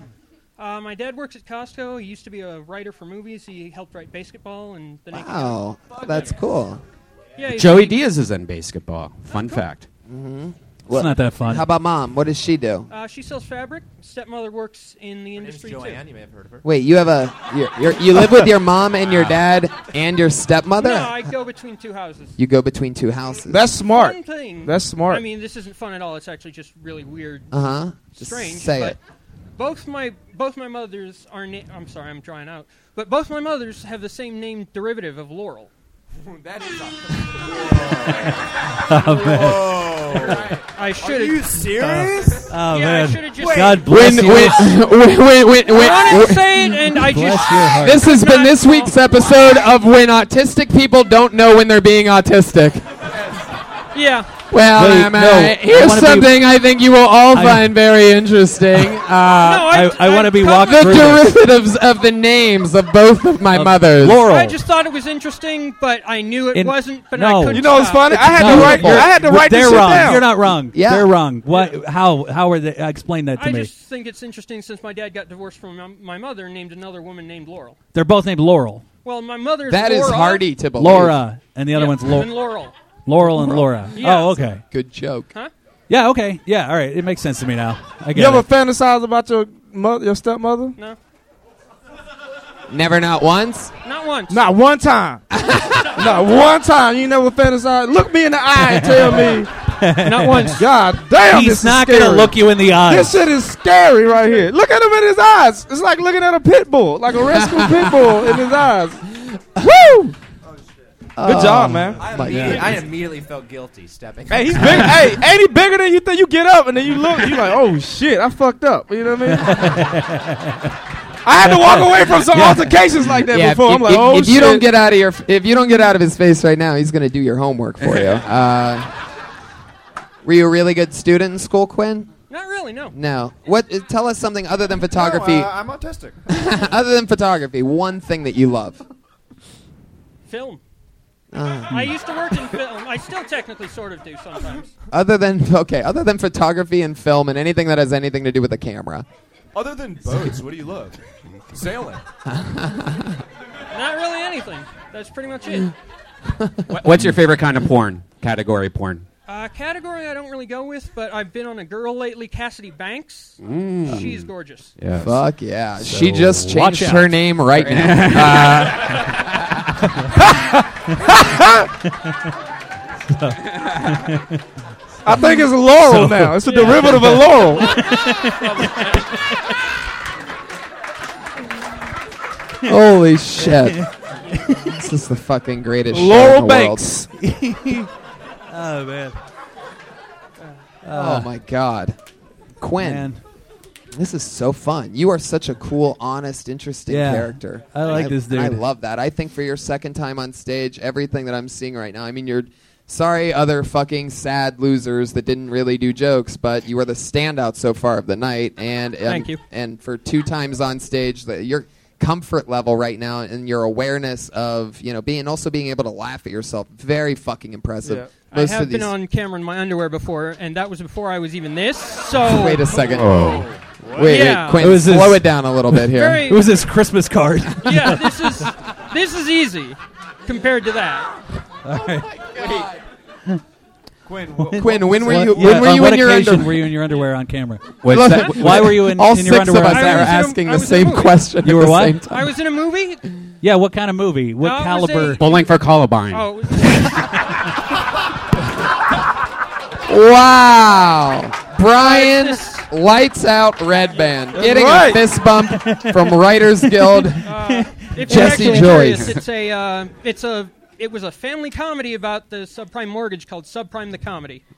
[SPEAKER 12] Uh, my dad works at Costco. He used to be a writer for movies. He helped write basketball and the Naked Gun.
[SPEAKER 3] Wow, Oh, that's cool.
[SPEAKER 12] Yeah, he's-
[SPEAKER 6] Joey Diaz is in basketball? Fun fact.
[SPEAKER 7] It's not that fun.
[SPEAKER 3] Mm-hmm. How about mom? What does she do?
[SPEAKER 12] Uh, she sells fabric. Stepmother works in the industry too.
[SPEAKER 5] Joanne, you may have heard of her.
[SPEAKER 3] Wait, you have a you're, you're, you live with your mom and your dad and your stepmother.
[SPEAKER 12] No, I go between two houses.
[SPEAKER 3] you go between two houses.
[SPEAKER 8] That's smart.
[SPEAKER 12] Fun thing.
[SPEAKER 8] That's smart.
[SPEAKER 12] I mean, this isn't fun at all. It's actually just really weird,
[SPEAKER 3] uh huh. Just
[SPEAKER 12] strange.
[SPEAKER 3] say
[SPEAKER 12] but
[SPEAKER 3] it.
[SPEAKER 12] both my both my mothers are. Na- I'm sorry, I'm drawing out. But both my mothers have the same name derivative of Laurel.
[SPEAKER 5] that is a
[SPEAKER 12] I should
[SPEAKER 5] you
[SPEAKER 12] have.
[SPEAKER 5] serious?
[SPEAKER 7] oh
[SPEAKER 12] yeah, I
[SPEAKER 7] man,
[SPEAKER 12] should've just-
[SPEAKER 7] God
[SPEAKER 3] When
[SPEAKER 7] bless you.
[SPEAKER 3] when when when
[SPEAKER 12] I
[SPEAKER 3] when.
[SPEAKER 12] didn't say it, and I
[SPEAKER 7] Bless
[SPEAKER 12] just.
[SPEAKER 7] your heart.
[SPEAKER 3] This has been this
[SPEAKER 12] Not-
[SPEAKER 3] week's episode of when autistic people don't know when they're being autistic.
[SPEAKER 12] Yeah.
[SPEAKER 3] Well,
[SPEAKER 7] Wait,
[SPEAKER 3] um,
[SPEAKER 7] no,
[SPEAKER 3] uh,
[SPEAKER 7] I
[SPEAKER 3] here's
[SPEAKER 7] wanna be-
[SPEAKER 3] something I think you will all
[SPEAKER 7] I-
[SPEAKER 3] find very interesting. Uh,
[SPEAKER 12] No,
[SPEAKER 7] I,
[SPEAKER 12] I,
[SPEAKER 7] I want to be walked
[SPEAKER 3] the
[SPEAKER 7] through this.
[SPEAKER 3] derivatives of the names of both of my mothers.
[SPEAKER 7] Laurel.
[SPEAKER 12] I just thought it was interesting, but I knew it
[SPEAKER 7] In-
[SPEAKER 12] wasn't. But
[SPEAKER 7] no.
[SPEAKER 12] I couldn't
[SPEAKER 8] You know what's
[SPEAKER 12] stop.
[SPEAKER 8] funny? I had to
[SPEAKER 7] No,
[SPEAKER 8] write. I
[SPEAKER 7] you're-
[SPEAKER 8] had to write
[SPEAKER 7] They're
[SPEAKER 8] this shit
[SPEAKER 7] wrong.
[SPEAKER 8] down.
[SPEAKER 7] You're not wrong.
[SPEAKER 3] Yeah.
[SPEAKER 7] They're wrong. What? How? How are they? uh, Explain that to
[SPEAKER 12] I
[SPEAKER 7] me.
[SPEAKER 12] just think it's interesting since my dad got divorced from my, my mother, named another woman named Laurel.
[SPEAKER 7] They're both named Laurel,
[SPEAKER 12] Well, my mother's
[SPEAKER 3] That is
[SPEAKER 12] Laura,
[SPEAKER 3] hardy to believe.
[SPEAKER 7] Laura, and the other
[SPEAKER 12] Yeah,
[SPEAKER 7] one's
[SPEAKER 12] and
[SPEAKER 7] Laurel.
[SPEAKER 12] Laurel.
[SPEAKER 7] Laurel and Laura.
[SPEAKER 12] Yeah.
[SPEAKER 7] Oh, okay.
[SPEAKER 3] Good joke.
[SPEAKER 7] Yeah. Okay. Yeah. All right. It makes sense to me now. I
[SPEAKER 8] You
[SPEAKER 7] get
[SPEAKER 8] ever
[SPEAKER 7] it.
[SPEAKER 8] fantasize about your mother, your stepmother?
[SPEAKER 12] No,
[SPEAKER 3] Never not once.
[SPEAKER 12] not once.
[SPEAKER 8] Not one time. not one time. You never fantasize. Look me in the eye and tell me
[SPEAKER 12] Not once.
[SPEAKER 8] God damn,
[SPEAKER 7] He's
[SPEAKER 8] this is
[SPEAKER 7] not gonna
[SPEAKER 8] scary.
[SPEAKER 7] look you in the eyes.
[SPEAKER 8] This shit is scary right here. Look at him in his eyes. It's like looking at a pit bull, like a rescue pit bull in his eyes. Woo!
[SPEAKER 3] Oh,
[SPEAKER 8] Good job, man.
[SPEAKER 5] Um, I, immediately, I immediately felt guilty stepping.
[SPEAKER 8] Hey, he's big. hey, ain't he bigger than you think? You get up and then you look. You like, oh shit, I fucked up. You know what I mean? I had to walk away from some altercations like that
[SPEAKER 3] Yeah, if
[SPEAKER 8] before.
[SPEAKER 3] you-
[SPEAKER 8] I'm like,
[SPEAKER 3] if-
[SPEAKER 8] oh
[SPEAKER 3] if you don't
[SPEAKER 8] shit."
[SPEAKER 3] get out of your, if you don't get out of his face right now, he's gonna do your homework for you. Uh, were you a really good student in school, Quinn?
[SPEAKER 12] Not really, no.
[SPEAKER 3] No. What? uh, Tell us something other than photography.
[SPEAKER 4] No, uh, I'm autistic.
[SPEAKER 3] other than photography, one thing that you love.
[SPEAKER 12] Film.
[SPEAKER 3] Uh,
[SPEAKER 12] I used to work in film. I still technically sort of do sometimes.
[SPEAKER 3] other than okay, other than photography and film and anything that has anything to do with the camera.
[SPEAKER 5] Other than boats, what do you love? Sailing.
[SPEAKER 12] Not really anything. That's pretty much it.
[SPEAKER 6] Wha- What's your favorite kind of porn? Category porn.
[SPEAKER 12] Uh, category I don't really go with, but I've been on a girl lately, Cassidy Banks.
[SPEAKER 6] Mm.
[SPEAKER 12] She's gorgeous.
[SPEAKER 3] Fuck yeah!
[SPEAKER 6] So
[SPEAKER 3] she just
[SPEAKER 6] watch
[SPEAKER 3] changed
[SPEAKER 6] out.
[SPEAKER 3] her name right now. uh,
[SPEAKER 8] I think it's Laurel now. It's a derivative of Laurel.
[SPEAKER 3] Holy shit! this is the fucking greatest. show
[SPEAKER 8] Laurel
[SPEAKER 3] in the
[SPEAKER 8] Banks.
[SPEAKER 3] World.
[SPEAKER 7] oh man.
[SPEAKER 3] oh my god, Quinn.
[SPEAKER 7] Man.
[SPEAKER 3] This is so fun. You are such a cool, honest, interesting
[SPEAKER 7] Yeah.
[SPEAKER 3] character.
[SPEAKER 7] I like
[SPEAKER 3] And
[SPEAKER 7] this
[SPEAKER 3] and I
[SPEAKER 7] dude.
[SPEAKER 3] love that. I think for your second time on stage, everything that I'm seeing right now. I mean, you're sorry, other fucking sad losers that didn't really do jokes, but you are the standout so far of the night. And, and
[SPEAKER 12] Thank you.
[SPEAKER 3] And for two times on stage, that your comfort level right now and your awareness of you know being also being able to laugh at yourself, very fucking impressive.
[SPEAKER 12] I
[SPEAKER 3] Most
[SPEAKER 12] have
[SPEAKER 3] of these.
[SPEAKER 12] been on camera in my underwear before, and that was before I was even this. So
[SPEAKER 3] Wait a second.
[SPEAKER 7] Oh.
[SPEAKER 3] Wait,
[SPEAKER 12] Yeah.
[SPEAKER 3] wait, Quinn,
[SPEAKER 7] It was
[SPEAKER 3] slow
[SPEAKER 7] this-
[SPEAKER 3] it down a little bit here.
[SPEAKER 12] Very-
[SPEAKER 7] It was this Christmas card.
[SPEAKER 12] yeah, this is this is easy compared to that.
[SPEAKER 7] All right.
[SPEAKER 4] Quinn,
[SPEAKER 3] Quinn, when were
[SPEAKER 7] What-
[SPEAKER 3] you?
[SPEAKER 7] yeah,
[SPEAKER 3] When were
[SPEAKER 7] on
[SPEAKER 3] you
[SPEAKER 7] what
[SPEAKER 3] in your
[SPEAKER 7] occasion
[SPEAKER 3] underwear?
[SPEAKER 7] were you in your underwear on camera?
[SPEAKER 6] Was
[SPEAKER 3] Look,
[SPEAKER 6] that-
[SPEAKER 7] Why were you in,
[SPEAKER 3] all
[SPEAKER 7] in
[SPEAKER 3] six
[SPEAKER 7] your underwear?
[SPEAKER 3] of
[SPEAKER 7] on
[SPEAKER 3] us
[SPEAKER 12] I
[SPEAKER 3] are
[SPEAKER 12] was
[SPEAKER 7] camera?
[SPEAKER 12] in a-
[SPEAKER 3] asking
[SPEAKER 12] I
[SPEAKER 3] the
[SPEAKER 12] was in a
[SPEAKER 3] same
[SPEAKER 12] movie.
[SPEAKER 3] question
[SPEAKER 7] You
[SPEAKER 3] at
[SPEAKER 7] were
[SPEAKER 3] the
[SPEAKER 7] what?
[SPEAKER 3] same time.
[SPEAKER 12] I was in a movie.
[SPEAKER 7] Yeah, what kind of movie? What
[SPEAKER 12] Uh, it was
[SPEAKER 7] caliber?
[SPEAKER 12] a-
[SPEAKER 6] Bowling for Columbine.
[SPEAKER 12] Oh,
[SPEAKER 3] Wow, Brian,
[SPEAKER 12] This-
[SPEAKER 3] lights out, red band, getting
[SPEAKER 8] right.
[SPEAKER 3] a fist bump from Writers Guild.
[SPEAKER 12] uh, if you're
[SPEAKER 3] Jesse
[SPEAKER 12] actually
[SPEAKER 3] Joyce.
[SPEAKER 12] curious, it's a uh, it's a it was a family comedy about the subprime mortgage called Subprime the Comedy.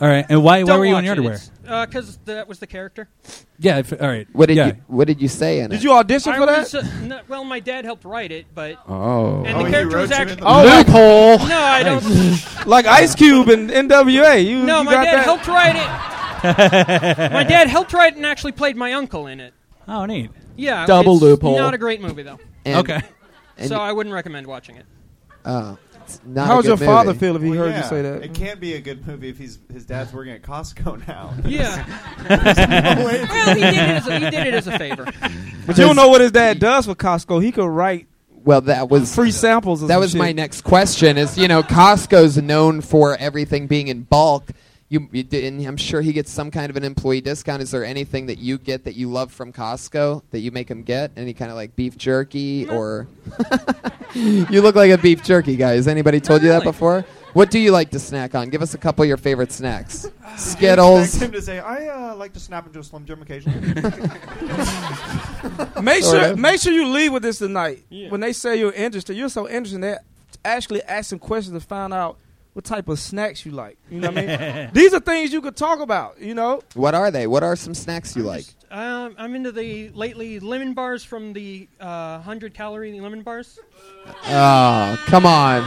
[SPEAKER 7] All right, and why, why
[SPEAKER 12] Don't
[SPEAKER 7] were you
[SPEAKER 12] watch
[SPEAKER 7] in your
[SPEAKER 12] it.
[SPEAKER 7] underwear?
[SPEAKER 12] It's- Uh, because that was the character.
[SPEAKER 7] Yeah, if, all right.
[SPEAKER 3] What did
[SPEAKER 7] yeah.
[SPEAKER 3] you? What did you say in
[SPEAKER 8] Did
[SPEAKER 3] it?
[SPEAKER 8] you audition
[SPEAKER 12] I
[SPEAKER 8] for that?
[SPEAKER 12] was, uh, no, well, my dad helped write it, but
[SPEAKER 6] Oh.
[SPEAKER 12] and
[SPEAKER 4] Oh,
[SPEAKER 12] the
[SPEAKER 4] he
[SPEAKER 12] character
[SPEAKER 4] wrote
[SPEAKER 12] was
[SPEAKER 4] you
[SPEAKER 12] actually
[SPEAKER 4] in the-
[SPEAKER 12] no,
[SPEAKER 8] Oh, like,
[SPEAKER 3] Loophole.
[SPEAKER 12] I don't.
[SPEAKER 8] like Ice Cube and NWA. You,
[SPEAKER 12] No,
[SPEAKER 8] you
[SPEAKER 12] my
[SPEAKER 8] got
[SPEAKER 12] dad
[SPEAKER 8] that?
[SPEAKER 12] helped write it. my dad helped write it and actually played my uncle in it.
[SPEAKER 7] Oh, neat.
[SPEAKER 12] Yeah,
[SPEAKER 3] Double
[SPEAKER 12] it's
[SPEAKER 3] loophole.
[SPEAKER 12] Not a great movie though,
[SPEAKER 3] And-
[SPEAKER 7] okay.
[SPEAKER 3] and-
[SPEAKER 12] so I wouldn't recommend watching it.
[SPEAKER 3] oh, it's not a
[SPEAKER 8] How would
[SPEAKER 3] good
[SPEAKER 8] your father
[SPEAKER 3] movie.
[SPEAKER 8] feel if he
[SPEAKER 4] Well,
[SPEAKER 8] heard
[SPEAKER 4] yeah,
[SPEAKER 8] you say that?
[SPEAKER 4] It can't be a good movie if he's his dad's working at Costco now.
[SPEAKER 12] Yeah.
[SPEAKER 4] No way.
[SPEAKER 12] well, he did, it as a, he did it as a favor.
[SPEAKER 8] But you don't know what his dad does for Costco. He could write
[SPEAKER 3] Well, that was
[SPEAKER 8] free samples. Or
[SPEAKER 3] That
[SPEAKER 8] some
[SPEAKER 3] was
[SPEAKER 8] shit.
[SPEAKER 3] my next question. Is you know Costco's known for everything being in bulk. You, you did, and I'm sure he gets some kind of an employee discount. Is there anything that you get that you love from Costco that you make him get? Any kind of like beef jerky or? you look like a beef jerky guy. Has anybody told you that
[SPEAKER 12] really.
[SPEAKER 3] before? What do you like to snack on? Give us a couple of your favorite snacks.
[SPEAKER 4] Expect
[SPEAKER 3] Skittles.
[SPEAKER 4] him to say, "I uh, like to snap into a Slim Jim occasionally."
[SPEAKER 8] Make
[SPEAKER 3] Sort
[SPEAKER 8] sure,
[SPEAKER 3] of.
[SPEAKER 8] make sure you leave with this tonight.
[SPEAKER 12] Yeah.
[SPEAKER 8] When they say you're interested, you're so interested. They actually ask some questions to find out what type of snacks you like. You know what I mean? These are things you could talk about. You know,
[SPEAKER 3] What are they? What are some snacks you like?
[SPEAKER 12] Um, I'm into the lately lemon bars from the uh, hundred calorie lemon bars.
[SPEAKER 3] Oh, come on.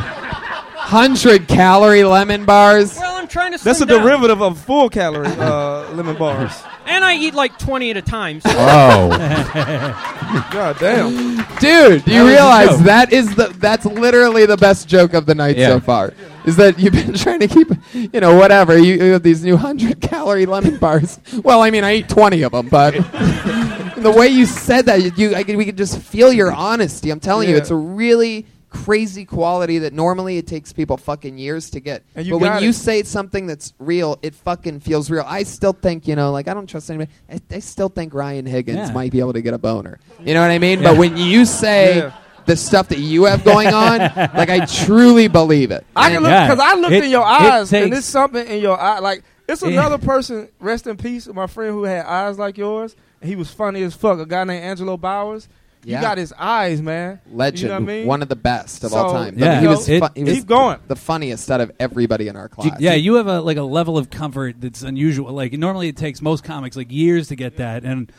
[SPEAKER 3] 100 calorie lemon bars.
[SPEAKER 12] Well, I'm trying to. Slim
[SPEAKER 8] that's a
[SPEAKER 12] down.
[SPEAKER 8] derivative of full calorie uh, lemon bars.
[SPEAKER 12] And I eat like 20 at a time. So
[SPEAKER 6] Oh.
[SPEAKER 8] God damn!
[SPEAKER 3] Dude, do you
[SPEAKER 8] That was a
[SPEAKER 3] realize
[SPEAKER 8] joke.
[SPEAKER 3] that is the that's literally the best joke of the night
[SPEAKER 6] Yeah.
[SPEAKER 3] so far? Is that you've been trying to keep, you know, whatever. You, you have these new hundred calorie lemon bars. Well, I mean, I eat twenty of them, but the way you said that, you, you I could, we could just feel your honesty. I'm telling you,
[SPEAKER 8] Yeah.
[SPEAKER 3] it's a really crazy quality that normally it takes people fucking years to get.
[SPEAKER 8] And you
[SPEAKER 3] but when
[SPEAKER 8] got
[SPEAKER 3] you
[SPEAKER 8] it.
[SPEAKER 3] say something that's real, it fucking feels real. I still think, you know, like I don't trust anybody. I, I still think Ryan Higgins
[SPEAKER 7] Yeah.
[SPEAKER 3] might be able to get a boner. You know what I mean? But when you say
[SPEAKER 8] Yeah.
[SPEAKER 3] the stuff that you have going on, like I truly believe it.
[SPEAKER 8] I can look because I looked in your eyes, and it's something in your eye. Like it's
[SPEAKER 3] Yeah.
[SPEAKER 8] another person. Rest in peace, my friend who had eyes like yours. and He was funny as fuck. A guy named Angelo Bowers. You
[SPEAKER 3] Yeah.
[SPEAKER 8] got his eyes, man.
[SPEAKER 3] legend,
[SPEAKER 8] You know what I mean?
[SPEAKER 3] one of the best of all
[SPEAKER 8] So,
[SPEAKER 3] time.
[SPEAKER 8] you
[SPEAKER 3] I mean, he
[SPEAKER 8] know,
[SPEAKER 3] was, fu- he was
[SPEAKER 8] keep going.
[SPEAKER 3] the funniest out of everybody in our
[SPEAKER 7] Do you-
[SPEAKER 3] class.
[SPEAKER 7] yeah, you have a like a level of comfort that's unusual. Like normally it takes most comics like years to get that, and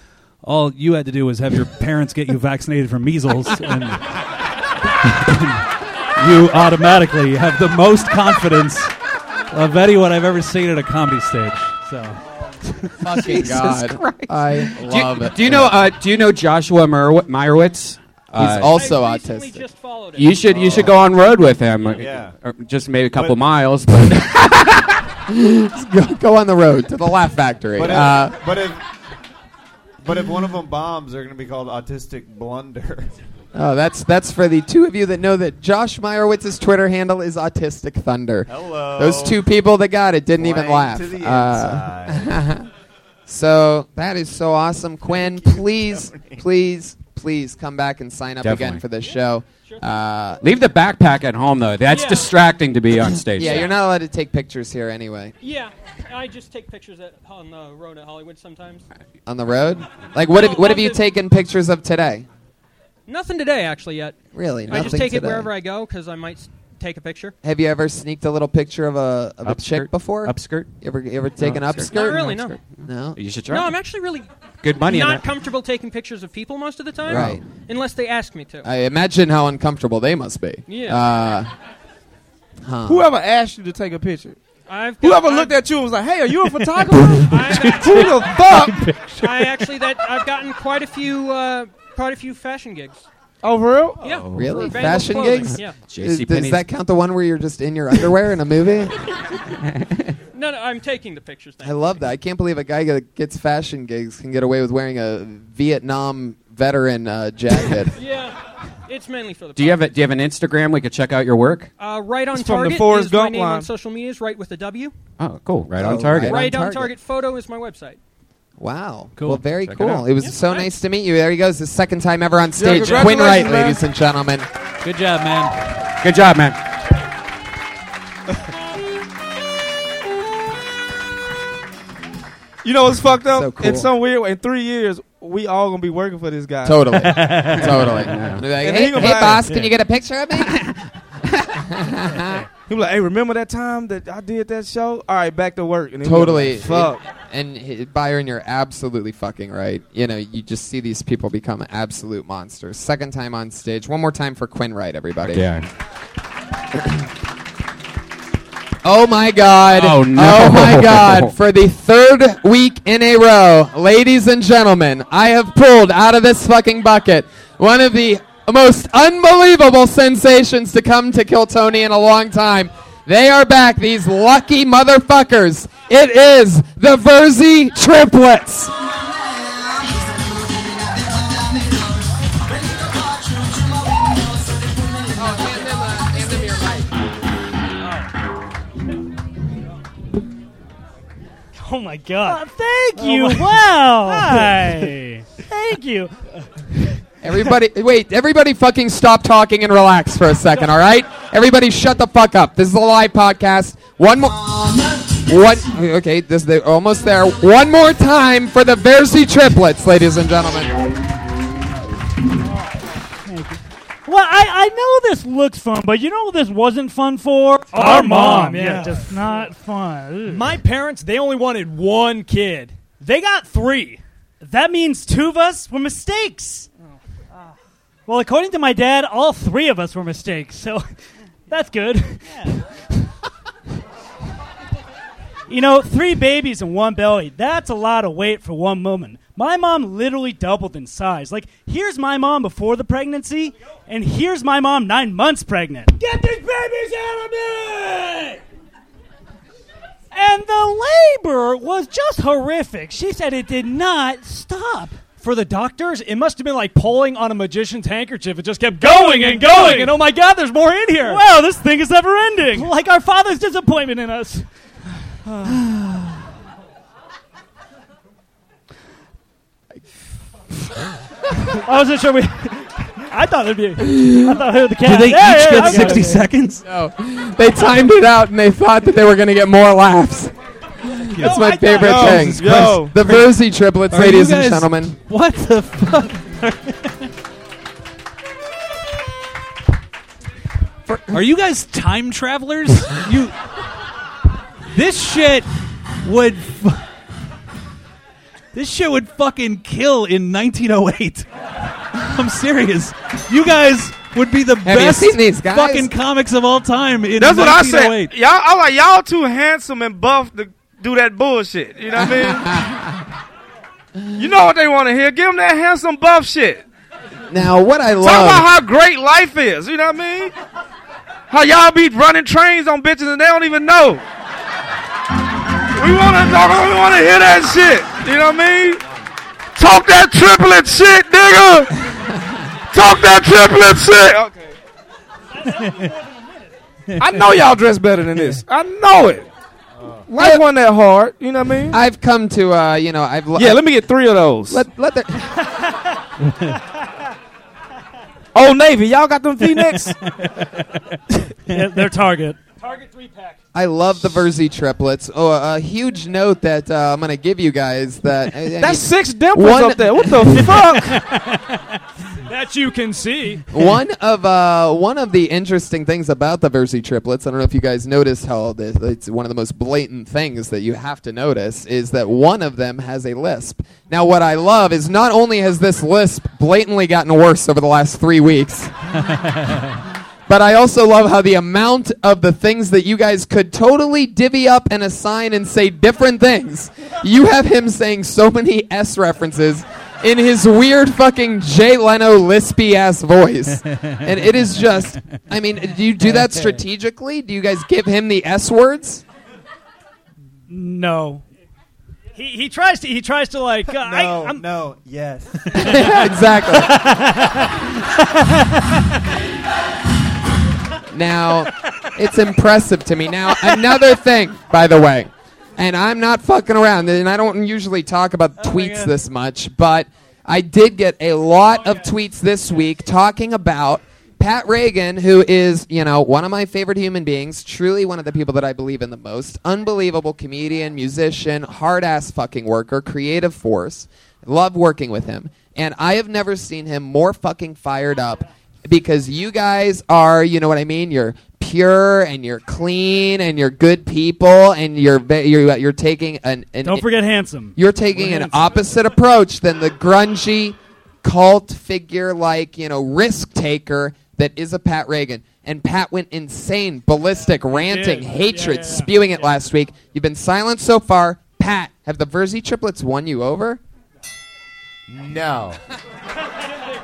[SPEAKER 7] all you had to do was have your parents get you vaccinated for measles, and you automatically have the most confidence of anyone I've ever seen at a comedy stage. So.
[SPEAKER 3] Fucking
[SPEAKER 7] Jesus
[SPEAKER 3] God.
[SPEAKER 7] Christ.
[SPEAKER 3] I
[SPEAKER 6] Do you-
[SPEAKER 3] love it.
[SPEAKER 6] Do you know? Uh, do you know Joshua Merw- Meyerowitz? Uh,
[SPEAKER 3] also I recently autistic. just
[SPEAKER 12] followed
[SPEAKER 6] You should you should go on road with him.
[SPEAKER 3] Yeah.
[SPEAKER 6] Or just maybe a couple miles, but
[SPEAKER 3] go, go on the road to the Laugh Factory.
[SPEAKER 4] But if,
[SPEAKER 3] Uh,
[SPEAKER 4] but if but if one of them bombs, they're going to be called autistic blunder.
[SPEAKER 3] Oh, that's that's for the two of you that know that Josh Meyerowitz's Twitter handle is Autistic Thunder.
[SPEAKER 4] Hello.
[SPEAKER 3] Those two people that got it didn't even
[SPEAKER 4] Playing
[SPEAKER 3] laugh.
[SPEAKER 4] to the
[SPEAKER 3] Uh,
[SPEAKER 4] inside.
[SPEAKER 3] so that is so awesome, Quinn. Please, please, please come back and sign up
[SPEAKER 6] Definitely.
[SPEAKER 3] again for this show. Uh,
[SPEAKER 6] leave the backpack at home though. That's distracting to be on stage.
[SPEAKER 3] yeah, you're not allowed to take pictures here anyway.
[SPEAKER 12] Yeah, I just take pictures at, on the road at Hollywood sometimes.
[SPEAKER 3] On the road, like what? Have, what have you taken pictures of today?
[SPEAKER 12] Nothing today, actually, yet.
[SPEAKER 3] Really,
[SPEAKER 12] I just
[SPEAKER 3] nothing
[SPEAKER 12] take it
[SPEAKER 3] today.
[SPEAKER 12] wherever I go because I might s- take a picture.
[SPEAKER 3] Have you ever sneaked a little picture of a of a
[SPEAKER 6] Upskirt?
[SPEAKER 3] chick before?
[SPEAKER 6] Upskirt?
[SPEAKER 3] You ever you ever taken
[SPEAKER 6] upskirt.
[SPEAKER 3] upskirt?
[SPEAKER 12] Not really, no.
[SPEAKER 3] No.
[SPEAKER 6] You should try.
[SPEAKER 12] No, I'm actually really
[SPEAKER 6] Good money in
[SPEAKER 12] Not
[SPEAKER 6] that.
[SPEAKER 12] comfortable taking pictures of people most of the time,
[SPEAKER 3] Right.
[SPEAKER 12] Unless they ask me to.
[SPEAKER 3] I imagine how uncomfortable they must be.
[SPEAKER 12] Yeah.
[SPEAKER 3] Uh, huh.
[SPEAKER 8] Whoever asked you to take a picture.
[SPEAKER 12] I've
[SPEAKER 8] Whoever
[SPEAKER 12] I've-
[SPEAKER 8] looked at you and was like, "Hey, are you a photographer?" Who the fuck?
[SPEAKER 12] I actually that I've gotten quite a few uh, quite a few fashion gigs.
[SPEAKER 8] Oh, for real?
[SPEAKER 12] Yeah.
[SPEAKER 3] Really?
[SPEAKER 12] For Bangles
[SPEAKER 3] Fashion
[SPEAKER 12] clothing,
[SPEAKER 3] gigs?
[SPEAKER 12] Yeah.
[SPEAKER 3] Is- does that count the one where you're just in your underwear in a movie?
[SPEAKER 12] No, no, I'm taking the pictures. Then.
[SPEAKER 3] I love that. I can't believe a guy that gets fashion gigs can get away with wearing a Vietnam veteran uh, jacket.
[SPEAKER 12] Yeah, it's mainly for the.
[SPEAKER 6] Do you have a, Do you have an Instagram we could check out your work?
[SPEAKER 12] Uh, right on
[SPEAKER 8] It's from the
[SPEAKER 12] target
[SPEAKER 8] Forrest
[SPEAKER 12] is my
[SPEAKER 8] Gump
[SPEAKER 12] name
[SPEAKER 8] line.
[SPEAKER 12] on social media. Is right with a W.
[SPEAKER 6] Oh, cool. Right
[SPEAKER 3] Oh,
[SPEAKER 6] on target.
[SPEAKER 3] right.
[SPEAKER 12] Right on
[SPEAKER 3] Target.
[SPEAKER 12] target. photo is my website.
[SPEAKER 3] Wow.
[SPEAKER 6] Cool.
[SPEAKER 3] Well, very
[SPEAKER 6] Check it
[SPEAKER 3] cool.
[SPEAKER 6] out.
[SPEAKER 3] It, was so nice to meet you. There he goes, the second time ever on stage. Quinn
[SPEAKER 8] congratulations,
[SPEAKER 3] Wright,
[SPEAKER 8] man.
[SPEAKER 3] ladies and gentlemen.
[SPEAKER 7] Good job, man.
[SPEAKER 6] Good job, man.
[SPEAKER 8] You know what's fucked up?
[SPEAKER 3] So cool.
[SPEAKER 8] In some weird way, in three years, we all gonna be working for this guy.
[SPEAKER 3] Totally. totally.
[SPEAKER 6] Yeah.
[SPEAKER 3] Be like,
[SPEAKER 8] And
[SPEAKER 3] hey,
[SPEAKER 8] he
[SPEAKER 3] hey,
[SPEAKER 8] gonna be like-
[SPEAKER 3] boss, can
[SPEAKER 7] Yeah.
[SPEAKER 3] you get a picture of me?
[SPEAKER 8] He was like, "Hey, remember that time that I did that show? All right, back to work." And then
[SPEAKER 3] Totally.
[SPEAKER 8] we like, Fuck.
[SPEAKER 3] And h- Byron, you're absolutely fucking right. You know, you just see these people become absolute monsters. Second time on stage. One more time for Quinn Wright, everybody.
[SPEAKER 6] Yeah.
[SPEAKER 3] Oh my God.
[SPEAKER 6] Oh, no.
[SPEAKER 3] Oh my God. For the third week in a row, ladies and gentlemen, I have pulled out of this fucking bucket one of the most unbelievable sensations to come to Kill Tony in a long time. They are back, these lucky motherfuckers. It is the Verzi triplets.
[SPEAKER 13] Oh my god. thank you. wow. Hi. thank you.
[SPEAKER 3] Everybody, wait, everybody fucking stop talking and relax for a second, all right? Everybody shut the fuck up. This is a live podcast. One more. One, okay, this, they're almost there. One more time for the Versi triplets, ladies and gentlemen.
[SPEAKER 13] Well, I, I know this looks fun, but you know what this wasn't fun for?
[SPEAKER 14] Our mom, yeah.
[SPEAKER 13] just not fun.
[SPEAKER 14] My parents, they only wanted one kid. They got three.
[SPEAKER 13] That means two of us were mistakes. Well, according to my dad, all three of us were mistakes, so that's good. you know, three babies and one belly, that's a lot of weight for one woman. My mom literally doubled in size. Like, here's my mom before the pregnancy, and here's my mom nine months pregnant. Get these babies out of me! And the labor was just horrific. She said it did not stop.
[SPEAKER 14] For the doctors, it must have been like pulling on a magician's handkerchief. It just kept going and going, and oh my god, there's more in here.
[SPEAKER 13] Wow, this thing is never ending. Like our father's disappointment in us. I wasn't sure we. I thought it'd be. I thought it was the cat.
[SPEAKER 7] Do they
[SPEAKER 13] Yeah,
[SPEAKER 7] each
[SPEAKER 13] yeah,
[SPEAKER 7] get
[SPEAKER 13] I got
[SPEAKER 7] 60
[SPEAKER 13] it.
[SPEAKER 7] seconds?
[SPEAKER 3] No. They timed it out and they thought that they were going to get more laughs. That's my favorite
[SPEAKER 13] yo,
[SPEAKER 3] thing.
[SPEAKER 13] Jesus Yo.
[SPEAKER 3] The Verzi triplets,
[SPEAKER 13] Are you
[SPEAKER 3] ladies and
[SPEAKER 13] guys-
[SPEAKER 3] gentlemen.
[SPEAKER 13] What the fuck?
[SPEAKER 7] Are you guys time travelers? you. This shit would. fu- This shit would fucking kill in 1908. I'm serious. You guys would be the
[SPEAKER 3] Have you
[SPEAKER 7] best
[SPEAKER 3] seen these guys?
[SPEAKER 7] fucking comics of all time in
[SPEAKER 8] That's what I said.
[SPEAKER 7] 1908.
[SPEAKER 8] Y'all, I like y'all too handsome and buff to do that bullshit. You know what I mean? you know what they want to hear? Give them that handsome buff shit.
[SPEAKER 3] Now, what I
[SPEAKER 8] Talk about
[SPEAKER 3] love.
[SPEAKER 8] how great life is. You know what I mean? How y'all be running trains on bitches and they don't even know. We want to talk. We want to hear that shit. You know what I mean? Talk that triplet shit, nigga. Talk that triplet shit. I know y'all dress better than this. I know it. Life wasn't that hard. You know what I mean?
[SPEAKER 3] I've come to, uh, you know, I've.
[SPEAKER 8] yeah, let me get three of those.
[SPEAKER 3] Let, let the,
[SPEAKER 8] Old Navy, y'all got them V-necks?
[SPEAKER 13] Yeah, their target.
[SPEAKER 3] I love the Verzi triplets. Oh, a huge note that uh, I'm going to give you guys that. I- I
[SPEAKER 8] That's
[SPEAKER 3] mean,
[SPEAKER 8] six dimples
[SPEAKER 3] One-
[SPEAKER 8] up there. What the fuck?
[SPEAKER 13] That you can see.
[SPEAKER 3] one of uh, one of the interesting things about the Versi triplets, I don't know if you guys noticed how this, it's one of the most blatant things that you have to notice is that one of them has a lisp. Now, what I love is not only has this lisp blatantly gotten worse over the last three weeks, but I also love how the amount of the things that you guys could totally divvy up and assign and say different things. You have him saying so many S references in his weird fucking Jay Leno lispy ass voice. And it is just, I mean, do you do that strategically? Do you guys give him the S words?
[SPEAKER 13] No. He, he tries to he tries to like uh,
[SPEAKER 4] No,
[SPEAKER 13] I, I'm,
[SPEAKER 4] no, yes.
[SPEAKER 3] exactly. now, it's impressive to me. Now, another thing, by the way, and I'm not fucking around, and I don't usually talk about tweets this much, but I did get a lot of tweets this week talking about. Pat Reagan, who is, you know, one of my favorite human beings, truly one of the people that I believe in the most, unbelievable comedian, musician, hard ass fucking worker, creative force. Love working with him. And I have never seen him more fucking fired up because you guys are, you know what I mean? You're pure and you're clean and you're good people and you're ve- you're, uh, you're taking an, an
[SPEAKER 13] don't forget handsome.
[SPEAKER 3] you're taking an opposite approach than the grungy cult figure like, you know, risk taker that is a Pat Reagan. And Pat went insane, ballistic, ranting,
[SPEAKER 13] did.
[SPEAKER 3] hatred,
[SPEAKER 13] Yeah, yeah, yeah.
[SPEAKER 3] spewing it last week. You've been silent so far. Pat, have the Verzi triplets won you over?
[SPEAKER 5] No.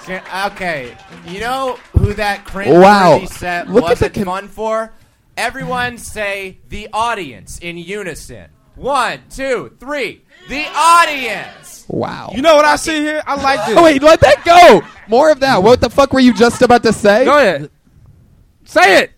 [SPEAKER 5] okay. You know who that cringe
[SPEAKER 3] Wow.
[SPEAKER 5] set
[SPEAKER 3] Look at
[SPEAKER 5] wasn't
[SPEAKER 3] the com-
[SPEAKER 5] fun for? Everyone say the audience in unison. One, two, three. The audience.
[SPEAKER 3] Wow.
[SPEAKER 8] You know what I see here? I like this.
[SPEAKER 3] Oh, wait, let that go. More of that. What the fuck were you just about to say?
[SPEAKER 8] Go ahead. Say it.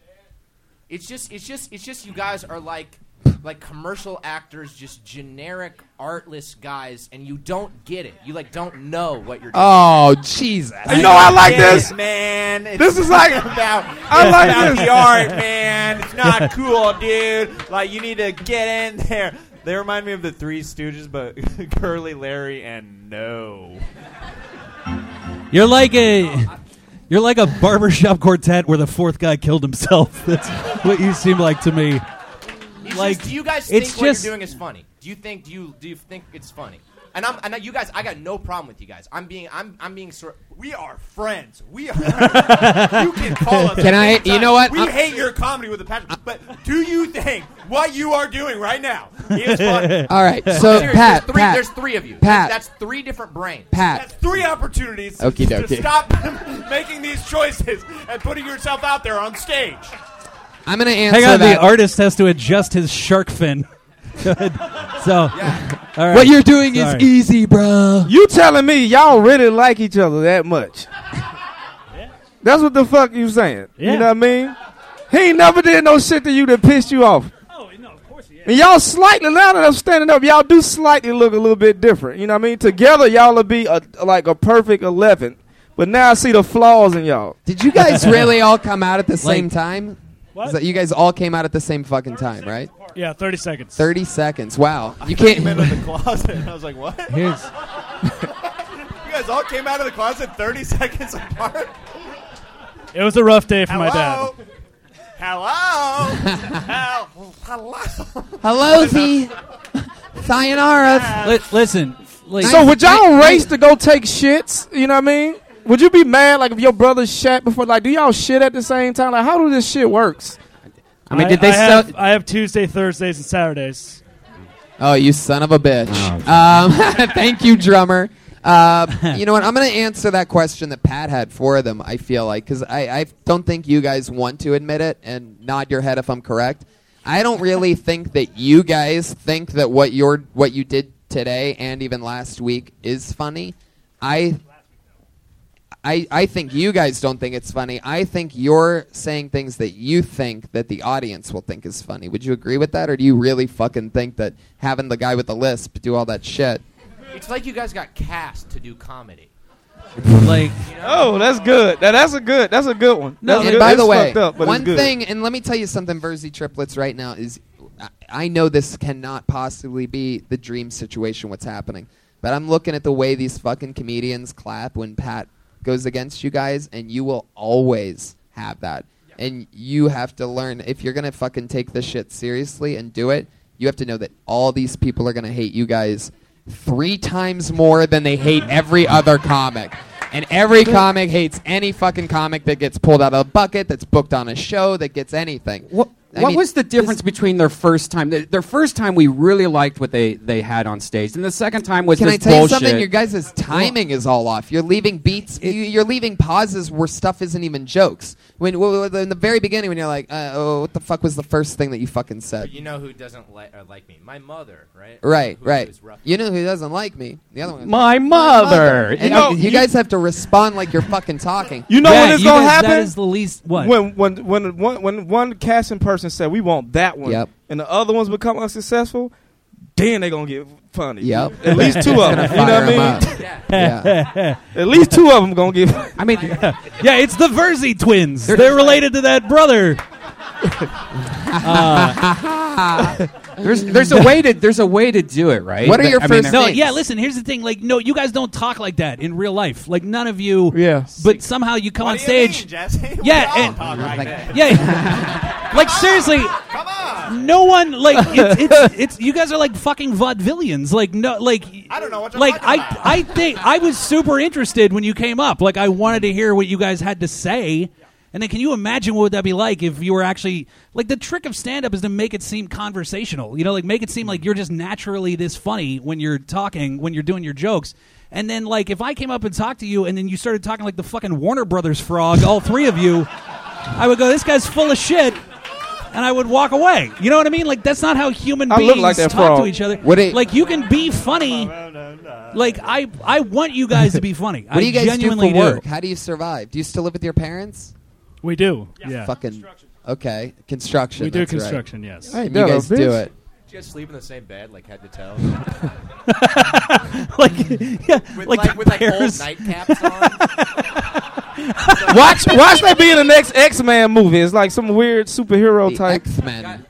[SPEAKER 5] It's just, it's just, it's just. You guys are like, like commercial actors, just generic, artless guys, and you don't get it. You like don't know what you're doing.
[SPEAKER 3] Oh, Jesus.
[SPEAKER 8] You know I like
[SPEAKER 5] Get it,
[SPEAKER 8] this.
[SPEAKER 5] man. It's
[SPEAKER 8] This is like
[SPEAKER 5] about
[SPEAKER 8] I like
[SPEAKER 5] about
[SPEAKER 8] this.
[SPEAKER 5] the art, man. It's not
[SPEAKER 4] Not cool, dude. Like you need to get in there. They remind me of the Three Stooges, but Curly, Larry, and No.
[SPEAKER 7] You're like a. You're like a barbershop quartet where the fourth guy killed himself. That's what you seem like to me.
[SPEAKER 5] It's
[SPEAKER 7] Like,
[SPEAKER 5] just, do you guys think
[SPEAKER 7] it's
[SPEAKER 5] what
[SPEAKER 7] just-
[SPEAKER 5] you're doing is funny? Do you think do you do you think it's funny? And I'm and you guys, I got no problem with you guys. I'm being I'm I'm being sort. We are friends. We are. friends. you can call us.
[SPEAKER 3] Can
[SPEAKER 5] at
[SPEAKER 3] I-
[SPEAKER 5] any
[SPEAKER 3] you
[SPEAKER 5] time.
[SPEAKER 3] know what?
[SPEAKER 5] We
[SPEAKER 3] I'm-
[SPEAKER 5] hate your comedy with a passion. But do you think what you are doing right now is funny?
[SPEAKER 3] All right, so,
[SPEAKER 5] Seriously, there's
[SPEAKER 3] Pat,
[SPEAKER 5] three,
[SPEAKER 3] Pat,
[SPEAKER 5] there's three of you.
[SPEAKER 3] Pat.
[SPEAKER 5] that's three different brains.
[SPEAKER 3] Pat.
[SPEAKER 5] that's three opportunities
[SPEAKER 3] Okie
[SPEAKER 5] to
[SPEAKER 3] dokie.
[SPEAKER 5] stop making these choices and putting yourself out there on stage.
[SPEAKER 3] I'm going to answer
[SPEAKER 7] Hang on,
[SPEAKER 3] that.
[SPEAKER 7] the artist has to adjust his shark fin. Good. So, all right.
[SPEAKER 3] what you're doing
[SPEAKER 7] Sorry.
[SPEAKER 3] is easy, bro.
[SPEAKER 8] You telling me y'all really like each other that much? That's what the fuck you saying.
[SPEAKER 13] Yeah.
[SPEAKER 8] You know what I mean? He ain't never did no shit to you that pissed you off.
[SPEAKER 13] Oh no, of course he is.
[SPEAKER 8] And y'all slightly, now that I'm standing up, y'all do slightly look a little bit different. You know what I mean? Together, y'all will be a, like a perfect 11. But now I see the flaws in y'all.
[SPEAKER 3] Did you guys really all come out at the same
[SPEAKER 8] Like-
[SPEAKER 3] time?
[SPEAKER 8] What?
[SPEAKER 3] Is that you guys all came out at the same fucking time, right?
[SPEAKER 13] Yeah, 30 seconds.
[SPEAKER 3] 30 seconds. Wow. You can't.
[SPEAKER 4] came out of the closet. And I was like, what?
[SPEAKER 3] Here's-
[SPEAKER 4] you guys all came out of the closet 30 seconds apart.
[SPEAKER 13] It was a rough day for my dad.
[SPEAKER 4] Hello? Hello. Hello.
[SPEAKER 3] Hello, the sayonara.
[SPEAKER 7] Li- listen. like-
[SPEAKER 8] so would y'all race to go take shits? You know what I mean? Would you be mad like if your brother shat before? Like, do y'all shit at the same time? Like, how do this shit works?
[SPEAKER 13] I mean, did they I Have, I have Tuesday, Thursdays, and Saturdays.
[SPEAKER 3] Oh, you son of a bitch. Um, thank you, drummer. Uh, you know what? I'm going to answer that question that Pat had for them, I feel like, because I, I don't think you guys want to admit it and nod your head if I'm correct. I don't really think that you guys think that what, you're, what you did today and even last week is funny. I I, I think you guys don't think it's funny. I think you're saying things that you think that the audience will think is funny. Would you agree with that, or do you really fucking think that having the guy with the lisp do all that shit?
[SPEAKER 5] It's like you guys got cast to do comedy.
[SPEAKER 7] Like,
[SPEAKER 8] oh, that's good. That, that's a good. That's a good one.
[SPEAKER 3] No,
[SPEAKER 8] that's
[SPEAKER 3] and
[SPEAKER 8] good.
[SPEAKER 3] by
[SPEAKER 8] It's
[SPEAKER 3] the way,
[SPEAKER 8] fucked up, but it's
[SPEAKER 3] one
[SPEAKER 8] good.
[SPEAKER 3] thing, and let me tell you something, Verzi triplets right now is, I, I know this cannot possibly be the dream situation. What's happening? But I'm looking at the way these fucking comedians clap when Pat goes against you guys, and you will always have that. And you have to learn if you're gonna fucking take this shit seriously and do it. You have to know that all these people are gonna hate you guys three times more than they hate every other comic. And every comic hates any fucking comic that gets pulled out of a bucket, that's booked on a show, that gets anything. What,
[SPEAKER 6] what was the difference between their first time? Their, their first time, we really liked what they, they had on stage, and the second time was
[SPEAKER 3] Can I
[SPEAKER 6] this
[SPEAKER 3] tell
[SPEAKER 6] bullshit.
[SPEAKER 3] you something? Your guys' timing is all off. You're leaving beats. you- you're leaving pauses where stuff isn't even jokes. When w- w- in the very beginning, when you're like, uh, "Oh, what the fuck was the first thing that you fucking said?"
[SPEAKER 5] You know who doesn't li- or like me? My mother, right?
[SPEAKER 3] Right,
[SPEAKER 5] Who
[SPEAKER 3] right.
[SPEAKER 5] is rough.
[SPEAKER 3] You know who doesn't like me? The other one.
[SPEAKER 8] My mother.
[SPEAKER 3] And
[SPEAKER 8] You know-
[SPEAKER 3] you, you guys have to respond like you're fucking talking.
[SPEAKER 8] You know when it's gonna happen?
[SPEAKER 7] least
[SPEAKER 8] When when when one when one casting person said we want that one,
[SPEAKER 3] Yep.
[SPEAKER 8] and the other ones become unsuccessful, then they gonna get funny.
[SPEAKER 3] Yep.
[SPEAKER 8] At least two
[SPEAKER 3] It's gonna
[SPEAKER 8] of them. You know
[SPEAKER 3] fire
[SPEAKER 8] what I mean?
[SPEAKER 3] 'em up. Yeah.
[SPEAKER 8] At least two of them gonna get. I
[SPEAKER 6] mean,
[SPEAKER 7] yeah, it's the Verzi twins. They're, related to that brother. Uh,
[SPEAKER 6] there's there's a way to there's a way to do it, right? Th- I mean,
[SPEAKER 7] No, yeah. Listen, here's the thing. Like, no, you guys don't talk like that in real life. Like, none of you. Yeah. But somehow you come on stage. yeah. and- yeah. like seriously. Come on. No one like it's, it's it's you guys are like fucking vaudevillians. Like no like I don't know what like I I think I was super interested when you came up. Like I wanted to hear what you guys had to say. And then can you imagine what would that be like if you were actually like the trick of stand up is to make it seem conversational. You know, like make it seem like you're just naturally this funny when you're talking, when you're doing your jokes. And then like if I came up and talked to you and then you started talking like the fucking Warner Brothers frog, all three of you, I would go, This guy's full of shit and I would walk away. You know what I mean? Like that's not how human
[SPEAKER 8] I look
[SPEAKER 7] beings
[SPEAKER 8] like that
[SPEAKER 7] talk
[SPEAKER 8] frog.
[SPEAKER 7] to each other.
[SPEAKER 8] What do you-
[SPEAKER 7] like you can be funny. Like I, I want you guys to be funny.
[SPEAKER 3] What do you
[SPEAKER 7] I
[SPEAKER 3] guys do
[SPEAKER 7] genuinely
[SPEAKER 3] for work? How do you survive? Do you still live with your parents?
[SPEAKER 13] We do. Yeah.
[SPEAKER 3] Fucking. Okay, construction.
[SPEAKER 13] We do
[SPEAKER 3] that's right.
[SPEAKER 13] construction, yes.
[SPEAKER 3] All right,
[SPEAKER 13] Yeah,
[SPEAKER 3] you guys
[SPEAKER 13] bitch.
[SPEAKER 3] do it.
[SPEAKER 5] Did you guys sleep in the same bed, like head to toe?
[SPEAKER 7] like, yeah,
[SPEAKER 5] with
[SPEAKER 7] like
[SPEAKER 5] like,
[SPEAKER 7] the
[SPEAKER 5] with like old
[SPEAKER 7] bears.
[SPEAKER 5] nightcaps on.
[SPEAKER 8] watch watch that be in the next X Man movie. It's like some weird superhero type.
[SPEAKER 3] X Men.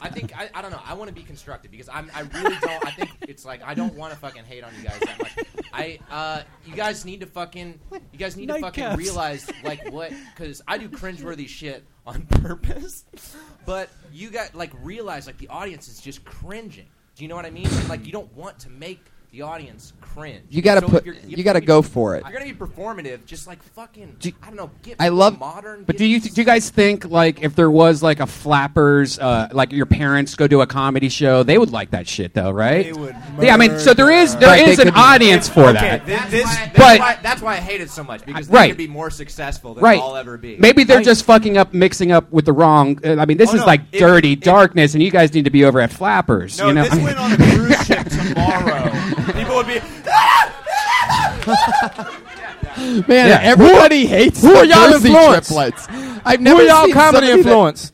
[SPEAKER 5] I think I, I don't know. I want to be constructive because I'm I really don't. I think it's like I don't want to fucking hate on you guys that much. I uh, you guys need to fucking you guys need to fucking
[SPEAKER 12] Nightcaps.
[SPEAKER 5] realize like what because I do cringeworthy shit on purpose, but you got like realize like the audience is just cringing. Do you know what I mean? Like you don't want to make the audience cringe.
[SPEAKER 3] You gotta
[SPEAKER 5] if
[SPEAKER 3] put-
[SPEAKER 5] you're- if
[SPEAKER 3] you
[SPEAKER 5] you're
[SPEAKER 3] gotta
[SPEAKER 5] gonna
[SPEAKER 3] go
[SPEAKER 5] be-
[SPEAKER 3] for it.
[SPEAKER 5] You're gonna be performative, just like fucking. I don't know. Get
[SPEAKER 6] I love
[SPEAKER 5] modern.
[SPEAKER 6] But do you do you guys think like if there was like a flappers uh, like your parents go to a comedy show they would like that shit though right? They would yeah, I mean so there is there
[SPEAKER 5] Right,
[SPEAKER 6] is
[SPEAKER 5] they
[SPEAKER 6] an
[SPEAKER 5] could-
[SPEAKER 6] audience for
[SPEAKER 5] Okay,
[SPEAKER 6] that.
[SPEAKER 5] thi- this- that's,
[SPEAKER 6] but
[SPEAKER 5] why, that's why I hate it so much because they
[SPEAKER 6] Right.
[SPEAKER 5] could be more successful than
[SPEAKER 6] right,
[SPEAKER 5] I'll ever be.
[SPEAKER 6] maybe they're just fucking up mixing up with the wrong. uh, I mean this
[SPEAKER 5] Oh,
[SPEAKER 6] is
[SPEAKER 5] no,
[SPEAKER 6] like
[SPEAKER 5] it-
[SPEAKER 6] dirty darkness and you guys need to be over at flappers.
[SPEAKER 4] No,
[SPEAKER 6] you know
[SPEAKER 4] this went on a cruise ship tomorrow. People would be.
[SPEAKER 3] Man,
[SPEAKER 6] Yeah.
[SPEAKER 3] everybody hates
[SPEAKER 6] Who
[SPEAKER 3] the
[SPEAKER 6] are y'all
[SPEAKER 3] Jersey
[SPEAKER 6] influence?
[SPEAKER 3] triplets. I've
[SPEAKER 6] Who
[SPEAKER 3] never
[SPEAKER 6] are y'all
[SPEAKER 3] seen somebody
[SPEAKER 6] comedy
[SPEAKER 3] that-
[SPEAKER 6] influence?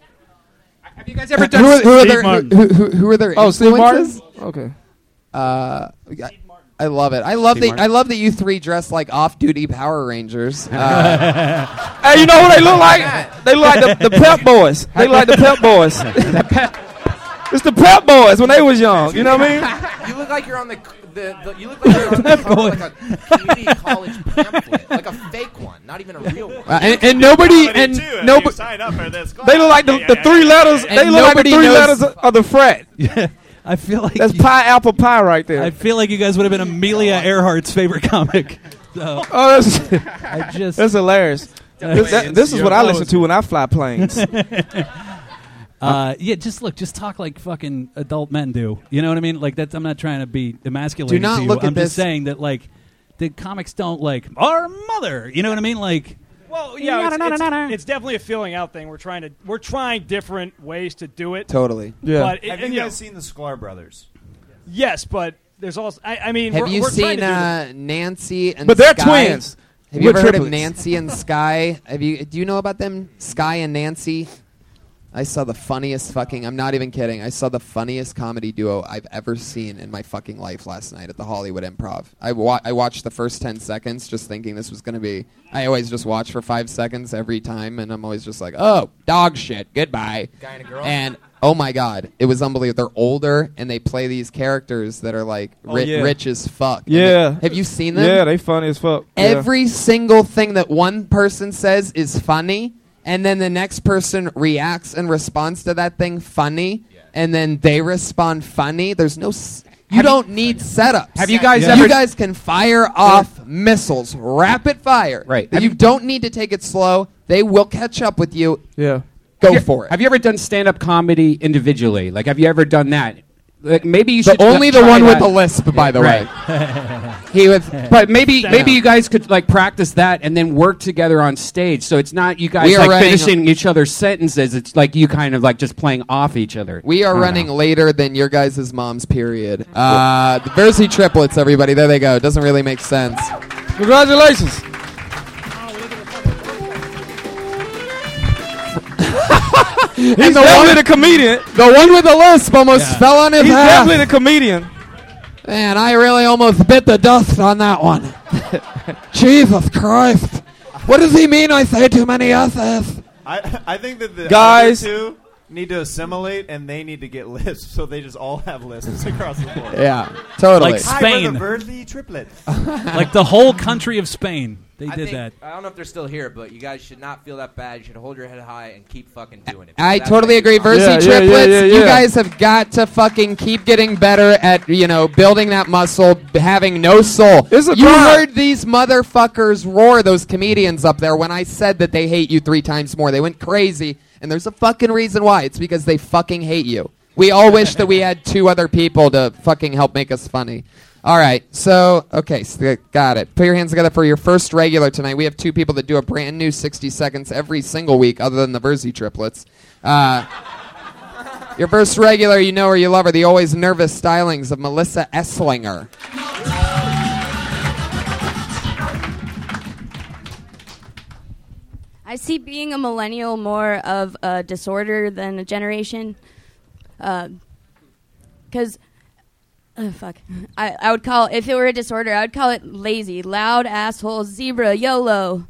[SPEAKER 6] Have you guys ever
[SPEAKER 3] who, are,
[SPEAKER 6] done
[SPEAKER 3] who, are
[SPEAKER 6] Steve
[SPEAKER 3] their, who,
[SPEAKER 6] Martin?
[SPEAKER 3] who, who- who are their
[SPEAKER 8] Oh, Steve Martin?
[SPEAKER 3] influences?
[SPEAKER 8] Okay.
[SPEAKER 3] Uh, I, I love it. I love
[SPEAKER 6] Teamwork.
[SPEAKER 3] that. I love that you three dress like off-duty Power Rangers. Uh,
[SPEAKER 8] Hey, you know who they look like? They look like the, the Pep Boys. They look like the Pep Boys. it's the Pep Boys when they was young. You know what I mean?
[SPEAKER 5] you look like you're on the, the, the you look like you're on the cover of, like a community college pamphlet, like a fake one, not even a real one.
[SPEAKER 3] Uh, and, and nobody and nobody.
[SPEAKER 8] They look like the, the three letters.
[SPEAKER 3] And
[SPEAKER 8] they look like the
[SPEAKER 3] nobody
[SPEAKER 8] three
[SPEAKER 3] knows-
[SPEAKER 8] letters of- of the frat.
[SPEAKER 7] I feel like
[SPEAKER 8] that's pie apple pie right there.
[SPEAKER 7] I feel like you guys would have been Amelia Earhart's favorite comic. So.
[SPEAKER 8] oh, that's
[SPEAKER 7] I just
[SPEAKER 8] that's hilarious. This, that- this is what I listen to when I fly planes.
[SPEAKER 7] Uh, yeah, just look, just talk like fucking adult men do. You know what I mean? Like that's I'm not trying to be emasculating.
[SPEAKER 3] Do not
[SPEAKER 7] to you.
[SPEAKER 3] look at
[SPEAKER 7] I'm
[SPEAKER 3] this-
[SPEAKER 7] just saying that like the comics don't like our mother. You know what I mean? Like
[SPEAKER 13] Well, Oh, yeah, it's,
[SPEAKER 7] Nada,
[SPEAKER 13] it's,
[SPEAKER 7] nada, nada.
[SPEAKER 13] it's definitely a feeling out thing. We're trying to we're trying different ways to do it.
[SPEAKER 3] Totally.
[SPEAKER 13] Yeah. But it-
[SPEAKER 4] Have
[SPEAKER 13] and,
[SPEAKER 4] you
[SPEAKER 13] you
[SPEAKER 4] guys
[SPEAKER 13] know-
[SPEAKER 4] seen the Sklar Brothers?
[SPEAKER 13] Yes, but there's also I, I mean,
[SPEAKER 3] Have
[SPEAKER 13] we're,
[SPEAKER 3] you
[SPEAKER 13] we're trying
[SPEAKER 3] seen
[SPEAKER 13] to do
[SPEAKER 3] uh, Nancy and?
[SPEAKER 8] But they're
[SPEAKER 3] Sky?
[SPEAKER 8] twins.
[SPEAKER 3] Have you
[SPEAKER 8] We're
[SPEAKER 3] ever heard of
[SPEAKER 8] triplets.
[SPEAKER 3] Nancy and Sky? Have you? Do you know about them, Sky and Nancy? I saw the funniest fucking. I'm not even kidding. I saw the funniest comedy duo I've ever seen in my fucking life last night at the Hollywood Improv. I wa- I watched the first ten seconds, just thinking this was gonna be. I always just watch for five seconds every time, and I'm always just like, oh, dog shit. Goodbye.
[SPEAKER 5] Guy and a girl?
[SPEAKER 3] And oh my god, it was unbelievable. They're older, and they play these characters that are like
[SPEAKER 8] Oh,
[SPEAKER 3] ri-
[SPEAKER 8] yeah.
[SPEAKER 3] rich as fuck. And
[SPEAKER 8] Yeah.
[SPEAKER 3] they- have you seen them?
[SPEAKER 8] Yeah, they funny as fuck. Yeah.
[SPEAKER 3] Every single thing that one person says is funny, and then the next person reacts and responds to that thing funny, and then they respond funny. There's no. S- you don't need setups.
[SPEAKER 6] Have you guys
[SPEAKER 3] You
[SPEAKER 6] ever-
[SPEAKER 3] guys can fire off missiles, rapid fire.
[SPEAKER 6] Right.
[SPEAKER 3] You don't need to take it slow. They will catch up with you.
[SPEAKER 8] Yeah.
[SPEAKER 3] Go
[SPEAKER 6] Yeah.
[SPEAKER 3] for it.
[SPEAKER 6] Have you ever done stand up comedy individually? Like, have you ever done that? Like, maybe you
[SPEAKER 3] The
[SPEAKER 6] should
[SPEAKER 3] only
[SPEAKER 6] uh,
[SPEAKER 3] the
[SPEAKER 6] try
[SPEAKER 3] one with
[SPEAKER 6] that.
[SPEAKER 3] the lisp, by the
[SPEAKER 6] Right.
[SPEAKER 3] way. he was.
[SPEAKER 6] But maybe
[SPEAKER 3] Stand
[SPEAKER 6] maybe
[SPEAKER 3] up.
[SPEAKER 6] you guys could like practice that and then work together on stage. So it's not you guys
[SPEAKER 3] We are
[SPEAKER 6] like
[SPEAKER 3] running-
[SPEAKER 6] finishing each other's sentences. It's like you kind of like just playing off each other.
[SPEAKER 3] We
[SPEAKER 6] I
[SPEAKER 3] are
[SPEAKER 6] don't
[SPEAKER 3] running
[SPEAKER 6] know.
[SPEAKER 3] later than your guys' mom's period. Uh, the Versi triplets, everybody. There they go. It doesn't really make sense.
[SPEAKER 8] Congratulations. He's
[SPEAKER 3] And the
[SPEAKER 8] definitely
[SPEAKER 3] one-
[SPEAKER 8] the comedian.
[SPEAKER 3] The one with the lisp almost
[SPEAKER 7] Yeah.
[SPEAKER 3] fell on his
[SPEAKER 8] He's
[SPEAKER 3] head.
[SPEAKER 8] definitely the comedian.
[SPEAKER 3] Man, I really almost bit the dust on that one. Jesus Christ. What does he mean I say too many S's?
[SPEAKER 4] I I think that the
[SPEAKER 8] Guys.
[SPEAKER 4] other two need to assimilate and they need to get lists, so they just all have lists across the board.
[SPEAKER 3] Yeah, totally.
[SPEAKER 7] Like
[SPEAKER 4] Hi,
[SPEAKER 7] Spain.
[SPEAKER 4] we're the Verdi triplets.
[SPEAKER 7] like the whole country of Spain, they
[SPEAKER 5] I think,
[SPEAKER 7] did that.
[SPEAKER 5] I don't know if they're still here, but you guys should not feel that bad. You should hold your head high and keep fucking doing it.
[SPEAKER 3] I
[SPEAKER 5] That's
[SPEAKER 3] totally
[SPEAKER 5] what
[SPEAKER 3] agree.
[SPEAKER 5] you-
[SPEAKER 3] Versi
[SPEAKER 8] Yeah, yeah, yeah,
[SPEAKER 3] triplets,
[SPEAKER 8] yeah,
[SPEAKER 3] you
[SPEAKER 8] yeah.
[SPEAKER 3] guys have got to fucking keep getting better at, you know, building that muscle, b- having no soul.
[SPEAKER 8] It's a
[SPEAKER 3] you
[SPEAKER 8] grind.
[SPEAKER 3] heard these motherfuckers roar, those comedians up there, when I said that they hate you three times more. They went crazy, and there's a fucking reason why. It's because they fucking hate you. We all wish that we had two other people to fucking help make us funny. All right, so, okay, so, got it. Put your hands together for your first regular tonight. We have two people that do a brand new 60 seconds every single week, other than the Verzi triplets. Uh, your first regular, you know her, you love her, the always nervous stylings of Melissa Esslinger.
[SPEAKER 15] I see being a millennial more of a disorder than a generation. Because, oh fuck, I, I would call if it were a disorder, I would call it lazy, loud asshole, zebra, YOLO.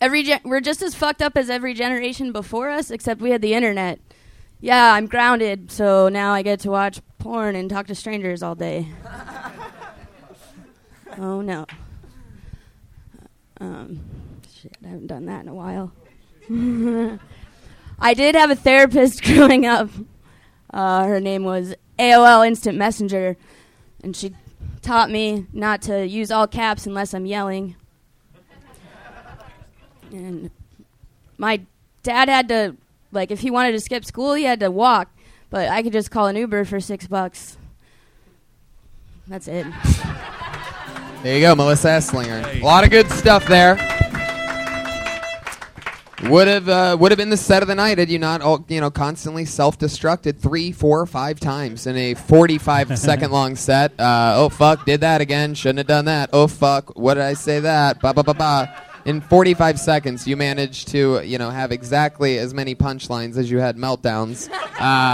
[SPEAKER 15] Every gen- we're just as fucked up as every generation before us, except we had the internet. Yeah, I'm grounded, so now I get to watch porn and talk to strangers all day. Oh no. Um, shit, I haven't done that in a while. I did have a therapist growing up. Uh, her name was AOL Instant Messenger, and she taught me not to use all caps unless I'm yelling. And my dad had to, like, if he wanted to skip school, he had to walk, but I could just call an Uber for six bucks. That's it.
[SPEAKER 3] There you go, Melissa Esslinger. A lot of good stuff there. Would have uh, would have been the set of the night had you not all, you know constantly self destructed three, four, five times in a forty five second long set. Uh, oh fuck, did that again? Shouldn't have done that. Oh fuck, what did I say that? Ba ba ba ba. in 45 seconds, you managed to, you know, have exactly as many punchlines as you had meltdowns.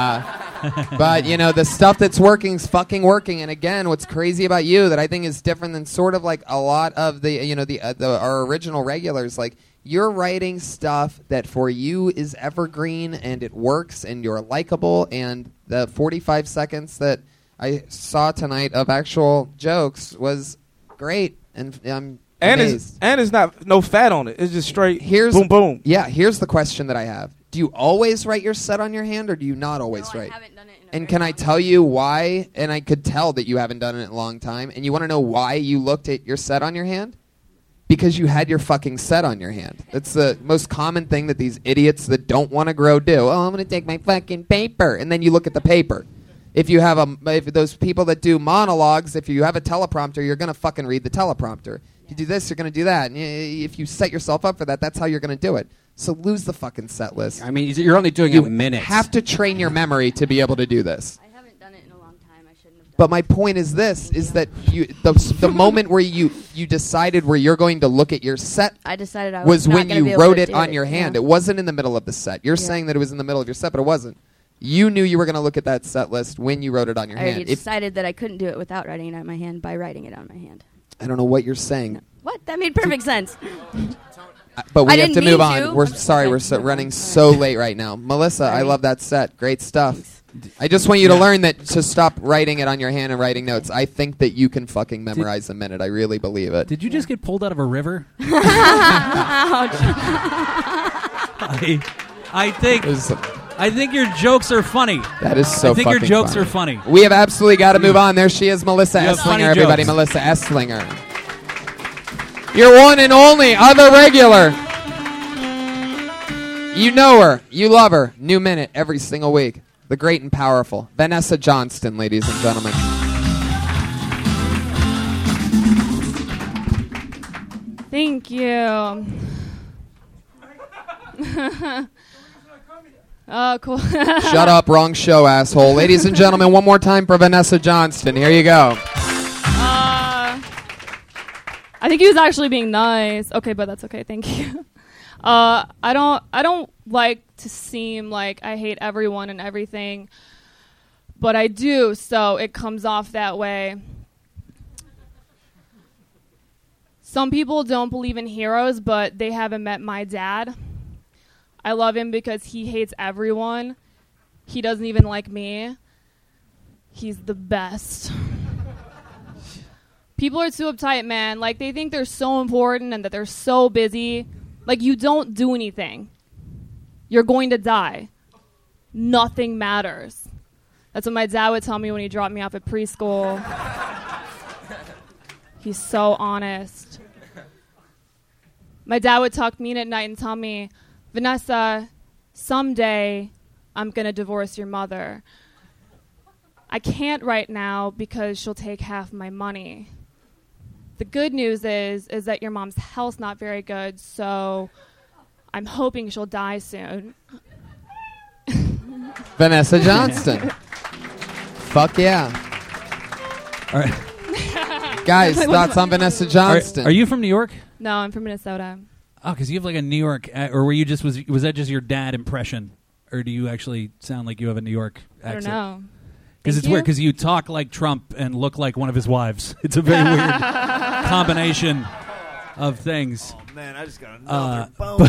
[SPEAKER 3] Uh, but you know, the stuff that's working is fucking working. And again, what's crazy about you that I think is different than sort of like a lot of the, you know, the, uh, the our original regulars, like. You're writing stuff that for you is evergreen and it works and you're likable and the 45 seconds that I saw tonight of actual jokes was great and I'm
[SPEAKER 8] And
[SPEAKER 3] amazed.
[SPEAKER 8] it's and it's not no fat on it. It's just straight.
[SPEAKER 3] Here's
[SPEAKER 8] boom boom.
[SPEAKER 3] Yeah, here's the question that I have. Do you always write your set on your hand, or do you not always write? I haven't done it. and can I tell you why? And I could tell that you haven't done it in a long time. And you want to know why you looked at your set on your hand? Because you had your fucking set on your hand. That's the most common thing that these idiots that don't want to grow do. Oh, I'm going to take my fucking paper, and then you look at the paper. If you have a, if those people that do monologues, if you have a teleprompter, you're going to fucking read the teleprompter. You do this, you're going to do that. And y- y- if you set yourself up for that, that's how you're going to do it. So lose the fucking set list.
[SPEAKER 6] I mean, you're only doing
[SPEAKER 3] you
[SPEAKER 6] a minute.
[SPEAKER 3] Have to train your memory to be able to do this. I haven't done it in a long time. I shouldn't have. But my point is this: is that you the, the moment where you you decided where you're going to look at your set
[SPEAKER 15] I decided I
[SPEAKER 3] was
[SPEAKER 15] was, not
[SPEAKER 3] when
[SPEAKER 15] gonna be
[SPEAKER 3] you
[SPEAKER 15] able
[SPEAKER 3] wrote
[SPEAKER 15] to
[SPEAKER 3] it
[SPEAKER 15] do
[SPEAKER 3] on your hand.
[SPEAKER 15] yeah.
[SPEAKER 3] It wasn't in the middle of the set. You're
[SPEAKER 15] Yeah.
[SPEAKER 3] saying that it was in the middle of your set, but it wasn't. You knew you were going to look at that set list when you wrote it on your
[SPEAKER 15] I already
[SPEAKER 3] hand. If,
[SPEAKER 15] decided that I couldn't do it without writing it on my hand by writing it on my hand.
[SPEAKER 3] I don't know what you're saying,
[SPEAKER 15] What? That made perfect sense.
[SPEAKER 3] Uh, but we
[SPEAKER 15] I
[SPEAKER 3] have
[SPEAKER 15] didn't
[SPEAKER 3] to move
[SPEAKER 15] mean
[SPEAKER 3] on.
[SPEAKER 15] to.
[SPEAKER 3] We're sorry, we're so, running so late right now. Melissa, I love that set. Great stuff. I just want you to
[SPEAKER 6] Yeah.
[SPEAKER 3] learn that to stop writing it on your hand and writing notes. I think that you can fucking memorize a minute. I really believe it.
[SPEAKER 7] Did you just get pulled out of a river? I, I think I think your jokes are funny.
[SPEAKER 3] That is so.
[SPEAKER 7] I think your
[SPEAKER 3] fucking
[SPEAKER 7] jokes are funny.
[SPEAKER 3] We have absolutely got to move on. There she is, Melissa
[SPEAKER 7] You have funny
[SPEAKER 3] Esslinger. Everybody,
[SPEAKER 7] jokes.
[SPEAKER 3] Melissa Esslinger. Your one and only other regular. You know her. You love her. New minute every single week. The great and powerful Vanessa Johnston, ladies and gentlemen.
[SPEAKER 16] Thank you. oh, cool.
[SPEAKER 3] Shut up, wrong show, asshole. Ladies and gentlemen, one more time for Vanessa Johnston. Here you go.
[SPEAKER 16] Uh, I think he was actually being nice. Okay, but that's okay. Thank you. Uh, I don't. I don't like to seem like I hate everyone and everything, but I do. So it comes off that way. Some people don't believe in heroes, but they haven't met my dad. I love him because he hates everyone. He doesn't even like me. He's the best. People are too uptight, man. Like they think they're so important and that they're so busy. Like you don't do anything. You're going to die. Nothing matters. That's what my dad would tell me when he dropped me off at preschool. He's so honest. My dad would talk mean at night and tell me, Vanessa, someday I'm going to divorce your mother. I can't right now because she'll take half my money. The good news is is that your mom's health's not very good, so I'm hoping she'll die soon.
[SPEAKER 3] Vanessa Johnston. Fuck yeah.
[SPEAKER 7] All right.
[SPEAKER 3] Guys, thoughts on Vanessa
[SPEAKER 7] Are,
[SPEAKER 3] Johnston?
[SPEAKER 7] are you from New York?
[SPEAKER 16] No, I'm from Minnesota.
[SPEAKER 7] Oh, because you have like a New York, a- or were you just was was that just your dad impression, or do you actually sound like you have a New York
[SPEAKER 16] I don't
[SPEAKER 7] accent?
[SPEAKER 16] know.
[SPEAKER 7] Because
[SPEAKER 16] Thank
[SPEAKER 7] it's weird.
[SPEAKER 16] you.
[SPEAKER 7] Because you talk like Trump and look like one of his wives. It's a very weird combination of things.
[SPEAKER 4] Oh, man, I just got another
[SPEAKER 7] bone.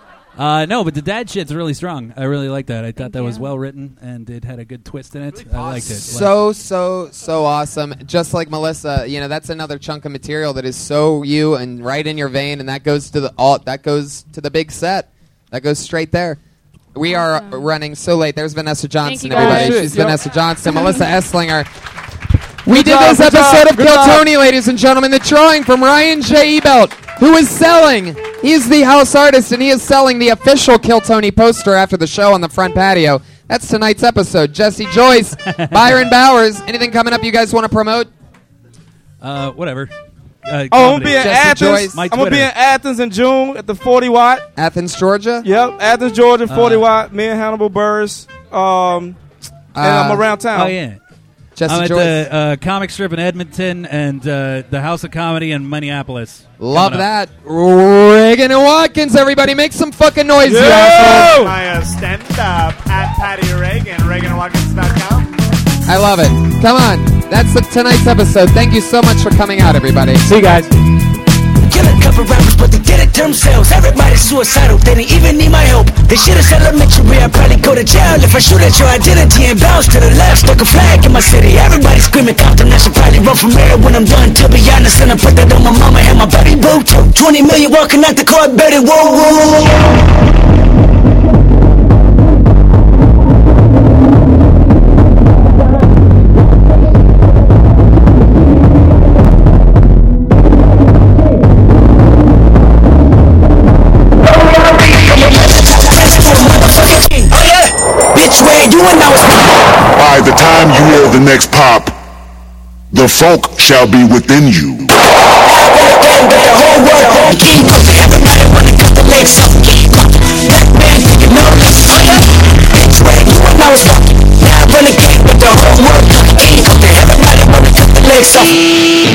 [SPEAKER 7] uh, no, but the dad shit's really strong. I really like that. I thought that was well written and it had a good twist in it. I liked it.
[SPEAKER 3] So, so, so awesome. Just like Melissa, you know, that's another chunk of material that is so you and right in your vein, and that goes to the all that goes to the big set. That goes straight there. We are running so late. There's Vanessa Johnson,
[SPEAKER 2] you, guys.
[SPEAKER 3] everybody.
[SPEAKER 2] Oh, shit,
[SPEAKER 3] She's
[SPEAKER 2] yep.
[SPEAKER 3] Vanessa Johnston, Melissa Esslinger. We
[SPEAKER 2] Good
[SPEAKER 3] did
[SPEAKER 2] job,
[SPEAKER 3] this
[SPEAKER 2] good job,
[SPEAKER 3] episode of
[SPEAKER 2] good
[SPEAKER 3] Kill
[SPEAKER 2] job.
[SPEAKER 3] Tony, ladies and gentlemen. The drawing from Ryan J. Ebelt, who is selling. He's the house artist, and he is selling the official Kill Tony poster after the show on the front patio. That's tonight's episode. Jesse Joyce, Byron Bowers. Anything coming up you guys want to promote?
[SPEAKER 7] Uh, whatever. Uh,
[SPEAKER 8] Oh, I'm gonna
[SPEAKER 7] comedy.
[SPEAKER 8] be in Athens. I'm gonna be in Athens in June at the 40 watt.
[SPEAKER 3] Athens, Georgia.
[SPEAKER 8] Yep, Athens, Georgia, 40
[SPEAKER 7] Uh,
[SPEAKER 8] watt. Me and Hannibal Burris. Um, and
[SPEAKER 7] Uh,
[SPEAKER 8] I'm around town.
[SPEAKER 7] oh, yeah.
[SPEAKER 3] Jesse
[SPEAKER 7] I'm at
[SPEAKER 3] Joyce.
[SPEAKER 7] the uh, comic strip in Edmonton and uh, the House of Comedy in Minneapolis.
[SPEAKER 3] Love
[SPEAKER 7] Coming up.
[SPEAKER 3] that. Reagan and Watkins, everybody, make some fucking noise, you
[SPEAKER 7] Yeah!
[SPEAKER 3] assholes.
[SPEAKER 17] I uh, stand up at Patty Reagan, ReaganWatkins.com.
[SPEAKER 3] I love it. Come on. That's the, tonight's episode. Thank you so much for coming out, everybody. See you guys.
[SPEAKER 18] Kill a couple rappers, but they did it themselves. Everybody's suicidal, they didn't even need my help. They shit is elementary, I'd probably go to jail if I shoot at your identity and bounce to the left. Stuck a flag in my city, everybody screaming Compton. I should probably run from here when I'm done. To be honest, and I put that on my mama and my buddy boo too. 20 million walking out the car, Betty, whoa, whoa. Bitch, man, you and I was.
[SPEAKER 19] By the time you hear the next pop, the folk shall be within you.
[SPEAKER 18] Now I run a game with the whole world. King, everybody wanna cut the legs off.